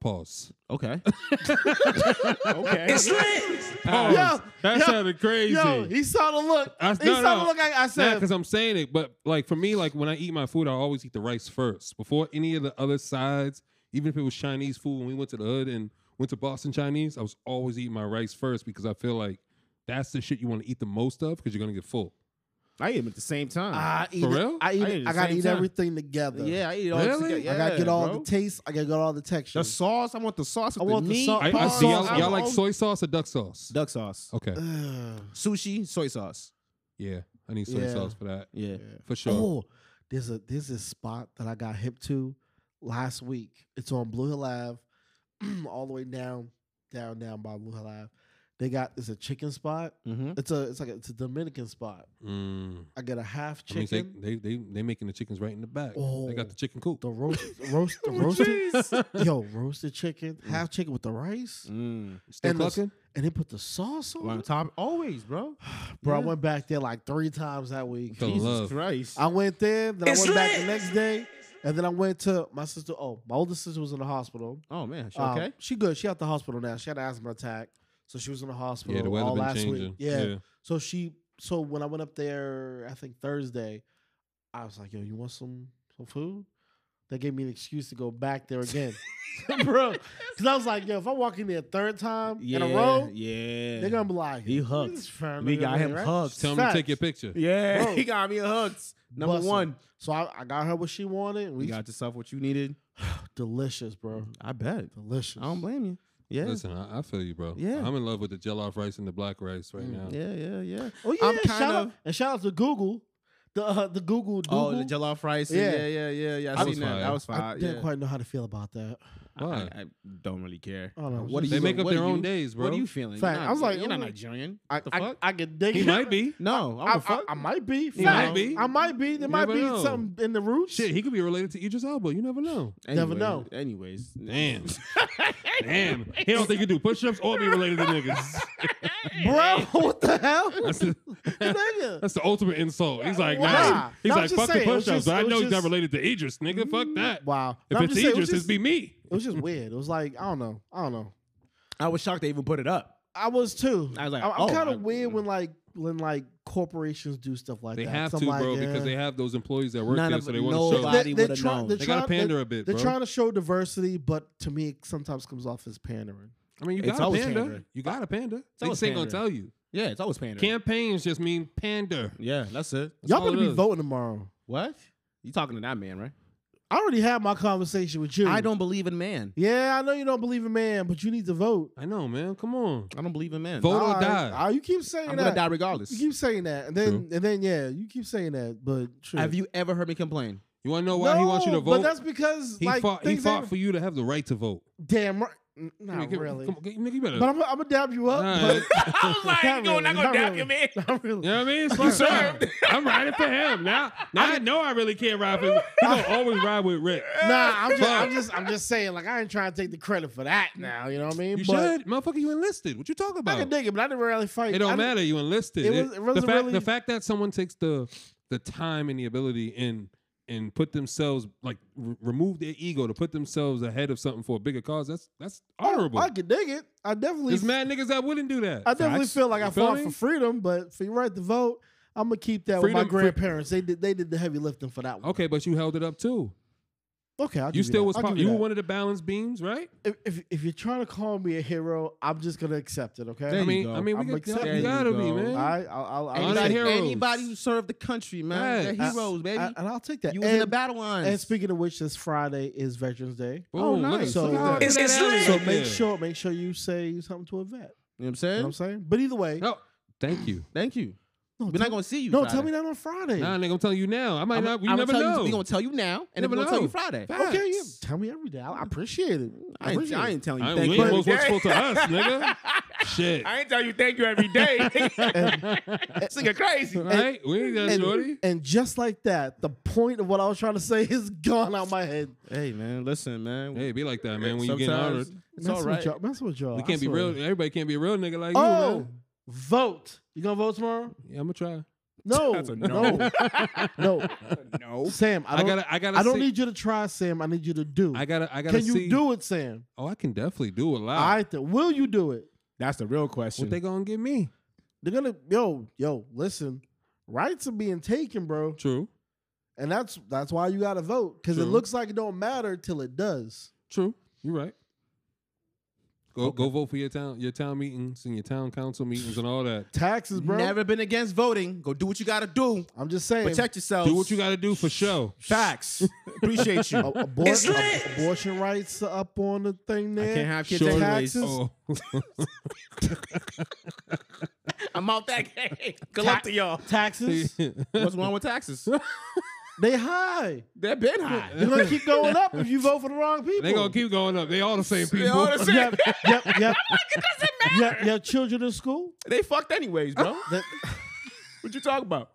Speaker 5: Pause.
Speaker 2: okay.
Speaker 4: It's lit.
Speaker 5: Pause.
Speaker 3: yo, yo,
Speaker 5: that sounded crazy.
Speaker 3: Yo, he saw the look.
Speaker 5: I-
Speaker 3: he
Speaker 5: no,
Speaker 3: saw
Speaker 5: no.
Speaker 3: the look. I, I
Speaker 5: Nah,
Speaker 3: said,
Speaker 5: because I'm saying it, but like for me, like when I eat my food, I always eat the rice first before any of the other sides. Even if it was Chinese food, when we went to the hood and went to Boston Chinese, I was always eating my rice first because I feel like that's the shit you want to eat the most of because you're gonna get full.
Speaker 2: I eat them at the same time.
Speaker 3: I eat.
Speaker 5: For
Speaker 3: it-
Speaker 5: real?
Speaker 3: I eat.
Speaker 2: I
Speaker 3: it- I
Speaker 2: eat it the
Speaker 3: gotta
Speaker 2: same
Speaker 3: eat
Speaker 2: time.
Speaker 3: everything together.
Speaker 2: yeah, I eat it all
Speaker 5: Really?
Speaker 2: together.
Speaker 3: I gotta get all
Speaker 2: bro.
Speaker 3: the taste. I gotta get all the texture.
Speaker 2: The sauce. I want the sauce.
Speaker 3: I
Speaker 2: With
Speaker 3: want
Speaker 2: the
Speaker 3: the
Speaker 2: meat.
Speaker 3: sau-
Speaker 5: I, I
Speaker 3: Pause.
Speaker 5: see y'all,
Speaker 3: I'm
Speaker 5: y'all like
Speaker 3: all-
Speaker 5: soy sauce or duck sauce.
Speaker 2: Duck sauce,
Speaker 5: Okay,
Speaker 3: Ugh.
Speaker 2: sushi, soy sauce.
Speaker 5: yeah, I need soy
Speaker 3: Yeah.
Speaker 5: sauce for that
Speaker 2: Yeah.
Speaker 5: for sure.
Speaker 3: Oh, there's a there's this spot that I got hip to last week. It's on Blue Hill Ave, all the way down, down, down by Blue Hill Ave. They got it's a chicken spot.
Speaker 2: Mm-hmm.
Speaker 3: It's a it's like a, it's a Dominican spot.
Speaker 5: Mm.
Speaker 3: I get a half
Speaker 5: I mean, they,
Speaker 3: chicken.
Speaker 5: they they they making the chickens right in the back. They got
Speaker 3: Oh.
Speaker 5: the chicken coop.
Speaker 3: the roast, roast,
Speaker 2: Oh,
Speaker 3: the roasted, yo, roasted chicken, half chicken with the rice,
Speaker 2: Mm.
Speaker 5: Still
Speaker 3: and the-
Speaker 5: clucking?
Speaker 3: and they put the sauce on.
Speaker 2: On
Speaker 3: it.
Speaker 2: top, always, bro.
Speaker 3: Bro, I
Speaker 2: Yeah.
Speaker 3: went back there like three times that week.
Speaker 5: The love.
Speaker 2: Christ.
Speaker 3: I went there, then
Speaker 4: It's
Speaker 3: I went back the
Speaker 4: lit.
Speaker 3: next day, and then I went to my sister. Oh, my older sister was in the hospital.
Speaker 2: oh man, she
Speaker 3: Um,
Speaker 2: okay?
Speaker 3: she good. She out the hospital now. She had an asthma attack, so she was in the hospital
Speaker 5: Yeah, the weather
Speaker 3: all
Speaker 5: been
Speaker 3: last
Speaker 5: changing.
Speaker 3: week. Yeah. So she. So when I went up there, I think Thursday, I was like, "Yo, you want some some food?" They gave me an excuse to go back there again, bro. Because I was like, "Yo, if I walk in there a third time in a row,
Speaker 2: yeah.
Speaker 3: they're gonna be like,
Speaker 2: He hooked. we got him hugs.
Speaker 5: Tell me to take your picture.
Speaker 2: Yeah,
Speaker 3: Bro.
Speaker 2: he got me a hugs. Number
Speaker 3: Bussin'.
Speaker 2: one,
Speaker 3: So I, I got her what she wanted. We
Speaker 2: you got yourself what you needed.
Speaker 3: delicious, bro.
Speaker 2: I bet.
Speaker 3: Delicious.
Speaker 2: I don't blame you. Yeah,
Speaker 5: Listen, I, I feel you, bro.
Speaker 2: Yeah. Mm,
Speaker 5: I'm in love with the jollof rice and the black rice right now.
Speaker 2: yeah, yeah, yeah.
Speaker 3: Oh yeah,
Speaker 2: I'm
Speaker 3: shout
Speaker 2: kind
Speaker 3: out
Speaker 2: of-
Speaker 3: and shout out to Google, the uh, the Google.
Speaker 2: Oh,
Speaker 3: Doogle.
Speaker 2: the jollof rice.
Speaker 3: Yeah.
Speaker 2: Yeah, yeah, yeah, yeah. yeah. I,
Speaker 5: That
Speaker 2: seen
Speaker 5: was
Speaker 2: that.
Speaker 5: fire.
Speaker 2: That was
Speaker 3: I
Speaker 2: fire.
Speaker 3: didn't
Speaker 2: yeah.
Speaker 3: quite know how to feel about that.
Speaker 5: Why?
Speaker 2: I, I don't really care.
Speaker 3: I don't know.
Speaker 2: What do
Speaker 5: They
Speaker 2: you-
Speaker 5: make up
Speaker 2: what
Speaker 5: their
Speaker 2: do
Speaker 5: own
Speaker 2: you-
Speaker 5: days, bro.
Speaker 2: What are you feeling?
Speaker 3: Fact.
Speaker 2: You're
Speaker 3: I was
Speaker 2: not-
Speaker 3: like,
Speaker 2: you're
Speaker 3: I'm
Speaker 2: not
Speaker 3: like-
Speaker 2: Nigerian.
Speaker 3: I,
Speaker 2: the
Speaker 3: I,
Speaker 2: fuck?
Speaker 3: I could dig
Speaker 5: he
Speaker 3: it.
Speaker 5: might be.
Speaker 2: no,
Speaker 3: I,
Speaker 2: I'm
Speaker 3: I,
Speaker 2: fuck.
Speaker 3: I might be.
Speaker 5: He
Speaker 3: Fact.
Speaker 5: might be.
Speaker 3: I might be. There might
Speaker 5: never
Speaker 3: be
Speaker 5: know.
Speaker 3: something in the roots.
Speaker 5: Shit, he could be related to Idris Elba. You never know.
Speaker 3: Never know.
Speaker 2: Anyways,
Speaker 5: Damn. Damn. He don't think he do push-ups or be related to niggas.
Speaker 3: Bro, what the hell?
Speaker 5: That's the,
Speaker 3: Nigga.
Speaker 5: that's the ultimate insult. He's like,
Speaker 3: Nah.
Speaker 5: He's
Speaker 3: No, I'm
Speaker 5: like,
Speaker 3: just
Speaker 5: fuck
Speaker 3: saying, it
Speaker 5: the
Speaker 3: was
Speaker 5: push ups.
Speaker 3: just-
Speaker 5: I
Speaker 3: it was
Speaker 5: know he's not
Speaker 3: just- Mm,
Speaker 5: related to Idris, nigga. Fuck that.
Speaker 3: Wow.
Speaker 5: If
Speaker 3: No, I'm just
Speaker 5: it's
Speaker 3: saying, it
Speaker 5: Idris,
Speaker 3: was
Speaker 5: it's
Speaker 3: just-
Speaker 5: be me.
Speaker 3: It was just weird. It was like I don't know. I don't know.
Speaker 2: I was shocked they even put it up.
Speaker 3: I was too.
Speaker 2: I was like,
Speaker 3: I'm,
Speaker 2: oh,
Speaker 3: kind
Speaker 2: I-
Speaker 3: of weird when like when like corporations do stuff like
Speaker 5: They
Speaker 3: that.
Speaker 5: have
Speaker 3: 'Cause
Speaker 5: to,
Speaker 3: I'm like,
Speaker 5: bro,
Speaker 3: yeah.
Speaker 5: because they have those employees that work
Speaker 2: None
Speaker 5: there,
Speaker 2: of-
Speaker 5: so they want to show.
Speaker 2: nobody- would've
Speaker 3: try-
Speaker 2: known.
Speaker 5: They gotta
Speaker 3: trying-
Speaker 5: pander
Speaker 3: they're-
Speaker 5: a bit,
Speaker 3: They're
Speaker 5: bro.
Speaker 3: trying to show diversity, but to me, it sometimes comes off as pandering.
Speaker 5: I mean, you
Speaker 2: It's
Speaker 5: got a
Speaker 2: always
Speaker 5: panda.
Speaker 2: pandering.
Speaker 5: You got a panda. They
Speaker 2: always
Speaker 5: just ain't gonna tell
Speaker 2: pandering.
Speaker 5: you.
Speaker 2: Yeah, it's always pandering.
Speaker 5: Campaigns just mean pander.
Speaker 2: Yeah, that's it.
Speaker 5: all
Speaker 3: Y'all better
Speaker 5: it
Speaker 3: be
Speaker 5: is.
Speaker 3: voting tomorrow.
Speaker 2: What? You talking to that man, right?
Speaker 3: I already had my conversation with you.
Speaker 2: I don't believe in man.
Speaker 3: Yeah, I know you don't believe in man, but you need to vote.
Speaker 5: I know, man. Come on.
Speaker 2: I don't believe in man.
Speaker 5: Vote
Speaker 3: All
Speaker 5: or
Speaker 3: right.
Speaker 5: die.
Speaker 3: All right, you keep saying
Speaker 2: I'm
Speaker 3: that.
Speaker 2: gonna die regardless.
Speaker 3: You keep saying that, and then and then yeah, you keep saying that. But shit.
Speaker 2: Have you ever heard me complain?
Speaker 5: You want to know why he wants you to
Speaker 3: No,
Speaker 5: vote?
Speaker 3: But that's because
Speaker 5: he
Speaker 3: like
Speaker 5: fought. He
Speaker 3: things
Speaker 5: fought
Speaker 3: ain't-
Speaker 5: for you to have the right to vote.
Speaker 3: Damn right. N-
Speaker 5: I mean,
Speaker 3: Not
Speaker 5: give-
Speaker 3: really.
Speaker 5: come on, nigga, you better.
Speaker 3: But I'm, I'm gonna dab you up.
Speaker 5: Alright.
Speaker 3: But
Speaker 1: I was like,
Speaker 3: Not
Speaker 1: you going,
Speaker 3: really,
Speaker 1: not gonna
Speaker 3: not
Speaker 1: dab
Speaker 3: really.
Speaker 1: your man.
Speaker 3: not really.
Speaker 5: You know what I mean? It's like, I'm riding for him now. Now I, know I really can't ride for. him. You gonna always ride with Rick.
Speaker 3: Nah, I'm just,
Speaker 5: Fuck.
Speaker 3: I'm just, I'm just saying. Like, I ain't trying to take the credit for that now. You know what I mean?
Speaker 5: You
Speaker 3: but
Speaker 5: should, motherfucker. You enlisted. What you talking
Speaker 3: I
Speaker 5: about?
Speaker 3: can dig it, but I didn't really fight.
Speaker 5: It
Speaker 3: I
Speaker 5: don't
Speaker 3: didn't-
Speaker 5: matter. You enlisted.
Speaker 3: It was- it
Speaker 5: the
Speaker 3: wasn't
Speaker 5: fact
Speaker 3: really-
Speaker 5: the fact that someone takes the the time and the ability and and put themselves like r- remove their ego to put themselves ahead of something for a bigger cause. That's that's honorable.
Speaker 3: I can dig it. I definitely,
Speaker 5: There's mad niggas that wouldn't do that.
Speaker 3: I definitely
Speaker 5: Facts.
Speaker 3: feel like I
Speaker 5: You feel
Speaker 3: fought
Speaker 5: me?
Speaker 3: for freedom, but for your right to vote, I'm gonna keep that with
Speaker 5: Freedom-
Speaker 3: my
Speaker 5: free-
Speaker 3: grandparents. They did, they did the heavy lifting for that one.
Speaker 5: Okay, but you held it up too.
Speaker 3: Okay, I'll give
Speaker 5: You still
Speaker 3: that.
Speaker 5: was
Speaker 3: I'll
Speaker 5: pop-
Speaker 3: give
Speaker 5: you
Speaker 3: that.
Speaker 5: were one of the balance beams, right?
Speaker 3: if, if if you're trying to call me a hero, I'm just gonna accept it. Okay,
Speaker 2: There
Speaker 5: I
Speaker 2: you
Speaker 5: mean,
Speaker 2: go.
Speaker 5: I mean, we
Speaker 3: I'm
Speaker 5: got,
Speaker 3: accepting.
Speaker 5: you gotta
Speaker 2: There
Speaker 5: be
Speaker 2: you go.
Speaker 5: man.
Speaker 3: I, I'll, I'll, I'll
Speaker 5: Honor
Speaker 2: Anybody,
Speaker 3: accept it.
Speaker 5: heroes.
Speaker 2: anybody who served the country, man,
Speaker 5: Facts.
Speaker 2: they're heroes, baby.
Speaker 3: I- and I'll take that.
Speaker 2: you was in
Speaker 3: And-
Speaker 2: the battle lines.
Speaker 3: And speaking of which, this Friday is Veterans Day.
Speaker 5: Boom,
Speaker 2: Oh,
Speaker 5: look at-
Speaker 2: nice.
Speaker 5: look
Speaker 3: So
Speaker 5: at how-
Speaker 3: it's-
Speaker 5: look at
Speaker 4: it's
Speaker 5: that
Speaker 4: lit.
Speaker 5: alley
Speaker 3: So make
Speaker 5: right there.
Speaker 3: sure make sure you say something to a vet.
Speaker 2: you know what I'm
Speaker 3: You know
Speaker 2: saying?
Speaker 3: what I'm saying? But either way,
Speaker 5: No, thank you.
Speaker 2: Thank you.
Speaker 3: no,
Speaker 2: We're
Speaker 3: tell-
Speaker 2: not gonna see you.
Speaker 3: no,
Speaker 2: Friday.
Speaker 3: tell me that on Friday.
Speaker 5: Nah, nigga, I'm telling you now. I might
Speaker 2: I'm,
Speaker 5: not. You
Speaker 2: I'm
Speaker 5: never
Speaker 2: gonna tell
Speaker 5: know.
Speaker 2: You, we gonna tell you now, and then
Speaker 5: Never
Speaker 2: we're gonna tell
Speaker 5: know.
Speaker 2: you Friday.
Speaker 5: Facts.
Speaker 3: okay, yeah, tell me every day. I I appreciate it.
Speaker 2: I ain't, I ain't telling you.
Speaker 5: I
Speaker 2: Thank
Speaker 5: ain't
Speaker 2: you.
Speaker 5: really most what's to us, nigga. Shit.
Speaker 1: I ain't tell you thank you every day. Nigga crazy.
Speaker 5: Right? We ain't that
Speaker 3: and,
Speaker 5: shorty.
Speaker 3: and just like that, the point of what I was trying to say is gone out my head.
Speaker 2: Hey man, listen, man.
Speaker 5: Hey, be like that, man. When you get
Speaker 2: Sometimes
Speaker 5: honored,
Speaker 2: it's
Speaker 3: mess
Speaker 2: all right.
Speaker 3: with y'all. Mess with y'all.
Speaker 5: we
Speaker 3: I
Speaker 5: can't be
Speaker 3: swear.
Speaker 5: real. Everybody can't be a real nigga like you,
Speaker 3: Oh,
Speaker 5: man.
Speaker 3: vote. You gonna vote tomorrow?
Speaker 5: Yeah, I'm gonna try.
Speaker 3: No,
Speaker 1: That's a
Speaker 3: no,
Speaker 1: no.
Speaker 3: no,
Speaker 1: No.
Speaker 3: Sam, I
Speaker 5: I
Speaker 3: don't.
Speaker 5: gotta. I gotta.
Speaker 3: I don't
Speaker 5: see-
Speaker 3: need you to try, Sam. I need you to do.
Speaker 5: I gotta. I gotta
Speaker 3: Can you
Speaker 5: see. Ah.
Speaker 3: do it, Sam?
Speaker 5: Oh, I can definitely do a lot.
Speaker 3: All right, then. Will you do it?
Speaker 1: That's the real question.
Speaker 5: what they gonna give me?
Speaker 3: They're gonna yo yo listen. Rights are being taken, bro,
Speaker 5: True.
Speaker 3: and that's that's why you gotta vote because it
Speaker 5: True.
Speaker 3: looks like it don't matter till it does.
Speaker 5: True. You're right. Go go vote for your town your town meetings and your town council meetings and all that.
Speaker 3: Taxes, bro.
Speaker 2: Never been against voting. Go do what you gotta do.
Speaker 3: I'm just saying.
Speaker 2: Protect yourself.
Speaker 5: Do what you gotta do for show.
Speaker 2: Facts. Appreciate you.
Speaker 3: a- abor-
Speaker 4: It's
Speaker 3: ab-
Speaker 4: lit.
Speaker 3: abortion rights are up on the thing there.
Speaker 2: Can't have kids
Speaker 5: Sure.
Speaker 2: anyways.
Speaker 3: Taxes.
Speaker 5: Oh,
Speaker 2: I'm out that game. Good luck to y'all.
Speaker 3: Taxes.
Speaker 2: What's wrong with taxes?
Speaker 3: they high.
Speaker 2: They're been high.
Speaker 3: They're gonna keep going up if you vote for the wrong people.
Speaker 5: they gonna keep going up. They all the same people.
Speaker 2: They all the same.
Speaker 3: Yep, yep, yep. Yep, yep. Children in school.
Speaker 2: They fucked anyways, bro.
Speaker 3: That-
Speaker 2: what you talking about?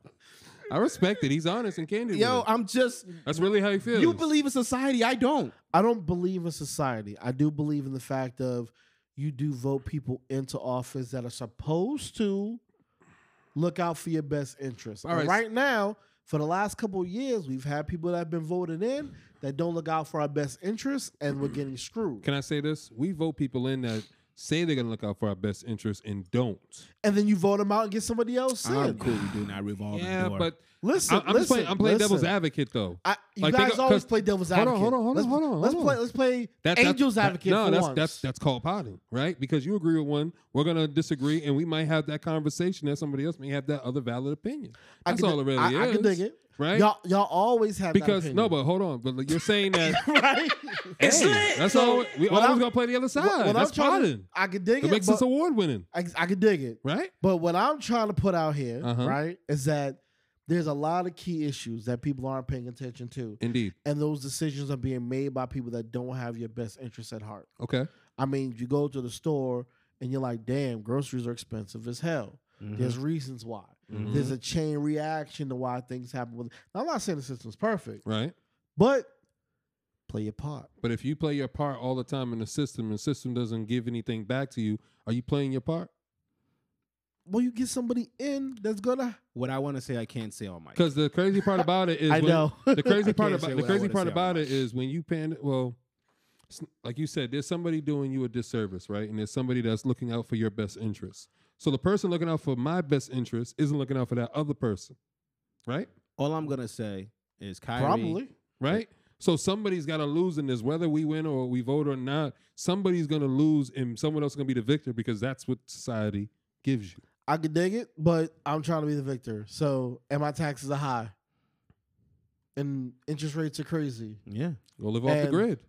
Speaker 5: I respect it. He's honest and candid.
Speaker 2: Yo,
Speaker 5: with it.
Speaker 2: I'm just.
Speaker 5: that's really how he feels.
Speaker 2: You believe in society. I don't.
Speaker 3: I don't believe in society. I do believe in the fact of you do vote people into office that are supposed to look out for your best interests.
Speaker 5: All
Speaker 3: And
Speaker 5: right.
Speaker 3: right now, for the last couple of years, we've had people that have been voted in that don't look out for our best interests, and we're getting screwed.
Speaker 5: Can I say this? We vote people in that say they're gonna look out for our best interests and don't.
Speaker 3: And then you vote them out and get somebody else in.
Speaker 2: with doing that revolving
Speaker 5: Yeah, but
Speaker 3: Listen,
Speaker 5: I, am
Speaker 3: listen,
Speaker 5: just playing. I'm playing
Speaker 3: listen.
Speaker 5: devil's advocate though.
Speaker 3: I, you
Speaker 5: Like, they
Speaker 3: guys
Speaker 5: go-
Speaker 3: always
Speaker 5: 'cause-
Speaker 3: play devil's
Speaker 5: hold on,
Speaker 3: advocate.
Speaker 5: hold on, hold on,
Speaker 3: let's,
Speaker 5: hold on,
Speaker 3: Let's
Speaker 5: hold
Speaker 3: play.
Speaker 5: on.
Speaker 3: Let's play
Speaker 5: That- that-
Speaker 3: angels
Speaker 5: that-
Speaker 3: advocate.
Speaker 5: No,
Speaker 3: for
Speaker 5: that's
Speaker 3: once.
Speaker 5: that's that's called potting, right? Because you agree with one, we're gonna disagree, and we might have that conversation that somebody else may have that other valid opinion.
Speaker 3: I
Speaker 5: That's
Speaker 3: can
Speaker 5: all
Speaker 3: dig-
Speaker 5: it really
Speaker 3: I,
Speaker 5: is.
Speaker 3: I can dig it.
Speaker 5: right?
Speaker 3: Y'all, y'all always have
Speaker 5: because
Speaker 3: that
Speaker 5: no,
Speaker 3: opinion.
Speaker 5: but hold on, but like, you're saying that
Speaker 3: right?
Speaker 4: It's lit.
Speaker 5: that's
Speaker 3: So,
Speaker 5: all we
Speaker 3: what
Speaker 5: always
Speaker 3: I'm-
Speaker 5: gonna play the other side.
Speaker 3: What- what I'm
Speaker 5: that's
Speaker 3: trying to-
Speaker 5: potting.
Speaker 3: I can dig
Speaker 5: It
Speaker 3: it.
Speaker 5: makes
Speaker 3: but
Speaker 5: us award winning,
Speaker 3: I, I can dig it.
Speaker 5: right?
Speaker 3: But what I'm trying to put out here,
Speaker 5: Uh-huh.
Speaker 3: right, is that there's a lot of key issues that people aren't paying attention to,
Speaker 5: Indeed.
Speaker 3: and those decisions are being made by people that don't have your best interests at heart.
Speaker 5: Okay.
Speaker 3: I mean, you go to the store and you're like, "Damn, groceries are expensive as hell." There's reasons why. There's a chain reaction to why things happen. With now, I'm not saying the system's perfect,
Speaker 5: Right.
Speaker 3: but play your part.
Speaker 5: But if you play your part all the time in the system and the system doesn't give anything back to you, are you playing your part?
Speaker 3: Well, you get somebody in that's gonna.
Speaker 2: What I want to say, I can't say on mic.
Speaker 5: Because the crazy part about it is
Speaker 3: I
Speaker 5: when-
Speaker 3: know.
Speaker 5: the crazy
Speaker 2: I
Speaker 5: part
Speaker 2: can't say
Speaker 5: about the
Speaker 2: what I
Speaker 5: crazy
Speaker 2: wanna
Speaker 5: part
Speaker 2: say on
Speaker 5: about
Speaker 2: my
Speaker 5: it is when you pan well, it's- like you said, there's somebody doing you a disservice, right? And there's somebody that's looking out for your best interest. So the person looking out for my best interest isn't looking out for that other person, right?
Speaker 2: All I'm gonna say is Kyrie.
Speaker 3: Probably.
Speaker 5: Right? So somebody's got to lose in this, whether we win or we vote or not. Somebody's going to lose, and someone else is going to be the victor because that's what society gives you.
Speaker 3: I could dig it, but I'm trying to be the victor. So, and my taxes are high, and interest rates are crazy.
Speaker 2: Yeah.
Speaker 5: Go live off the
Speaker 3: And-
Speaker 5: grid.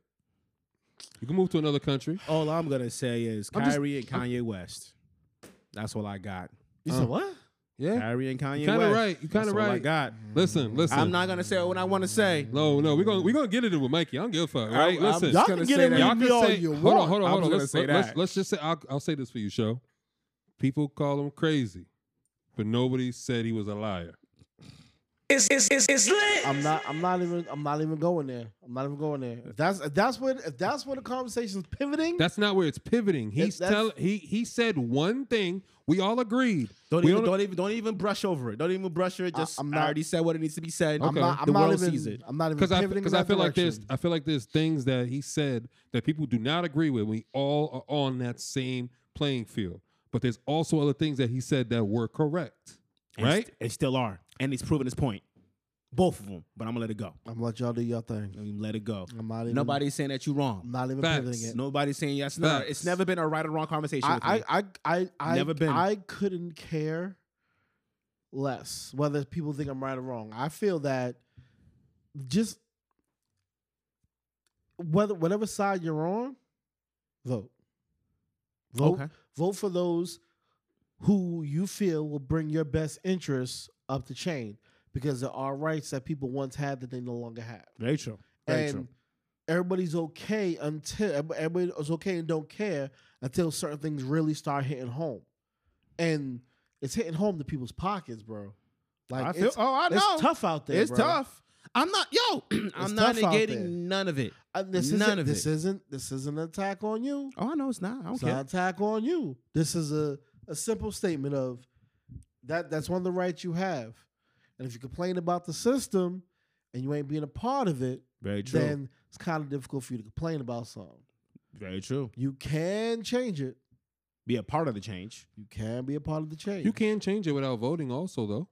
Speaker 5: You can move to another country.
Speaker 2: All I'm gonna say is
Speaker 3: I'm just-
Speaker 2: Kyrie and Kanye West. That's all I got.
Speaker 3: You
Speaker 5: Uh,
Speaker 3: said what?
Speaker 5: Yeah,
Speaker 2: Kyrie and Kanye
Speaker 5: kinda
Speaker 2: West.
Speaker 5: right. You kinda
Speaker 2: That's all I
Speaker 5: right.
Speaker 2: got.
Speaker 5: listen, listen.
Speaker 2: I'm not gonna say what I want to say.
Speaker 5: No, no, we're gonna we're gonna get into it with Mikey. I don't give a fuck. All right,
Speaker 2: I'm
Speaker 5: listen.
Speaker 2: just
Speaker 3: Y'all
Speaker 2: gonna
Speaker 3: can get
Speaker 2: say
Speaker 3: in
Speaker 2: that.
Speaker 3: there
Speaker 5: Y'all
Speaker 3: and
Speaker 5: can
Speaker 3: be all
Speaker 5: say,
Speaker 3: you
Speaker 5: hold on,
Speaker 3: want.
Speaker 5: hold on,
Speaker 1: I
Speaker 5: hold
Speaker 1: was
Speaker 5: on.
Speaker 1: gonna
Speaker 5: Let's,
Speaker 1: say
Speaker 5: let- let's,
Speaker 1: that.
Speaker 5: let's just say I'll, I'll say this for you, show. People call him crazy, but nobody said he was a liar.
Speaker 4: It's, it's, it's, it's lit.
Speaker 3: I'm not. I'm not even. I'm not even going there. I'm not even going there. If that's if that's what if that's where the conversation's pivoting.
Speaker 5: That's not where it's pivoting. He's
Speaker 3: that's-
Speaker 5: tell he he said one thing. We all agreed.
Speaker 2: Don't
Speaker 5: We
Speaker 2: even,
Speaker 5: don't-
Speaker 2: don't even don't even brush over it. Don't even brush it. Just
Speaker 3: I'm
Speaker 2: I'm
Speaker 3: not-
Speaker 2: I already said what it needs to be said.
Speaker 5: Okay.
Speaker 3: I'm not, I'm
Speaker 2: the
Speaker 3: not
Speaker 2: world
Speaker 3: even,
Speaker 2: sees it.
Speaker 3: I'm not even
Speaker 5: Because I
Speaker 3: pivoting in
Speaker 5: because I
Speaker 3: that
Speaker 5: feel like there's
Speaker 3: direction.
Speaker 5: I feel like there's things that he said that people do not agree with. We all are on that same playing field. But there's also other things that he said that were correct.
Speaker 2: And
Speaker 5: Right?
Speaker 2: st- and still are, and he's proven his point. Both of them, but I'm gonna let it go.
Speaker 5: uh,
Speaker 3: I'm gonna let y'all do your thing.
Speaker 2: I'm gonna let it go.
Speaker 3: I'm not even.
Speaker 2: Nobody's saying that you're
Speaker 3: I'm
Speaker 2: wrong.
Speaker 3: not even
Speaker 5: Facts.
Speaker 3: pivoting it.
Speaker 2: Nobody's saying yes. No,
Speaker 5: Facts.
Speaker 2: it's never been a right or wrong conversation. with me.
Speaker 3: I, I, I, I, I,
Speaker 2: Never been.
Speaker 3: I couldn't care less whether people think I'm right or wrong. I feel that just whether whatever side you're on, vote. Vote.
Speaker 2: Okay.
Speaker 3: Vote for those who you feel will bring your best interests up the chain because there are rights that people once had that they no longer have
Speaker 2: Very true. Very
Speaker 3: and
Speaker 2: true.
Speaker 3: everybody's okay until everybody is okay and don't care until certain things really start hitting home, and it's hitting home to people's pockets, bro. Like
Speaker 2: I feel.
Speaker 3: it's,
Speaker 2: Oh, I
Speaker 3: it's
Speaker 2: know.
Speaker 3: tough out there.
Speaker 2: It's
Speaker 3: bro.
Speaker 2: tough. I'm not. Yo, I'm not
Speaker 3: tough out there.
Speaker 2: negating none of it.
Speaker 3: Uh, this
Speaker 2: None
Speaker 3: isn't,
Speaker 2: of
Speaker 3: this
Speaker 2: it.
Speaker 3: isn't this isn't an attack on you.
Speaker 2: Oh, I know it's not. I don't
Speaker 3: It's
Speaker 2: care.
Speaker 3: not an attack on you. This is a, a simple statement of that that's one of the rights you have. And if you complain about the system and you ain't being a part of it,
Speaker 2: Very true.
Speaker 3: then it's kind of difficult for you to complain about something.
Speaker 2: Very true.
Speaker 3: You can change it.
Speaker 2: Be a part of the change.
Speaker 3: You can be a part of the change.
Speaker 5: You can change it without voting, also though.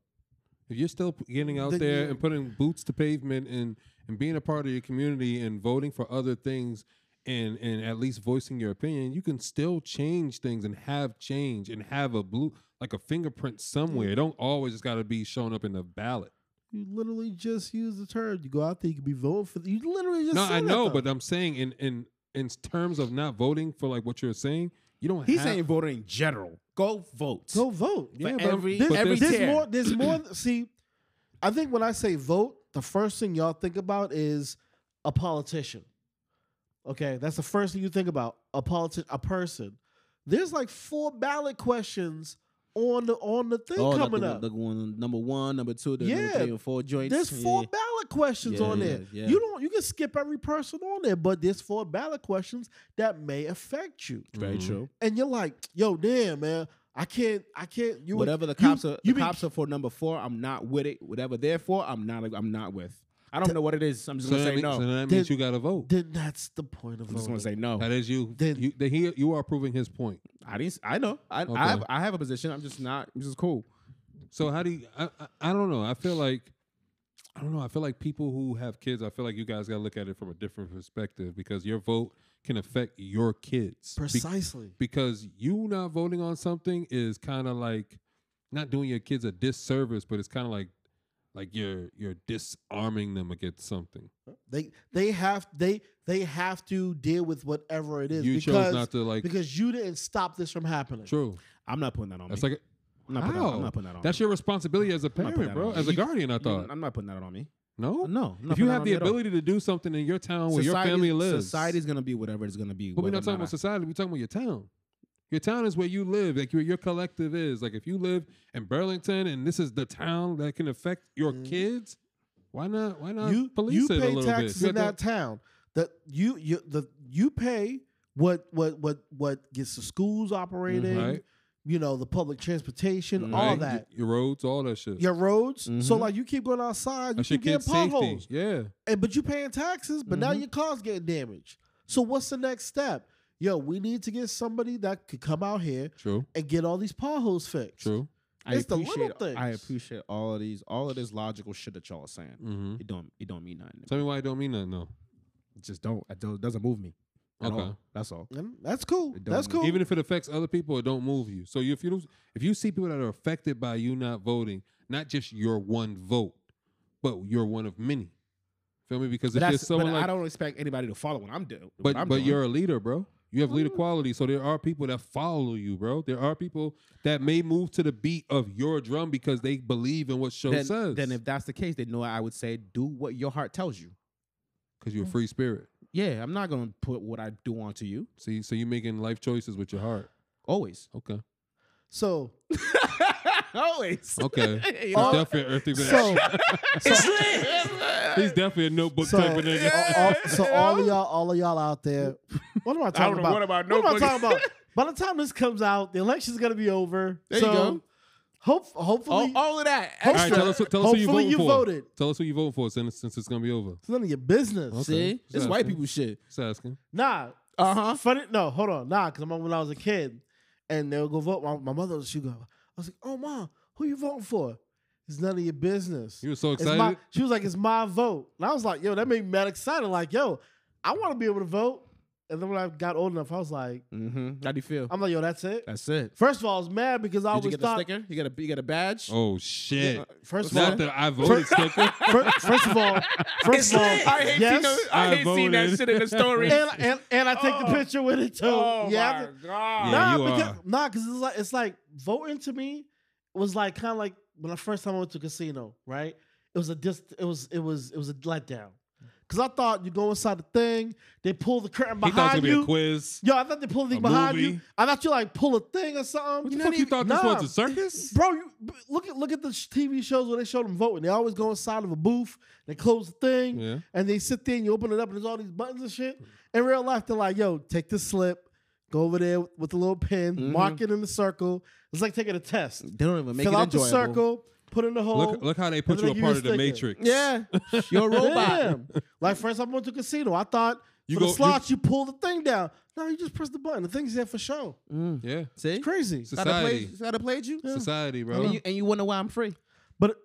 Speaker 5: If you're still p- getting out
Speaker 3: Then
Speaker 5: there
Speaker 3: you-
Speaker 5: and putting boots to pavement and and being a part of your community and voting for other things and and at least voicing your opinion, you can still change things and have change and have a blue like a fingerprint somewhere.
Speaker 3: Mm.
Speaker 5: It don't always just got to be shown up in the ballot.
Speaker 3: You literally just use the term. You go out there, you can be voting for. You literally just.
Speaker 5: No,
Speaker 3: said
Speaker 5: I
Speaker 3: that,
Speaker 5: know,
Speaker 3: though.
Speaker 5: but I'm saying in in in terms of not voting for like what you're saying, you don't.
Speaker 2: He's
Speaker 5: have,
Speaker 2: saying voting in general. Go vote.
Speaker 3: go vote.
Speaker 5: Yeah, but-
Speaker 2: every
Speaker 5: but
Speaker 2: every
Speaker 5: there's-
Speaker 3: there's
Speaker 2: tier.
Speaker 3: more. There's more. see, I think when I say vote, the first thing y'all think about is a politician. Okay, that's the first thing you think about a politi- a person. There's like four ballot questions on the on the thing
Speaker 2: Oh,
Speaker 3: coming
Speaker 2: the,
Speaker 3: up.
Speaker 2: The, one, number one, number two, the
Speaker 3: Yeah.
Speaker 2: number three and four joints.
Speaker 3: There's four ballot questions
Speaker 2: Yeah,
Speaker 3: on
Speaker 2: yeah,
Speaker 3: there.
Speaker 2: yeah.
Speaker 3: You don't you can skip every person on there, but there's four ballot questions that may affect you.
Speaker 2: Very true.
Speaker 3: And you're like, yo, damn, man, I can't, I can't. You
Speaker 2: Whatever the
Speaker 3: you-
Speaker 2: cops are,
Speaker 3: you
Speaker 2: the
Speaker 3: be-
Speaker 2: cops are for number four. I'm not with it. Whatever they're for, I'm not. I'm not with. I don't know what it is. I'm just
Speaker 5: So
Speaker 2: gonna
Speaker 5: that,
Speaker 2: say
Speaker 5: means, so
Speaker 2: no.
Speaker 5: that means
Speaker 3: Then-
Speaker 5: you got to vote.
Speaker 3: Then that's the point of
Speaker 2: I'm just
Speaker 3: voting.
Speaker 2: gonna say no.
Speaker 5: that is you.
Speaker 3: then-
Speaker 5: you that he you are proving his point.
Speaker 2: I didn't. I know. I,
Speaker 5: Okay.
Speaker 2: I, have, I have a position. I'm just not. I'm just cool.
Speaker 5: So how do you? I, I, I don't know. I feel like I don't know. I feel like people who have kids. I feel like you guys got to look at it from a different perspective because your vote can affect your kids. Be-
Speaker 3: precisely.
Speaker 5: because you not voting on something is kind of like not doing your kids a disservice, but it's kind of like like you're you're disarming them against something.
Speaker 3: They they have they they have to deal with whatever it is
Speaker 5: You
Speaker 3: because
Speaker 5: chose not to like.
Speaker 3: because you didn't stop this from happening.
Speaker 5: True.
Speaker 2: I'm not putting that on.
Speaker 5: That's
Speaker 2: me.
Speaker 5: like.
Speaker 2: I'm not putting that-
Speaker 5: how?
Speaker 2: I'm not putting that on
Speaker 5: That's
Speaker 2: me.
Speaker 5: your responsibility as a
Speaker 2: I'm not putting that
Speaker 5: parent, bro.
Speaker 2: on
Speaker 5: As
Speaker 2: me.
Speaker 5: a guardian, I
Speaker 2: You-
Speaker 5: thought.
Speaker 2: I'm not putting that on me. No.
Speaker 5: no,
Speaker 2: I'm not
Speaker 5: If you
Speaker 2: putting that
Speaker 5: have
Speaker 2: on
Speaker 5: the
Speaker 2: me at all.
Speaker 5: ability to do something in your town where your
Speaker 2: Society-
Speaker 5: family lives,
Speaker 2: society's gonna be whatever it's gonna be.
Speaker 5: But we're
Speaker 2: whether
Speaker 5: not
Speaker 2: or
Speaker 5: talking about
Speaker 2: I-
Speaker 5: society. We're talking about your town. Your town is where you live. Like your your collective is. Like if you live in Burlington and this is the town that can affect your kids, why not? Why not
Speaker 3: Mm-hmm. you
Speaker 5: Uh, police
Speaker 3: you
Speaker 5: it a
Speaker 3: pay
Speaker 5: little
Speaker 3: taxes
Speaker 5: bit? You
Speaker 3: in
Speaker 5: got
Speaker 3: that town. That you you the you pay what what what what gets the schools operating.
Speaker 5: Mm-hmm. Right.
Speaker 3: you know, the public transportation, all
Speaker 5: Right? Mm-hmm.
Speaker 3: that.
Speaker 5: Your roads, all that shit.
Speaker 3: Your roads. So like you keep going outside, you
Speaker 5: That's your
Speaker 3: keep getting
Speaker 5: kid's safety. Mm-hmm.
Speaker 3: potholes.
Speaker 5: Yeah.
Speaker 3: And but you paying taxes, but now your car's getting damaged. So what's the next step? Yo, we need to get somebody that could come out here
Speaker 5: True.
Speaker 3: and get all these potholes fixed.
Speaker 5: True.
Speaker 2: I
Speaker 3: It's the little
Speaker 2: appreciate, I
Speaker 3: things.
Speaker 2: appreciate all of these, all of this logical shit that y'all are saying.
Speaker 5: Mm-hmm.
Speaker 2: It don't, it don't mean nothing.
Speaker 5: Tell me why it don't mean nothing though.
Speaker 2: It just don't. It don't- doesn't move me. At
Speaker 5: Okay.
Speaker 2: all. That's all.
Speaker 3: And that's cool.
Speaker 2: It don't
Speaker 3: That's cool.
Speaker 5: Even if it affects other people, it don't move you. So if you don't, if you see people that are affected by you not voting, not just your one vote, but you're one of many. Feel me? Because if
Speaker 2: But,
Speaker 5: there's
Speaker 2: that's, but
Speaker 5: someone
Speaker 2: I
Speaker 5: like,
Speaker 2: don't expect anybody to follow what I'm doing.
Speaker 5: but
Speaker 2: I'm
Speaker 5: but
Speaker 2: doing.
Speaker 5: you're a leader, bro. You have leader quality. So there are people that follow you, bro. There are people that may move to the beat of your drum because they believe in what show
Speaker 2: then,
Speaker 5: says.
Speaker 2: then if that's the case, then no, I would say do what your heart tells you.
Speaker 5: because you're a free spirit.
Speaker 2: Yeah, I'm not gonna put what I do onto you.
Speaker 5: See, so you're making life choices with your heart.
Speaker 2: Always.
Speaker 5: Okay.
Speaker 3: so
Speaker 2: Always.
Speaker 5: Okay. He's
Speaker 3: know?
Speaker 5: definitely an earthy.
Speaker 3: so
Speaker 4: It's lit.
Speaker 5: he's definitely a notebook
Speaker 3: so,
Speaker 5: type of nigga.
Speaker 3: all, all- so all of y'all, all of y'all out there. What am I talking about? What,
Speaker 2: about
Speaker 3: am I talking about? By the time this comes out, the election's gonna be over.
Speaker 2: There you
Speaker 3: so
Speaker 2: go. Oh,
Speaker 3: Hope, hopefully,
Speaker 2: all, all of that.
Speaker 3: All
Speaker 5: All right,
Speaker 3: Extra.
Speaker 5: tell us, tell us who
Speaker 3: Hopefully
Speaker 5: you voted
Speaker 3: you
Speaker 5: for.
Speaker 3: voted.
Speaker 5: Tell us who you voted for since, since it's gonna be over.
Speaker 3: it's none of your business.
Speaker 5: Okay.
Speaker 2: See, this is white people shit.
Speaker 5: Just asking.
Speaker 3: Nah,
Speaker 2: Uh huh.
Speaker 3: funny. No, hold on. Nah, because I remember when I was a kid, and they'll go vote. My, my mother, was- she go. I was like, "Oh, mom, who you voting for? It's none of your business."
Speaker 5: You were so
Speaker 3: It's my,
Speaker 5: excited.
Speaker 3: she was like, "It's my vote," and I was like, "Yo, that made me mad excited." Like, yo, I want to be able to vote. And then when I got old enough, I was like,
Speaker 5: Mm.
Speaker 2: Mm-hmm. How do you feel?
Speaker 3: "I'm like, yo, that's it."
Speaker 2: That's it.
Speaker 3: First of all, I was mad because I
Speaker 2: Did you
Speaker 3: always
Speaker 2: get the
Speaker 3: thought. Uh,
Speaker 2: sticker? You got a you got a badge?
Speaker 5: Oh shit!
Speaker 3: First of all,
Speaker 5: Not that I voted sticker.
Speaker 3: fir- first of all, first of all,
Speaker 2: I hate
Speaker 3: yes,
Speaker 2: seeing those- I
Speaker 5: I
Speaker 2: hate seeing that
Speaker 5: voted.
Speaker 2: shit in the story.
Speaker 3: and, and and I take
Speaker 5: Oh.
Speaker 3: the picture with it too. yeah, I-
Speaker 2: god.
Speaker 5: Yeah,
Speaker 3: nah,
Speaker 5: you
Speaker 3: because,
Speaker 5: are.
Speaker 3: nah, 'cause it's like it's like voting to me was like kind of like when the first time I went to a casino, right? It was a dis, it was it was it was a letdown, cause I thought you go inside the thing, they pull the curtain
Speaker 5: He thought
Speaker 3: behind
Speaker 5: it was gonna be a
Speaker 3: you.
Speaker 5: quiz.
Speaker 3: Yo, I thought they pulled the thing
Speaker 5: A
Speaker 3: behind you.
Speaker 5: movie.
Speaker 3: I thought you like pull a thing or something.
Speaker 5: What
Speaker 3: You know
Speaker 5: the fuck? You
Speaker 3: even-
Speaker 5: thought this was a circus?
Speaker 3: Bro, you, b- look at look at the sh- TV shows where they show them voting. They always go inside of a booth, they close the thing,
Speaker 5: Yeah.
Speaker 3: and they sit there and you open it up and there's all these buttons and shit. In real life, they're like, yo, take this slip, go over there with the little pen,
Speaker 5: Mm-hmm.
Speaker 3: mark it in the circle. It's like taking a test.
Speaker 2: They don't even make
Speaker 3: Fill
Speaker 2: it
Speaker 3: out
Speaker 2: enjoyable.
Speaker 3: the circle, put in the hole.
Speaker 5: Look, look how they put
Speaker 3: and
Speaker 5: you
Speaker 3: then
Speaker 5: a
Speaker 3: they
Speaker 5: part
Speaker 3: give
Speaker 5: of
Speaker 3: you
Speaker 5: the
Speaker 3: a sticker.
Speaker 5: matrix.
Speaker 2: Yeah, you're a robot.
Speaker 3: Damn. like first time I went to a casino, I thought
Speaker 5: You
Speaker 3: for
Speaker 5: go-
Speaker 3: the
Speaker 5: you-
Speaker 3: slots you, pull the thing down. No, you just press the button. The thing's there for show.
Speaker 5: yeah.
Speaker 2: See,
Speaker 3: It's crazy.
Speaker 5: Mm-hmm. It's a-
Speaker 2: Thought I played-
Speaker 5: Society.
Speaker 2: thought I played you.
Speaker 5: Society, bro.
Speaker 2: And you, and you wonder why I'm free.
Speaker 3: But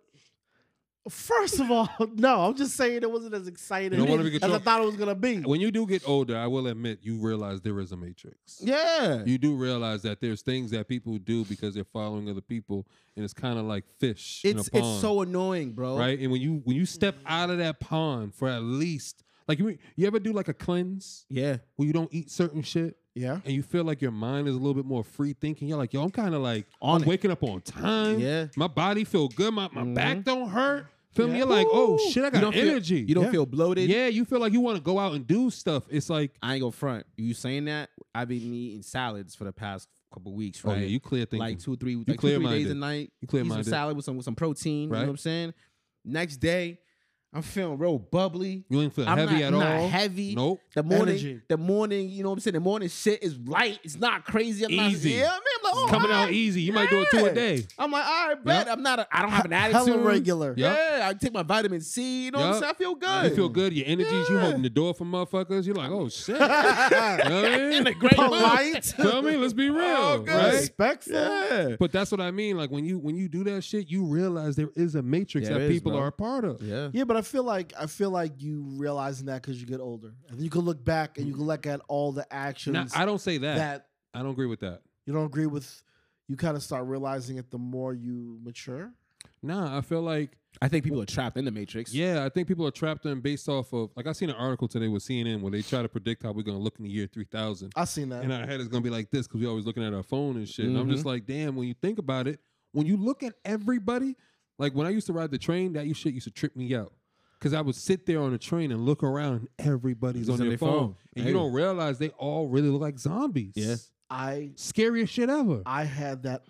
Speaker 3: first of all, no, I'm just saying it wasn't as exciting
Speaker 5: You don't wanna
Speaker 3: as
Speaker 5: be
Speaker 3: I
Speaker 5: controlled.
Speaker 3: thought it was gonna be.
Speaker 5: when you do get older, I will admit you realize there is a matrix.
Speaker 2: Yeah.
Speaker 5: You do realize that there's things that people do because they're following other people, and it's kind of like fish. in a
Speaker 2: It's it's
Speaker 5: pond.
Speaker 2: so annoying, bro.
Speaker 5: right? And when you when you step out of that pond for at least like you you ever do like a cleanse
Speaker 2: Yeah.
Speaker 5: where you don't eat certain shit
Speaker 3: Yeah.
Speaker 5: and you feel like your mind is a little bit more free thinking. You're like, yo, I'm kind of like
Speaker 2: On
Speaker 5: I'm
Speaker 2: it.
Speaker 5: waking up on time.
Speaker 2: Yeah. Mm-hmm.
Speaker 5: my body feel good. My my back don't hurt. Feel me? You're like, oh shit, I
Speaker 2: You
Speaker 5: got
Speaker 2: don't feel-
Speaker 5: energy.
Speaker 2: you don't feel bloated.
Speaker 5: yeah, you feel like you want to go out and do stuff. It's like,
Speaker 2: I ain't gonna front. You saying that? I've been eating salads for the past couple weeks,
Speaker 5: oh
Speaker 2: right?
Speaker 5: yeah, you clear thinking.
Speaker 2: like two, three, like two, three
Speaker 5: clear-minded.
Speaker 2: days a night.
Speaker 5: You
Speaker 2: eat some
Speaker 5: clear-minded.
Speaker 2: salad with some with some protein. You know
Speaker 5: Right.
Speaker 2: what I'm saying? Next day, I'm feeling real bubbly.
Speaker 5: You ain't feel
Speaker 2: I'm
Speaker 5: heavy
Speaker 2: not,
Speaker 5: at
Speaker 2: not
Speaker 5: all.
Speaker 2: Heavy.
Speaker 5: Nope.
Speaker 2: The morning,
Speaker 3: Energy.
Speaker 2: the morning. You know what I'm saying? The morning shit is light. It's not crazy. I'm
Speaker 5: Easy.
Speaker 2: Not, yeah, man. I'm like, oh,
Speaker 5: Coming
Speaker 2: all
Speaker 5: out
Speaker 2: right.
Speaker 5: easy. You might do it two
Speaker 2: Yeah.
Speaker 5: a day.
Speaker 2: I'm like, all right, bet. I'm not. A, I don't have an attitude.
Speaker 3: Hella regular.
Speaker 5: Yup.
Speaker 2: Yeah, I take my vitamin C. You know what I'm
Speaker 5: Yup.
Speaker 2: saying? I feel good.
Speaker 5: You feel good. Your energies. You holding the door for motherfuckers. You're like, oh shit. In
Speaker 2: Great mood.
Speaker 3: Polite,
Speaker 5: Tell me, let's be real, right?
Speaker 3: respectful.
Speaker 5: But that's what I mean. Like when you when you do that shit, you realize there is a matrix
Speaker 2: There
Speaker 5: that
Speaker 2: is,
Speaker 5: people
Speaker 2: bro.
Speaker 5: are a part of.
Speaker 2: Yeah.
Speaker 3: Yeah, but I feel like I feel like you realizing that because you get older, and you can look back and you can look at all the actions
Speaker 5: Now, I don't say that.
Speaker 3: that
Speaker 5: I don't agree with that.
Speaker 3: you don't agree with. You kind of start realizing it the more you mature.
Speaker 5: Nah, I feel like
Speaker 2: I think people are trapped in the matrix.
Speaker 5: yeah, I think people are trapped in based off of like I seen an article today with CNN where they try to predict how we're gonna look in the year three thousand,
Speaker 3: I seen that.
Speaker 5: and our head is gonna be like this because we always looking at our phone and shit. And I'm
Speaker 2: Mhm.
Speaker 5: just like, damn, when you think about it, when you look at everybody, like when I used to ride the train, that shit used to trip me out. Cause I would sit there on the train and look around, and everybody's
Speaker 2: Just
Speaker 5: on their, phone, and you
Speaker 2: Yeah.
Speaker 5: don't realize they all really look like zombies.
Speaker 2: Yeah.
Speaker 3: I
Speaker 5: scariest shit ever.
Speaker 3: I had that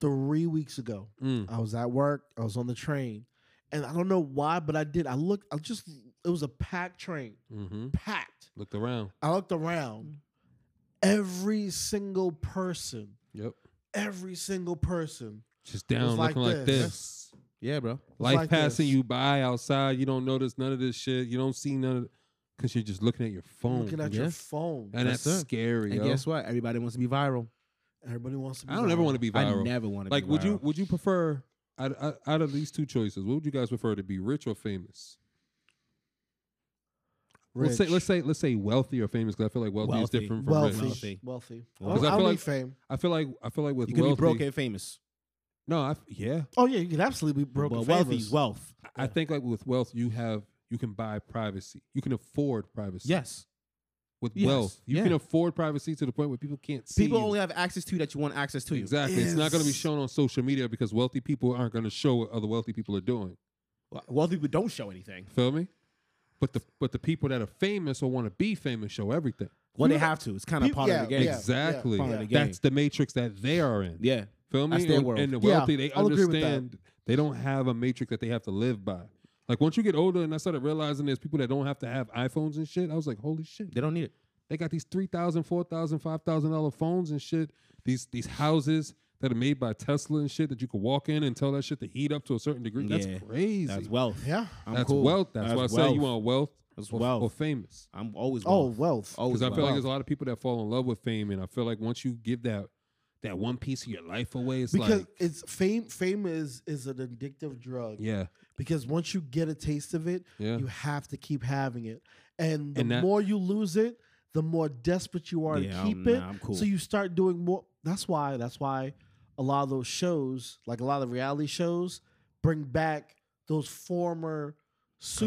Speaker 3: three weeks ago.
Speaker 5: Mm.
Speaker 3: I was at work. I was on the train, and I don't know why, but I did. I looked. I just. It was a packed train,
Speaker 5: Mm-hmm.
Speaker 3: packed.
Speaker 5: Looked around.
Speaker 3: I looked around. Every single person
Speaker 5: Yep.
Speaker 3: every single person.
Speaker 5: Just down,
Speaker 3: like
Speaker 5: looking like
Speaker 3: this.
Speaker 5: this.
Speaker 2: Yeah, bro.
Speaker 5: Life
Speaker 3: like
Speaker 5: passing
Speaker 3: this.
Speaker 5: you by outside. You don't notice none of this shit. You don't see none of because you're just looking at your phone.
Speaker 3: Looking at
Speaker 2: yeah.
Speaker 3: your phone.
Speaker 5: Mm, and
Speaker 2: Yes,
Speaker 5: that's
Speaker 2: sir.
Speaker 5: scary.
Speaker 2: And
Speaker 5: yo.
Speaker 2: guess what? Everybody wants to be viral.
Speaker 3: Everybody wants to be
Speaker 5: I don't ever want to be viral.
Speaker 2: I never want to
Speaker 5: like,
Speaker 2: be
Speaker 5: would you
Speaker 2: viral.
Speaker 5: would you prefer out, out, out of these two choices? What would you guys prefer to be, rich or famous? Let's say let's say let's say wealthy or famous because I feel like wealthy,
Speaker 2: Wealthy.
Speaker 5: is different from
Speaker 3: wealthy.
Speaker 5: rich.
Speaker 2: Wealthy.
Speaker 3: Wealthy. wealthy. Oh, I
Speaker 5: 'Cause
Speaker 3: don't,
Speaker 5: I
Speaker 3: I
Speaker 5: feel
Speaker 3: don't
Speaker 5: like-
Speaker 3: need fame.
Speaker 5: I feel like I feel like with
Speaker 2: You can
Speaker 5: wealthy,
Speaker 2: be broke and famous.
Speaker 5: no, I f- yeah,
Speaker 3: Oh yeah, you could absolutely be broke.
Speaker 2: But
Speaker 3: and
Speaker 2: wealthy
Speaker 3: famous.
Speaker 2: is wealth.
Speaker 5: I I think like with wealth, you have you can buy privacy. You can afford privacy.
Speaker 2: Yes.
Speaker 5: with
Speaker 2: Yes.
Speaker 5: wealth, you
Speaker 2: Yeah.
Speaker 5: can afford privacy to the point where people can't see.
Speaker 2: People
Speaker 5: you.
Speaker 2: only have access to that you want access to.
Speaker 5: exactly. It's not going to be shown on social media because wealthy people aren't going to show what other wealthy people are doing.
Speaker 2: Well, Wealthy people don't show anything.
Speaker 5: Feel me? But the but the people that are famous or want to be famous show everything.
Speaker 2: Well, they have to. It's kind of
Speaker 3: People-
Speaker 2: part of the
Speaker 3: yeah,
Speaker 2: game.
Speaker 3: yeah.
Speaker 5: exactly.
Speaker 2: Part of the
Speaker 5: That's the matrix that they are in.
Speaker 2: Yeah.
Speaker 5: Feel me?
Speaker 2: That's their
Speaker 5: And-
Speaker 2: world.
Speaker 5: And the
Speaker 3: Yeah,
Speaker 5: wealthy, they
Speaker 3: I'll agree with that.
Speaker 5: understand they don't have a matrix that they have to live by. Like once you get older, and I started realizing there's people that don't have to have iPhones and shit. I was like, holy shit.
Speaker 2: They don't need it.
Speaker 5: They got these three thousand, four thousand, five thousand dollar phones and shit. These these houses that are made by Tesla and shit that you could walk in and tell that shit to heat up to a certain degree.
Speaker 2: Yeah.
Speaker 5: That's crazy.
Speaker 2: That's wealth.
Speaker 3: Yeah.
Speaker 2: I'm
Speaker 5: That's
Speaker 2: cool.
Speaker 5: wealth. That's, why I say you
Speaker 2: wealth.
Speaker 5: want wealth,
Speaker 2: That's
Speaker 5: or,
Speaker 2: wealth.
Speaker 5: or famous.
Speaker 2: I'm always
Speaker 3: Oh,
Speaker 2: wealth.
Speaker 3: wealth.
Speaker 2: Always
Speaker 5: Because I feel like
Speaker 2: wealth.
Speaker 5: there's a lot of people that fall in love with fame, and I feel like once you give that that one piece of your life away, it's
Speaker 3: because
Speaker 5: like
Speaker 3: it's fame. Fame is is an addictive drug.
Speaker 5: yeah,
Speaker 3: Because once you get a taste of it,
Speaker 5: Yeah.
Speaker 3: you have to keep having it, and the
Speaker 5: And that-
Speaker 3: more you lose it, the more desperate you are
Speaker 2: Yeah,
Speaker 3: to keep
Speaker 2: I'm-
Speaker 3: it.
Speaker 2: nah, I'm cool.
Speaker 3: So you start doing more. That's why. That's why a lot of those shows, like a lot of reality shows, bring back those former superstars.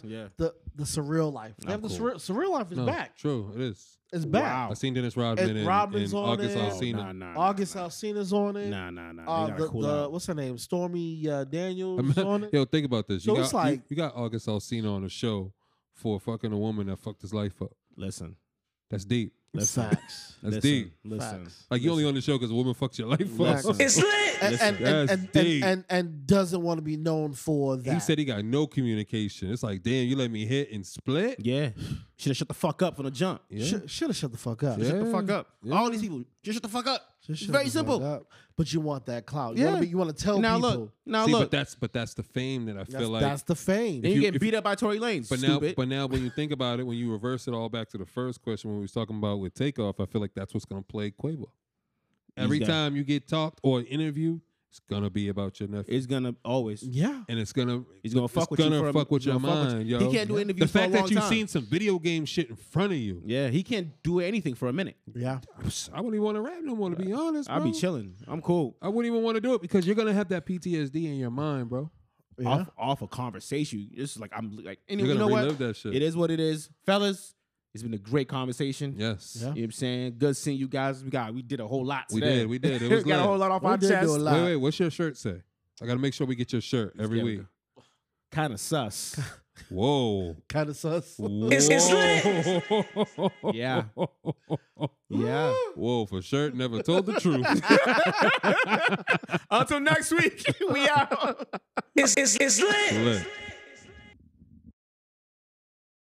Speaker 2: Contestants. Yeah.
Speaker 3: The the surreal life. They
Speaker 2: I'm
Speaker 3: have the
Speaker 2: cool.
Speaker 3: surreal, surreal life is
Speaker 5: no,
Speaker 3: back.
Speaker 5: True, it is.
Speaker 3: It's back.
Speaker 5: I seen Dennis Rodman
Speaker 3: And
Speaker 5: and,
Speaker 3: Rodman's
Speaker 5: and
Speaker 3: on
Speaker 5: August
Speaker 3: it.
Speaker 2: Oh,
Speaker 5: Alsina.
Speaker 2: nah, nah, nah,
Speaker 3: August
Speaker 2: nah.
Speaker 3: Alcina's on it.
Speaker 2: Nah, nah, nah.
Speaker 3: Uh,
Speaker 2: They gotta
Speaker 3: the,
Speaker 2: cool
Speaker 3: the
Speaker 2: out.
Speaker 3: what's her name? Stormy uh, Daniels
Speaker 5: I mean,
Speaker 3: on it.
Speaker 5: Yo, think about this. You,
Speaker 3: So
Speaker 5: got,
Speaker 3: it's like-
Speaker 5: you, you got August Alsina on a show for fucking a woman that fucked his life up.
Speaker 2: Listen.
Speaker 5: That's deep.
Speaker 2: Listen.
Speaker 3: Facts.
Speaker 5: That's
Speaker 2: listen,
Speaker 5: deep.
Speaker 2: Listen.
Speaker 3: Facts.
Speaker 5: Like you only on the show because a woman fucked your life up.
Speaker 3: Exactly.
Speaker 4: It's lit.
Speaker 3: And and, and,
Speaker 5: That's
Speaker 3: and,
Speaker 5: deep.
Speaker 3: and, and and doesn't want to be known for that.
Speaker 5: he said he got no communication. It's like, damn, you let me hit and split.
Speaker 2: Yeah. Should have shut the fuck up from the jump.
Speaker 5: Yeah.
Speaker 3: should have shut the fuck up.
Speaker 5: "Hmm?" Yeah.
Speaker 2: Shut the fuck up.
Speaker 5: Yeah.
Speaker 2: All these people, just shut the fuck up.
Speaker 3: Just
Speaker 2: It's
Speaker 3: shut
Speaker 2: very
Speaker 3: the fuck
Speaker 2: simple.
Speaker 3: up. But you want that clout. You
Speaker 2: Yeah.
Speaker 3: want to you want to tell
Speaker 2: Now
Speaker 3: people.
Speaker 2: look. Now
Speaker 5: See,
Speaker 2: look.
Speaker 5: but that's but that's the fame that I
Speaker 3: that's,
Speaker 5: feel like.
Speaker 3: that's the fame.
Speaker 2: Then you,
Speaker 5: you-
Speaker 2: get
Speaker 5: if
Speaker 2: beat up by Tory Lanez.
Speaker 5: but now,
Speaker 2: stupid.
Speaker 5: but now, when you think about it, when you reverse it all back to the first question when we was talking about with takeoff, I feel like that's what's gonna play Quavo. Every
Speaker 2: got-
Speaker 5: time you get talked or interviewed, it's gonna be about your nephew,
Speaker 2: it's gonna always.
Speaker 3: yeah.
Speaker 5: and it's gonna
Speaker 2: He's gonna
Speaker 5: it's
Speaker 2: fuck with you
Speaker 5: gonna
Speaker 2: for a-
Speaker 5: fuck with
Speaker 2: he's
Speaker 5: your
Speaker 2: gonna fuck with
Speaker 5: mind,
Speaker 2: you.
Speaker 5: yo.
Speaker 2: He can't do
Speaker 5: the
Speaker 2: interviews for a
Speaker 5: fact that
Speaker 2: long
Speaker 5: you've
Speaker 2: time.
Speaker 5: seen some video game shit in front of you.
Speaker 2: Yeah, he can't do anything for a minute.
Speaker 3: Yeah.
Speaker 5: I wouldn't even want to rap no more. To be honest,
Speaker 2: I'll be
Speaker 5: bro.
Speaker 2: chilling. I'm cool.
Speaker 5: I wouldn't even want to do it because you're gonna have that PTSD in your mind, bro.
Speaker 3: Yeah.
Speaker 2: Off off a conversation. It's just like I'm like and you
Speaker 5: You're
Speaker 2: know
Speaker 5: gonna
Speaker 2: what?
Speaker 5: relive that shit.
Speaker 2: It is what it is. Fellas, it's been a great conversation.
Speaker 5: Yes.
Speaker 3: Yeah.
Speaker 2: You know what I'm saying? Good seeing you guys. We got we did a whole lot
Speaker 5: We
Speaker 2: today.
Speaker 5: did, we did. It was
Speaker 2: we got a
Speaker 5: lit.
Speaker 2: whole lot off
Speaker 3: We
Speaker 2: our
Speaker 3: did do a
Speaker 2: chest.
Speaker 3: lot.
Speaker 5: Wait, wait. What's your shirt say? I gotta make sure we get your shirt every
Speaker 2: Yeah, we
Speaker 5: week.
Speaker 2: do. Kind of sus.
Speaker 5: Whoa.
Speaker 3: Kind of sus.
Speaker 4: It's- it's
Speaker 5: lit.
Speaker 2: Yeah. yeah.
Speaker 5: Whoa, for sure. Never told the truth.
Speaker 2: Until next week, we out.
Speaker 4: It's, it's, it's lit.
Speaker 5: Lit.